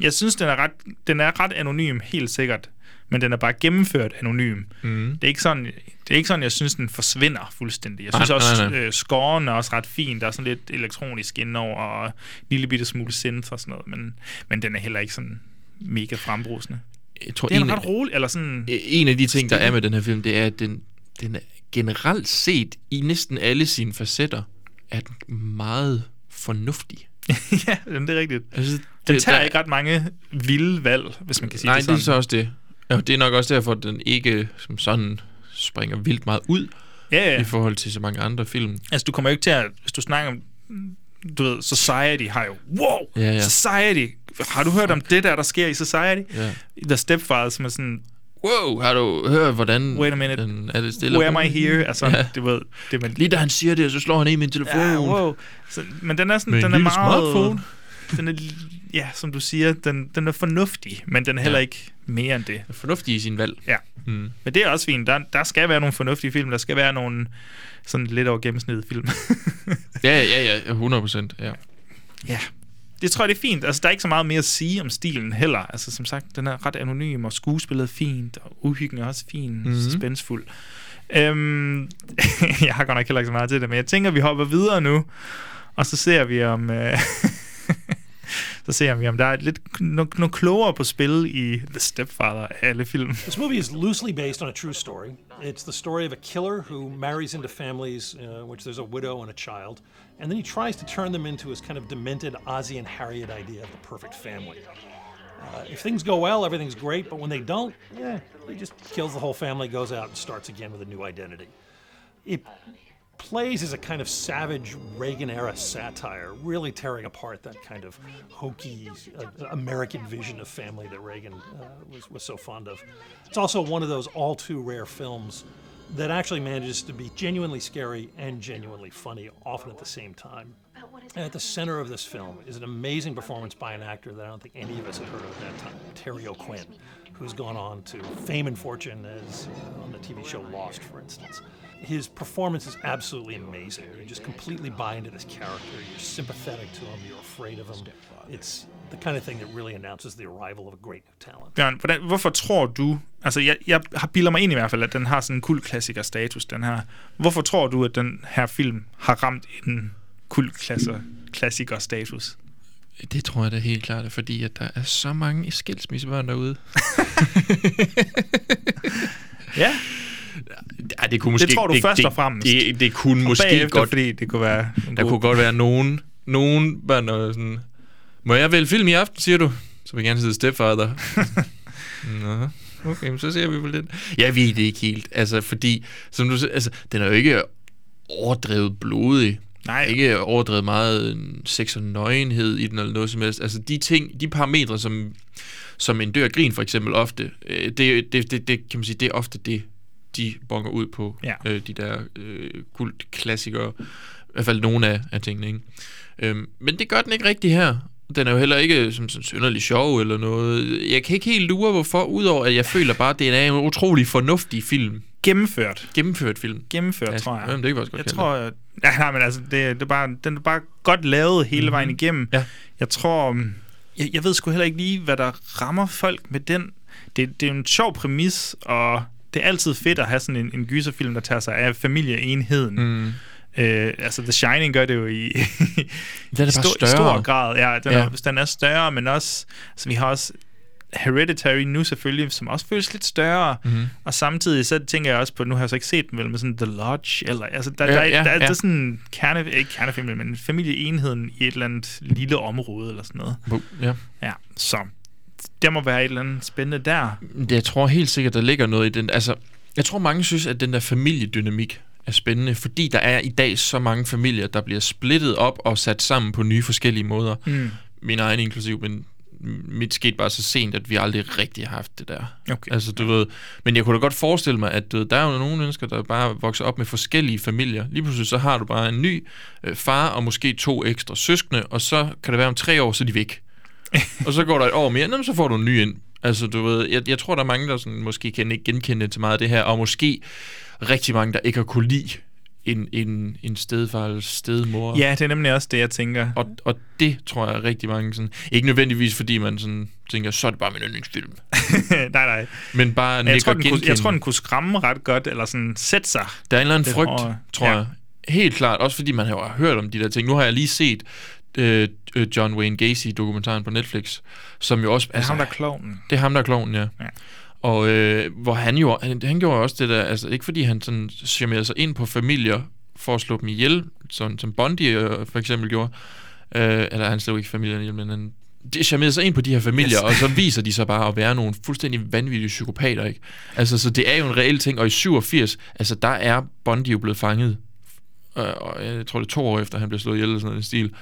[SPEAKER 3] jeg synes, den er ret, den er ret anonym, helt sikkert, men den er bare gennemført anonym.
[SPEAKER 2] Mm.
[SPEAKER 3] Det er ikke sådan, det er ikke sådan jeg synes, den forsvinder fuldstændig. Jeg
[SPEAKER 2] Nej,
[SPEAKER 3] synes også,
[SPEAKER 2] nej, nej.
[SPEAKER 3] Øh, scoren er også ret fin. Der er sådan lidt elektronisk indover, og en lille bitte smule synth og sådan noget, men, men den er heller ikke sådan mega frembrusende.
[SPEAKER 2] Jeg tror,
[SPEAKER 3] det er en
[SPEAKER 2] en af- e-
[SPEAKER 3] ret rolig, eller sådan...
[SPEAKER 2] en af de ting, der er med den her film, det er, at den, den er generelt set i næsten alle sine facetter, er den meget fornuftig.
[SPEAKER 3] [LAUGHS] ja, jamen, det er rigtigt.
[SPEAKER 2] Altså,
[SPEAKER 3] Den
[SPEAKER 2] det-
[SPEAKER 3] tager
[SPEAKER 2] der-
[SPEAKER 3] ikke ret mange vilde valg, hvis man kan sige
[SPEAKER 2] Nej,
[SPEAKER 3] det sådan.
[SPEAKER 2] det er så også det. Ja, det er nok også derfor, at den ikke som sådan springer vildt meget ud
[SPEAKER 3] Ja, ja.
[SPEAKER 2] i forhold til så mange andre film.
[SPEAKER 3] Altså, du kommer jo ikke til at... Hvis du snakker om... Du ved, Society har jo... Wow!
[SPEAKER 2] Ja, ja.
[SPEAKER 3] Society! Har du hørt om det der, der sker i Society?
[SPEAKER 2] Ja.
[SPEAKER 3] The Stepfathers, som er sådan...
[SPEAKER 2] Wow, har du hørt, hvordan
[SPEAKER 3] Wait a minute.
[SPEAKER 2] den er lidt stille?
[SPEAKER 3] Where am I here? Altså,
[SPEAKER 2] Ja.
[SPEAKER 3] du ved, det man...
[SPEAKER 2] Lige da han siger det, så slår han i min telefon.
[SPEAKER 3] Ja, wow. Så, men den er sådan...
[SPEAKER 2] Med en
[SPEAKER 3] den er
[SPEAKER 2] lille
[SPEAKER 3] meget,
[SPEAKER 2] smartphone.
[SPEAKER 3] Den er, ja, som du siger, den, den er fornuftig, men den er heller
[SPEAKER 2] Ja.
[SPEAKER 3] ja. ikke mere end det.
[SPEAKER 2] Er fornuftig i sin valg.
[SPEAKER 3] Ja.
[SPEAKER 2] Mm.
[SPEAKER 3] Men det er også fint. Der, der skal være nogle fornuftige film. Der skal være nogle sådan lidt over gennemsnittet film.
[SPEAKER 2] Ja, ja, ja, 100 procent. Ja.
[SPEAKER 3] ja. [LAUGHS] Det tror jeg, det er fint. Altså, der er ikke så meget mere at sige om stilen heller. Altså, som sagt, den er ret anonym, og skuespillet er fint, og uhyggen er også fin,
[SPEAKER 2] Mhm.
[SPEAKER 3] mm-hmm. suspensfuld. Øhm, [LAUGHS] jeg har godt nok heller ikke så meget til det, men jeg tænker, vi hopper videre nu, og så ser vi om... Øh, [LAUGHS] så ser vi, om der er lidt nogle no, klogere på spil i The Stepfather af alle film.
[SPEAKER 12] This movie is loosely based on a true story. It's the story of a killer who marries into families uh, in which there's a widow and a child, and then he tries to turn them into his kind of demented Ozzy and Harriet idea of the perfect family. Uh, if things go well, everything's great, but when they don't, yeah, he just kills the whole family, goes out, and starts again with a new identity. It plays as a kind of savage Reagan era satire, really tearing apart that kind of hokey uh, American vision of family that Reagan uh, was, was so fond of. It's also one of those all too rare films that actually manages to be genuinely scary and genuinely funny, often at the same time. And at the center of this film is an amazing performance by an actor that I don't think any of us had heard of at that time, Terry O'Quinn, who's gone on to fame and fortune as uh, on the TV show Lost, for instance. His performance is absolutely amazing. You just completely buy into this character. You're sympathetic to him. You're afraid of him. It's the kind of thing that really announces the arrival of a great new talent.
[SPEAKER 3] Bjørn, hvordan, hvorfor tror du, altså jeg, jeg har bilder mig ind i hvert fald, at den har sådan en kultklassiker status, den her. Hvorfor tror du, at den her film har ramt en kultklassiker status?
[SPEAKER 2] Det tror jeg da helt klart, er fordi at der er så mange skilsmissebørn
[SPEAKER 3] [LAUGHS]
[SPEAKER 2] derude.
[SPEAKER 3] Ja.
[SPEAKER 2] Ja, det kunne måske,
[SPEAKER 3] Det tror du
[SPEAKER 2] det,
[SPEAKER 3] først
[SPEAKER 2] det,
[SPEAKER 3] og fremmest.
[SPEAKER 2] Det, det, det kunne
[SPEAKER 3] Og
[SPEAKER 2] måske
[SPEAKER 3] bagefter,
[SPEAKER 2] godt...
[SPEAKER 3] fordi det kunne være... en
[SPEAKER 2] Der
[SPEAKER 3] god-
[SPEAKER 2] kunne godt være nogen, nogen børn, der var sådan... Må jeg vælge film i aften, siger du? Så vil jeg gerne sidde stepfather. Nå, okay, men så ser vi på lidt. Jeg ved det ikke helt, altså, fordi, som du siger, altså, den er jo ikke overdrevet blodig.
[SPEAKER 3] Nej.
[SPEAKER 2] Ikke overdrevet meget øh, sex og nøgenhed i den eller noget som helst. Altså de ting, de parametre, som, som en dør grin for eksempel ofte, øh, det, det, det, det, kan man sige, det er ofte det, de bonger ud på
[SPEAKER 3] Ja.
[SPEAKER 2] øh, de der øh, kultklassikere. I hvert fald nogle af, af tingene, ikke? Øhm, men det gør den ikke rigtig her. Den er jo heller ikke som sådan synderlig sjov eller noget. Jeg kan ikke helt lure, hvorfor, udover at jeg føler bare, at det er en utrolig fornuftig film.
[SPEAKER 3] Gennemført.
[SPEAKER 2] Gennemført film.
[SPEAKER 3] Gennemført,
[SPEAKER 2] Ja,
[SPEAKER 3] tror jeg.
[SPEAKER 2] jamen, det kan vi også godt
[SPEAKER 3] jeg
[SPEAKER 2] kalde
[SPEAKER 3] tror, ja, nej, men altså, det, det er bare, den er bare godt lavet hele mm-hmm. vejen igennem.
[SPEAKER 2] Mhm. Ja.
[SPEAKER 3] Jeg tror... mm, Jeg, jeg ved sgu heller ikke lige, hvad der rammer folk med den. det, det er en sjov præmis, og det er altid fedt at have sådan en, en gyserfilm, der tager sig af familieenheden.
[SPEAKER 2] Mm.
[SPEAKER 3] Øh, altså The Shining gør det jo i,
[SPEAKER 2] Den er
[SPEAKER 3] i
[SPEAKER 2] bare
[SPEAKER 3] i stor
[SPEAKER 2] større.
[SPEAKER 3] grad. Ja, den,
[SPEAKER 2] Ja.
[SPEAKER 3] Er, den er større, men også, altså, vi har også Hereditary nu selvfølgelig, som også føles lidt større,
[SPEAKER 2] Mhm.
[SPEAKER 3] og samtidig så tænker jeg også på, nu har jeg så ikke set dem, vel, men sådan The Lodge, eller, altså der,
[SPEAKER 2] Ja,
[SPEAKER 3] der, er-
[SPEAKER 2] ja,
[SPEAKER 3] der,
[SPEAKER 2] ja.
[SPEAKER 3] der, er sådan en kerne, ikke kernefamilie, men familieenheden i et eller andet lille område, eller sådan noget.
[SPEAKER 2] Wow, ja.
[SPEAKER 3] Ja, så der må være et eller andet spændende der.
[SPEAKER 2] Det- Jeg tror helt sikkert, der ligger noget i den. Altså, jeg tror, mange synes, at den der familiedynamik er spændende, fordi der er i dag så mange familier, der bliver splittet op og sat sammen på nye forskellige måder.
[SPEAKER 3] Mm.
[SPEAKER 2] Min egen inklusiv, men mit skete bare så sent, at vi aldrig rigtig har haft det der.
[SPEAKER 3] Okay.
[SPEAKER 2] Altså, du ved, men jeg kunne da godt forestille mig, at du ved, der er jo nogle mennesker, der bare vokser op med forskellige familier. Lige pludselig så har du bare en ny øh, far og måske to ekstra søskende, og så kan det være om tre år, så er de væk. og så går der et år mere, jamen, så får du en ny ind. Altså, du ved, jeg, jeg tror, der er mange, der sådan, måske kan ikke genkende til meget af det her, og måske rigtig mange, der ikke har kunne lide en, en, en stedfar eller stedmor.
[SPEAKER 3] Ja, det er nemlig også det, jeg tænker.
[SPEAKER 2] Og, og det tror jeg rigtig mange sådan... Ikke nødvendigvis, fordi man sådan tænker, så er det bare min yndlingsfilm.
[SPEAKER 3] [LAUGHS] nej, nej.
[SPEAKER 2] Men bare
[SPEAKER 3] jeg
[SPEAKER 2] nikke
[SPEAKER 3] tror,
[SPEAKER 2] og
[SPEAKER 3] den kunne, jeg
[SPEAKER 2] genkende.
[SPEAKER 3] tror, den kunne skræmme ret godt, eller sådan sætte sig.
[SPEAKER 2] Der er en eller anden
[SPEAKER 3] Det
[SPEAKER 2] frygt,
[SPEAKER 3] tror
[SPEAKER 2] tror
[SPEAKER 3] jeg.
[SPEAKER 2] jeg.
[SPEAKER 3] Ja.
[SPEAKER 2] Helt klart. Også fordi man har hørt om de der ting. Nu har jeg lige set øh, øh, John Wayne Gacy-dokumentaren på Netflix, som jo også...
[SPEAKER 3] Det er ham, der er klovnen.
[SPEAKER 2] Det er ham, der er kloven, ja. ja. Og øh, hvor han jo... Han, han gjorde også det der... Altså, ikke fordi han sådan charmerede sig ind på familier for at slå dem ihjel, sådan, som Bondi øh, for eksempel gjorde. Øh, eller han slog ikke familien ihjel, men han det charmerede sig ind på de her familier,
[SPEAKER 3] Yes.
[SPEAKER 2] yes. og så viser de sig bare at være nogle fuldstændig vanvittige psykopater, ikke? Altså, så det er jo en reel ting, og i 87, altså, der er Bondi jo blevet fanget, øh, og jeg tror det er to år efter, han blev slået ihjel, eller sådan noget i den stil,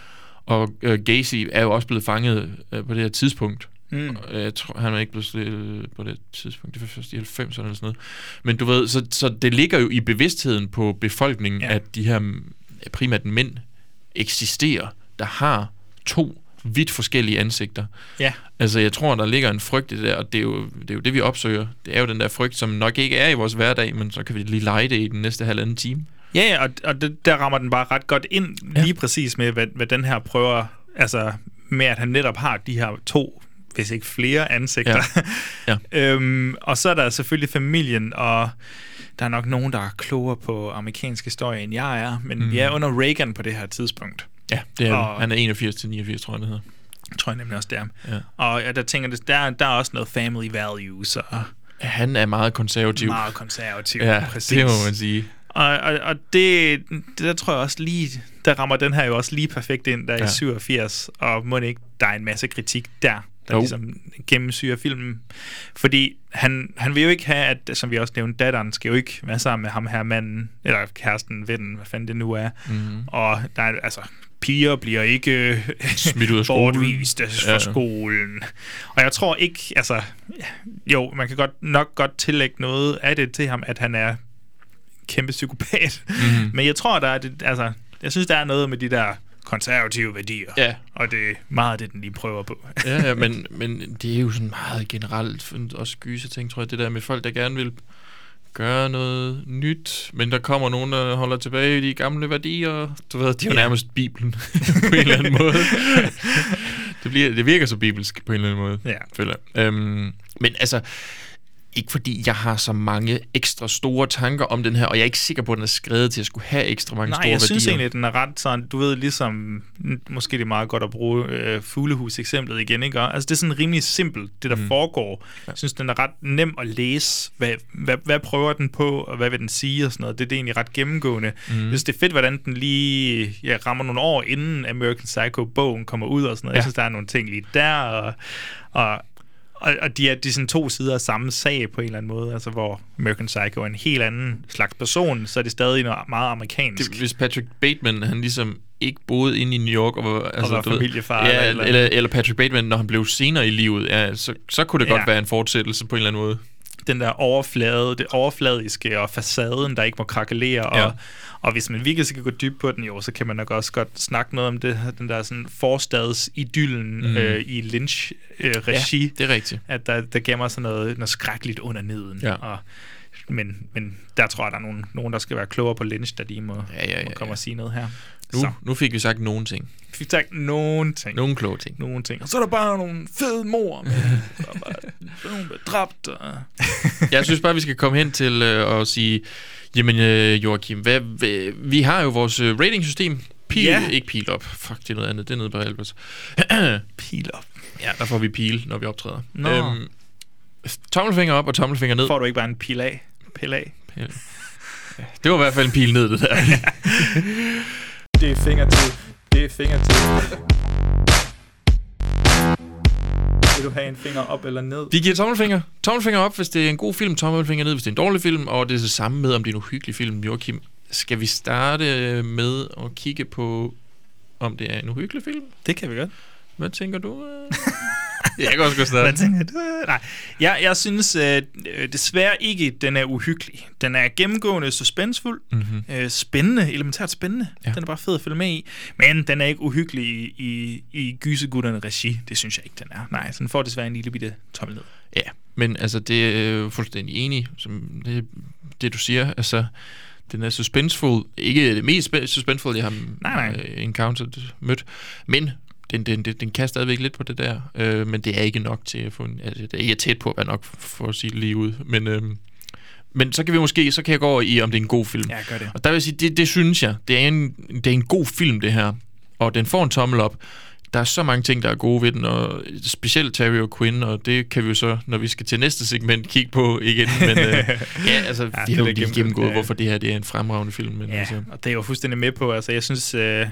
[SPEAKER 2] og øh, Gacy er jo også blevet fanget øh, på det her tidspunkt.
[SPEAKER 3] Mm.
[SPEAKER 2] Og Jeg tror, han er ikke blevet slået ihjel på det tidspunkt, det var først i 90'erne eller sådan noget. Men du ved, så, så det ligger jo i bevidstheden på befolkningen,
[SPEAKER 3] Ja.
[SPEAKER 2] ja. at de her mm, primært mænd eksisterer, der har to vidt forskellige ansigter.
[SPEAKER 3] Ja.
[SPEAKER 2] Altså, jeg tror, der ligger en frygt i det der, og det er, jo, det er jo det, vi opsøger. Det er jo den der frygt, som nok ikke er i vores hverdag, men så kan vi lige lege det i den næste halvanden time.
[SPEAKER 3] Ja, ja, og, og det, der rammer den bare ret godt ind, ja. lige præcis med, hvad, hvad den her prøver, altså med, at han netop har de her to, hvis ikke flere ansigter.
[SPEAKER 2] Ja.
[SPEAKER 3] [LAUGHS] øhm, og så er der selvfølgelig familien, og der er nok nogen, der er klogere på amerikansk historie, end jeg er, men mm.
[SPEAKER 2] Mm.
[SPEAKER 3] vi er under Reagan på det her tidspunkt.
[SPEAKER 2] Ja, det er
[SPEAKER 3] Og-
[SPEAKER 2] og... Han er 81 til 89, tror jeg, det hedder.
[SPEAKER 3] Tror jeg nemlig også, det er.
[SPEAKER 2] Ja.
[SPEAKER 3] Og ja, der tænker jeg, der, der er også noget family values og
[SPEAKER 2] Han er meget konservativ.
[SPEAKER 3] Meget konservativ,
[SPEAKER 2] ja,
[SPEAKER 3] præcis.
[SPEAKER 2] det må man sige.
[SPEAKER 3] Og, og, og det, det, der tror jeg også lige, der rammer den her jo også lige perfekt ind, der ja. i
[SPEAKER 2] Ja.
[SPEAKER 3] 87, og må det ikke, der er en masse kritik der, der
[SPEAKER 2] Jo.
[SPEAKER 3] ligesom gennemsyrer filmen. Fordi han, han vil jo ikke have, at, som vi også nævnte, datteren skal jo ikke være sammen med ham her manden, eller kæresten, vennen, hvad fanden det nu er.
[SPEAKER 2] Mhm.
[SPEAKER 3] Og der er, altså, piger bliver ikke
[SPEAKER 2] Smidt ud af skolen.
[SPEAKER 3] bortvist fra
[SPEAKER 2] Ja.
[SPEAKER 3] skolen. Og jeg tror ikke, altså, jo, man kan godt, nok godt tillægge noget af det til ham, at han er kæmpe psykopat. Mm.
[SPEAKER 2] Mhm.
[SPEAKER 3] Men jeg tror, der er det, altså, jeg synes, der er noget med de der konservative værdier.
[SPEAKER 2] Ja.
[SPEAKER 3] Og det er meget det, den lige prøver på.
[SPEAKER 2] [LAUGHS] ja, ja men, men det er jo sådan meget generelt, for- også gyser ting, tror jeg, det der med folk, der gerne vil gøre noget nyt, men der kommer nogen, der holder tilbage i de gamle værdier. Du ved, det er jo
[SPEAKER 3] Ja.
[SPEAKER 2] nærmest Bibelen [LAUGHS] på en eller anden måde. det, bliver, det virker så bibelsk på en eller anden måde,
[SPEAKER 3] Ja.
[SPEAKER 2] føler jeg. Øhm, men altså, ikke fordi jeg har så mange ekstra store tanker om den her, og jeg er ikke sikker på, at den er skrevet til at skulle have ekstra mange
[SPEAKER 3] Nej,
[SPEAKER 2] store
[SPEAKER 3] jeg
[SPEAKER 2] værdier.
[SPEAKER 3] synes egentlig, at den er ret sådan, du ved, ligesom, n- måske det er meget godt at bruge øh, fuglehus-eksemplet igen, ikke? Og, Altså, det er sådan rimelig simpelt, det der mm. foregår. Jeg synes, den er ret nem at læse. Hvad, hvad, hvad prøver den på, og hvad vil den sige, og sådan noget. Det, det er egentlig ret gennemgående. Mm.
[SPEAKER 2] Mhm.
[SPEAKER 3] Jeg synes, det er fedt, hvordan den lige ja, rammer nogle år, inden American Psycho-bogen kommer ud, og sådan noget.
[SPEAKER 2] Ja.
[SPEAKER 3] Ja. Jeg synes, der er nogle ting lige der, og... og og, og de, er, de er sådan to sider af samme sag på en eller anden måde, altså hvor American Psycho er en helt anden slags person, så er det stadig noget meget amerikansk.
[SPEAKER 2] det, hvis Patrick Bateman, han ligesom ikke boede inde i New York og var, altså,
[SPEAKER 3] var
[SPEAKER 2] du ved-
[SPEAKER 3] familiefar
[SPEAKER 2] Ja,
[SPEAKER 3] eller-
[SPEAKER 2] eller, eller, eller Patrick Bateman, når han blev senere i livet, ja, så, så kunne det
[SPEAKER 3] Ja.
[SPEAKER 2] godt være en fortsættelse på en eller anden måde.
[SPEAKER 3] den der overflade, det overfladiske og facaden, der ikke må krakelere. Og,
[SPEAKER 2] Ja.
[SPEAKER 3] og hvis man virkelig skal gå dybt på den, jo, så kan man nok også godt snakke noget om det, her, den der sådan forstadsidyllen mm.
[SPEAKER 2] Mm.
[SPEAKER 3] øh, i Lynch-regi. Øh, regi.
[SPEAKER 2] det er rigtigt.
[SPEAKER 3] At der, der gemmer sig noget, noget skrækkeligt under neden.
[SPEAKER 2] Ja.
[SPEAKER 3] Og Men, men der tror jeg, der er nogen, nogen, der skal være klogere på Lynch, da de må, ja, ja, ja, må komme og sige noget her.
[SPEAKER 2] Nu, nu fik vi sagt nogen ting.
[SPEAKER 3] Vi fik sagt nogen ting.
[SPEAKER 2] Nogle kloge ting.
[SPEAKER 3] Nogle ting. Og så er der bare nogle fede mor, men der er bare nogen, der er dræbt. Og... [LAUGHS]
[SPEAKER 2] Jeg synes bare, vi skal komme hen til øh, at sige, jamen øh, Joachim, hvad, hvad, vi har jo vores øh, ratingsystem. Pil,
[SPEAKER 3] Ja.
[SPEAKER 2] ikke pil op. Fuck, det er noget andet. Det er nede på Albers. [CLEARS THROAT]
[SPEAKER 3] pil op.
[SPEAKER 2] Ja, der får vi pil, når vi optræder. Øhm,
[SPEAKER 3] Nå.
[SPEAKER 2] tommelfinger op og tommelfinger ned.
[SPEAKER 3] Får du ikke bare en pil af? Pil af?
[SPEAKER 2] Det var i hvert fald en pil ned, det der. [LAUGHS]
[SPEAKER 13] Det er fingertip. Det er fingertip. Vil du have en finger op eller ned?
[SPEAKER 2] Vi giver tommelfinger. Tommelfinger op, hvis det er en god film. Tommelfinger ned, hvis det er en dårlig film. Og det er det samme med, om det er en uhyggelig film. Joachim, skal vi starte øh, med at kigge på, om det er en uhyggelig film?
[SPEAKER 3] Det kan vi godt.
[SPEAKER 2] Hvad tænker du? øh? jeg kan også godt starte.
[SPEAKER 3] Hvad tænker du? Nej, jeg, jeg synes øh, øh, desværre ikke, den er uhyggelig. Den er gennemgående suspensfuld,
[SPEAKER 2] Mhm.
[SPEAKER 3] øh, spændende, elementært spændende.
[SPEAKER 2] Ja.
[SPEAKER 3] Ja. Den er bare fed at følge med i. Men den er ikke uhyggelig i, i, i gysegutterne regi. Det synes jeg ikke, den er. Nej, så den får desværre en lille bitte tommel ned.
[SPEAKER 2] Ja, men altså, det er jeg jo fuldstændig enig, som det, det du siger, altså, den er suspensful, ikke det mest spæ- suspensful, jeg har
[SPEAKER 3] Nej, nej.
[SPEAKER 2] øh, encountered, mødt, men den, den, den, den kan stadigvæk lidt på det der, øh, men det er ikke nok til at få en, altså, det er ikke tæt på at være nok, for at sige det lige ud, men, øh, men så kan vi måske, så kan jeg gå over i, om det er en god film.
[SPEAKER 3] Ja, gør det.
[SPEAKER 2] Og der vil jeg sige, det, det synes jeg, det er, en, det er en god film, det her, og den får en tommel op, der er så mange ting, der er gode ved den, og specielt Terry og Quinn, og det kan vi jo så, når vi skal til næste segment, kigge på igen. Men øh,
[SPEAKER 3] [LAUGHS]
[SPEAKER 2] ja, altså, ja, vi
[SPEAKER 3] det
[SPEAKER 2] har jo
[SPEAKER 3] er
[SPEAKER 2] lige
[SPEAKER 3] gennemgået,
[SPEAKER 2] gennemgået,
[SPEAKER 3] ja.
[SPEAKER 2] hvorfor det her det er en fremragende film. Men, ja. altså,
[SPEAKER 3] og det er jeg jo fuldstændig med på. Altså, jeg synes, øh,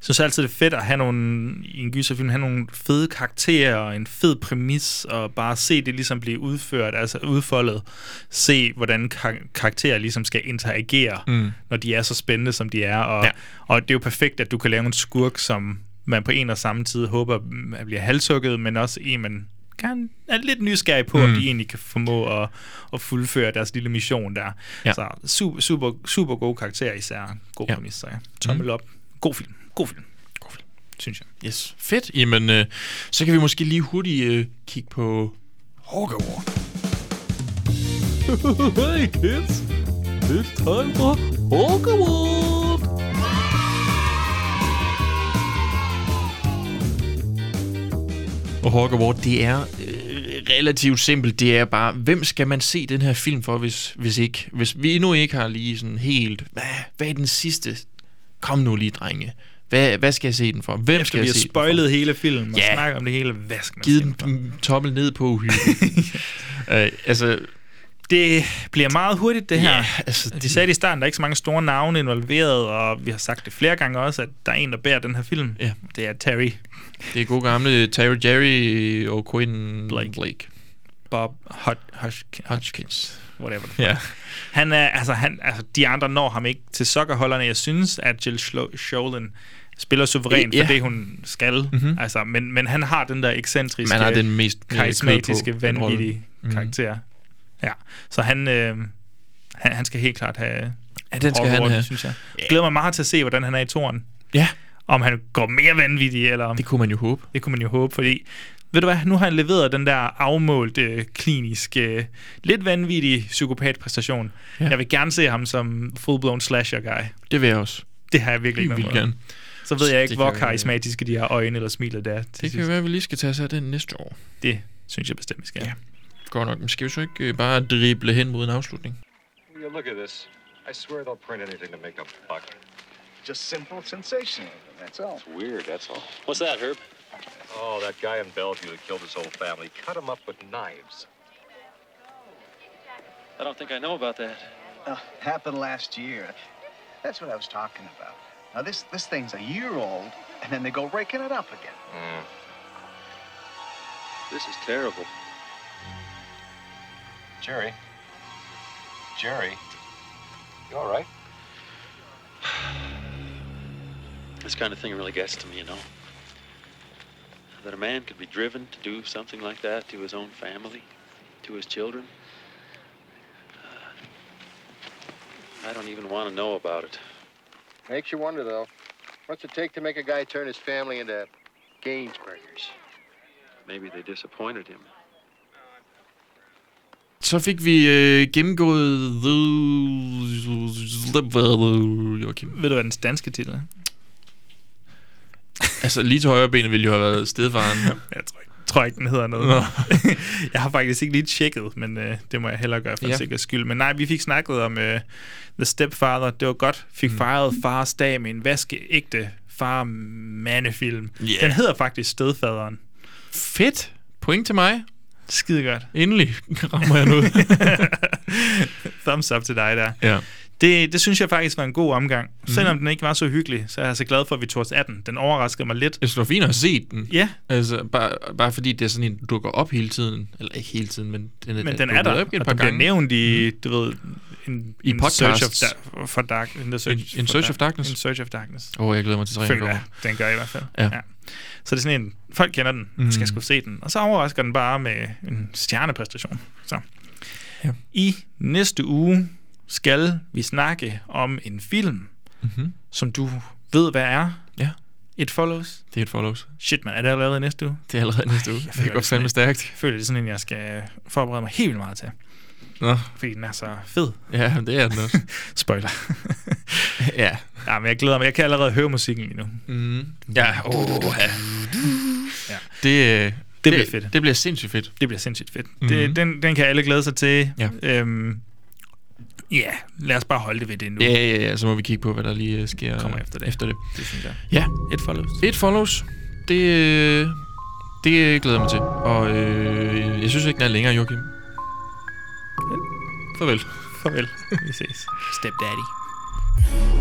[SPEAKER 3] synes altid, det er fedt at have nogle, i en gyserfilm, have nogle fede karakterer og en fed præmis, og bare se det ligesom blive udført, altså udfoldet. Se, hvordan kar- karakterer ligesom skal interagere,
[SPEAKER 2] Mm.
[SPEAKER 3] mm. når de er så spændende, som de er. Og,
[SPEAKER 2] Ja.
[SPEAKER 3] ja. og det er jo perfekt, at du kan lave en skurk, som man på en og samme tid håber mm, at bliver halshugget, men også en, man kan, er lidt nysgerrig på, mm. om
[SPEAKER 2] Mm.
[SPEAKER 3] de egentlig kan formå at, at fuldføre deres lille mission der.
[SPEAKER 2] Ja.
[SPEAKER 3] Ja. Så super, super, super gode karakterer især. God ja. præmis, så ja.
[SPEAKER 2] Mm.
[SPEAKER 3] Tommel op. God film. God film. God film, synes jeg.
[SPEAKER 2] Yes, fedt. Jamen, øh, så kan vi måske lige hurtigt øh, kigge på Hawk Award.
[SPEAKER 13] [LAUGHS] hey kids, it's time for Hawk Award.
[SPEAKER 2] Og Hawk Award, det er øh, relativt simpelt. Det er bare, hvem skal man se den her film for, hvis, hvis ikke? Hvis vi endnu ikke har lige sådan helt, hvad, hvad er den sidste? Kom nu lige, drenge. Hvad, hvad skal jeg se den for? Hvem
[SPEAKER 3] Efter
[SPEAKER 2] skal
[SPEAKER 3] vi
[SPEAKER 2] jeg
[SPEAKER 3] har
[SPEAKER 2] se den for?
[SPEAKER 3] spoilet hele filmen og
[SPEAKER 2] Ja.
[SPEAKER 3] snakket om det hele, hvad skal man
[SPEAKER 2] Givet
[SPEAKER 3] sige?
[SPEAKER 2] en tommel ned på
[SPEAKER 13] [LAUGHS]
[SPEAKER 2] uhyggeligt. øh, altså,
[SPEAKER 3] Det bliver meget hurtigt, det her.
[SPEAKER 2] Ja, altså,
[SPEAKER 3] De sagde i starten, der er ikke så mange store navne involveret, og vi har sagt det flere gange også, at der er en, der bærer den her film.
[SPEAKER 2] Ja.
[SPEAKER 3] Det er Terry
[SPEAKER 2] det er gode gamle Terry Jerry og Quinn Blake. Blake.
[SPEAKER 3] Bob Hot, Hodgkin,
[SPEAKER 2] Hodgkins.
[SPEAKER 3] whatever. the fuck.
[SPEAKER 2] Ja.
[SPEAKER 3] Han er, altså, han, altså, de andre når ham ikke til sokkerholderne. Jeg synes, at Jill Schlo- Sholin spiller suverænt
[SPEAKER 2] Ja.
[SPEAKER 3] for det, hun skal.
[SPEAKER 2] Mhm.
[SPEAKER 3] Mm-hmm. Altså, men, men han har den der ekscentriske,
[SPEAKER 2] Man har den mest, øh, kød
[SPEAKER 3] karismatiske,
[SPEAKER 2] på, den rolle.
[SPEAKER 3] vanvittige
[SPEAKER 2] Mhm.
[SPEAKER 3] karakter. Ja, så han, øh, han, han skal helt klart have
[SPEAKER 2] Ja, den skal han
[SPEAKER 3] Hogwarts,
[SPEAKER 2] have.
[SPEAKER 3] synes jeg. Jeg glæder mig meget til at se, hvordan han er i toren.
[SPEAKER 2] Ja.
[SPEAKER 3] Om han går mere vanvittig, eller om...
[SPEAKER 2] Det kunne man jo håbe.
[SPEAKER 3] Det kunne man jo håbe, fordi... Ved du hvad, nu har han leveret den der afmålte, kliniske, lidt vanvittige psykopatpræstation.
[SPEAKER 2] Ja.
[SPEAKER 3] Ja. Jeg vil gerne se ham som full-blown slasher-guy.
[SPEAKER 2] Det vil jeg også.
[SPEAKER 3] Det har jeg virkelig
[SPEAKER 2] Det vil
[SPEAKER 3] ikke
[SPEAKER 2] jeg
[SPEAKER 3] noget
[SPEAKER 2] gerne.
[SPEAKER 3] med. Så ved jeg ikke,
[SPEAKER 2] Det
[SPEAKER 3] hvor
[SPEAKER 2] kan- øh,
[SPEAKER 3] karismatiske de her øjne eller smilet er.
[SPEAKER 2] Det kan jo være, at vi lige skal tage os af den næste år.
[SPEAKER 3] det synes jeg bestemt, vi skal. Ja.
[SPEAKER 2] Godt nok. Men skal vi så ikke øh, bare drible hen mod en afslutning?
[SPEAKER 14] Will you look at this? I swear they'll print anything to make a buck.
[SPEAKER 15] Just simple sensation. That's all.
[SPEAKER 6] It's weird, that's all. What's that, Herb? Oh, that guy in Bellevue that killed his whole family. Cut him up with knives.
[SPEAKER 15] I don't think I know about that. Uh, happened last year. That's what I was talking about. Now this this thing's a year old, and then they go raking it up again.
[SPEAKER 6] This is terrible.
[SPEAKER 14] Jerry. Jerry. You all right?
[SPEAKER 6] This kind of thing really gets to me, you know. That a man could be driven to do something like that to his own family, to his children. Uh, I don't even want to know about it.
[SPEAKER 4] Makes you wonder, though. What's it take to make a guy turn his family into Gainsburgers?
[SPEAKER 6] Maybe they disappointed him.
[SPEAKER 2] Så fik vi øh, gennemgået The... Joachim.
[SPEAKER 3] Ved du, hvad den danske titel er?
[SPEAKER 2] Altså, lige til højre benet ville jo have været stedfaren.
[SPEAKER 3] jeg tror ikke, tror ikke, den hedder noget.
[SPEAKER 2] Nå.
[SPEAKER 3] [LAUGHS] jeg har faktisk ikke lige tjekket, men øh, det må jeg hellere gøre for
[SPEAKER 2] Ja.
[SPEAKER 3] ja. sikker skyld. Men nej, vi fik snakket om øh, The Stepfather. Det var godt. Fik mm. fejret fars dag med en vaskeægte far-mandefilm.
[SPEAKER 2] Yeah.
[SPEAKER 3] Den hedder faktisk Stedfaderen.
[SPEAKER 2] Fedt. Point til mig.
[SPEAKER 3] Skide godt.
[SPEAKER 2] Endelig rammer jeg [LAUGHS] noget.
[SPEAKER 3] [LAUGHS] Thumbs up til dig der.
[SPEAKER 2] Ja.
[SPEAKER 3] Det, det synes jeg faktisk var en god omgang.
[SPEAKER 2] Mm.
[SPEAKER 3] Selvom den ikke var så hyggelig, så er jeg så glad for, at vi tog os af den. Den overraskede mig lidt.
[SPEAKER 2] Jeg synes, det var fint at have set den.
[SPEAKER 3] Ja.
[SPEAKER 2] Altså, bare, bare fordi det er sådan en, der dukker op hele tiden. Eller ikke hele tiden, men den er,
[SPEAKER 3] Men den er
[SPEAKER 2] dukket
[SPEAKER 3] der,
[SPEAKER 2] Op et
[SPEAKER 3] og
[SPEAKER 2] par
[SPEAKER 3] den bliver
[SPEAKER 2] gange. Mhm.
[SPEAKER 3] nævnt i, du ved, en,
[SPEAKER 2] I
[SPEAKER 3] en Search of
[SPEAKER 2] podcasts.
[SPEAKER 3] Dark- for dark, in, the search
[SPEAKER 2] In- In
[SPEAKER 3] for
[SPEAKER 2] Search
[SPEAKER 3] Dark-
[SPEAKER 2] of Darkness?
[SPEAKER 3] In Search of Darkness.
[SPEAKER 2] Åh, jeg glæder mig til træerne
[SPEAKER 3] Føler jeg, den gør jeg i hvert fald.
[SPEAKER 2] Ja. Mhm.
[SPEAKER 3] Så det er sådan en, folk kender den, mm. skal sgu se den. Og så overrasker den bare med en stjernepræstation. Så.
[SPEAKER 2] Ja.
[SPEAKER 3] I næste uge skal vi snakke om en film,
[SPEAKER 2] Mhm.
[SPEAKER 3] som du ved, hvad er.
[SPEAKER 2] Ja.
[SPEAKER 3] It Follows.
[SPEAKER 2] Det er et follows.
[SPEAKER 3] Shit, man, er det allerede i næste uge?
[SPEAKER 2] Det er allerede næste uge.
[SPEAKER 3] Jeg
[SPEAKER 2] Det
[SPEAKER 3] føler
[SPEAKER 2] går
[SPEAKER 3] det sådan
[SPEAKER 2] fandme
[SPEAKER 3] lidt.
[SPEAKER 2] stærkt.
[SPEAKER 3] Jeg føler, det er sådan en, jeg skal forberede mig helt vildt meget til.
[SPEAKER 2] Nå.
[SPEAKER 3] Fordi den er så fed.
[SPEAKER 2] Ja, men det er den
[SPEAKER 3] [LAUGHS]
[SPEAKER 2] også.
[SPEAKER 3] Spoiler.
[SPEAKER 2] [LAUGHS] ja.
[SPEAKER 3] ja, men jeg glæder mig. Jeg kan allerede høre musikken lige nu.
[SPEAKER 2] Mm. Ja, åh, ja.
[SPEAKER 3] Ja.
[SPEAKER 2] Det, øh, det,
[SPEAKER 3] bliver fedt.
[SPEAKER 2] Det bliver sindssygt fedt.
[SPEAKER 3] Det bliver sindssygt fedt.
[SPEAKER 2] Mhm.
[SPEAKER 3] Mm-hmm. Det, den, den kan alle glæde sig til.
[SPEAKER 2] Ja.
[SPEAKER 3] Øhm, ja, lad os bare holde det ved det nu.
[SPEAKER 2] Ja, ja, ja, så må vi kigge på, hvad der lige øh, sker
[SPEAKER 3] Kommer efter det.
[SPEAKER 2] Efter det.
[SPEAKER 3] Det synes jeg.
[SPEAKER 2] Ja.
[SPEAKER 3] Et follows.
[SPEAKER 2] Et follows. Det, øh, det glæder jeg mig til. Og øh, jeg synes ikke, den er længere, Joachim. Farvel.
[SPEAKER 3] Farvel. Vi ses. Step daddy.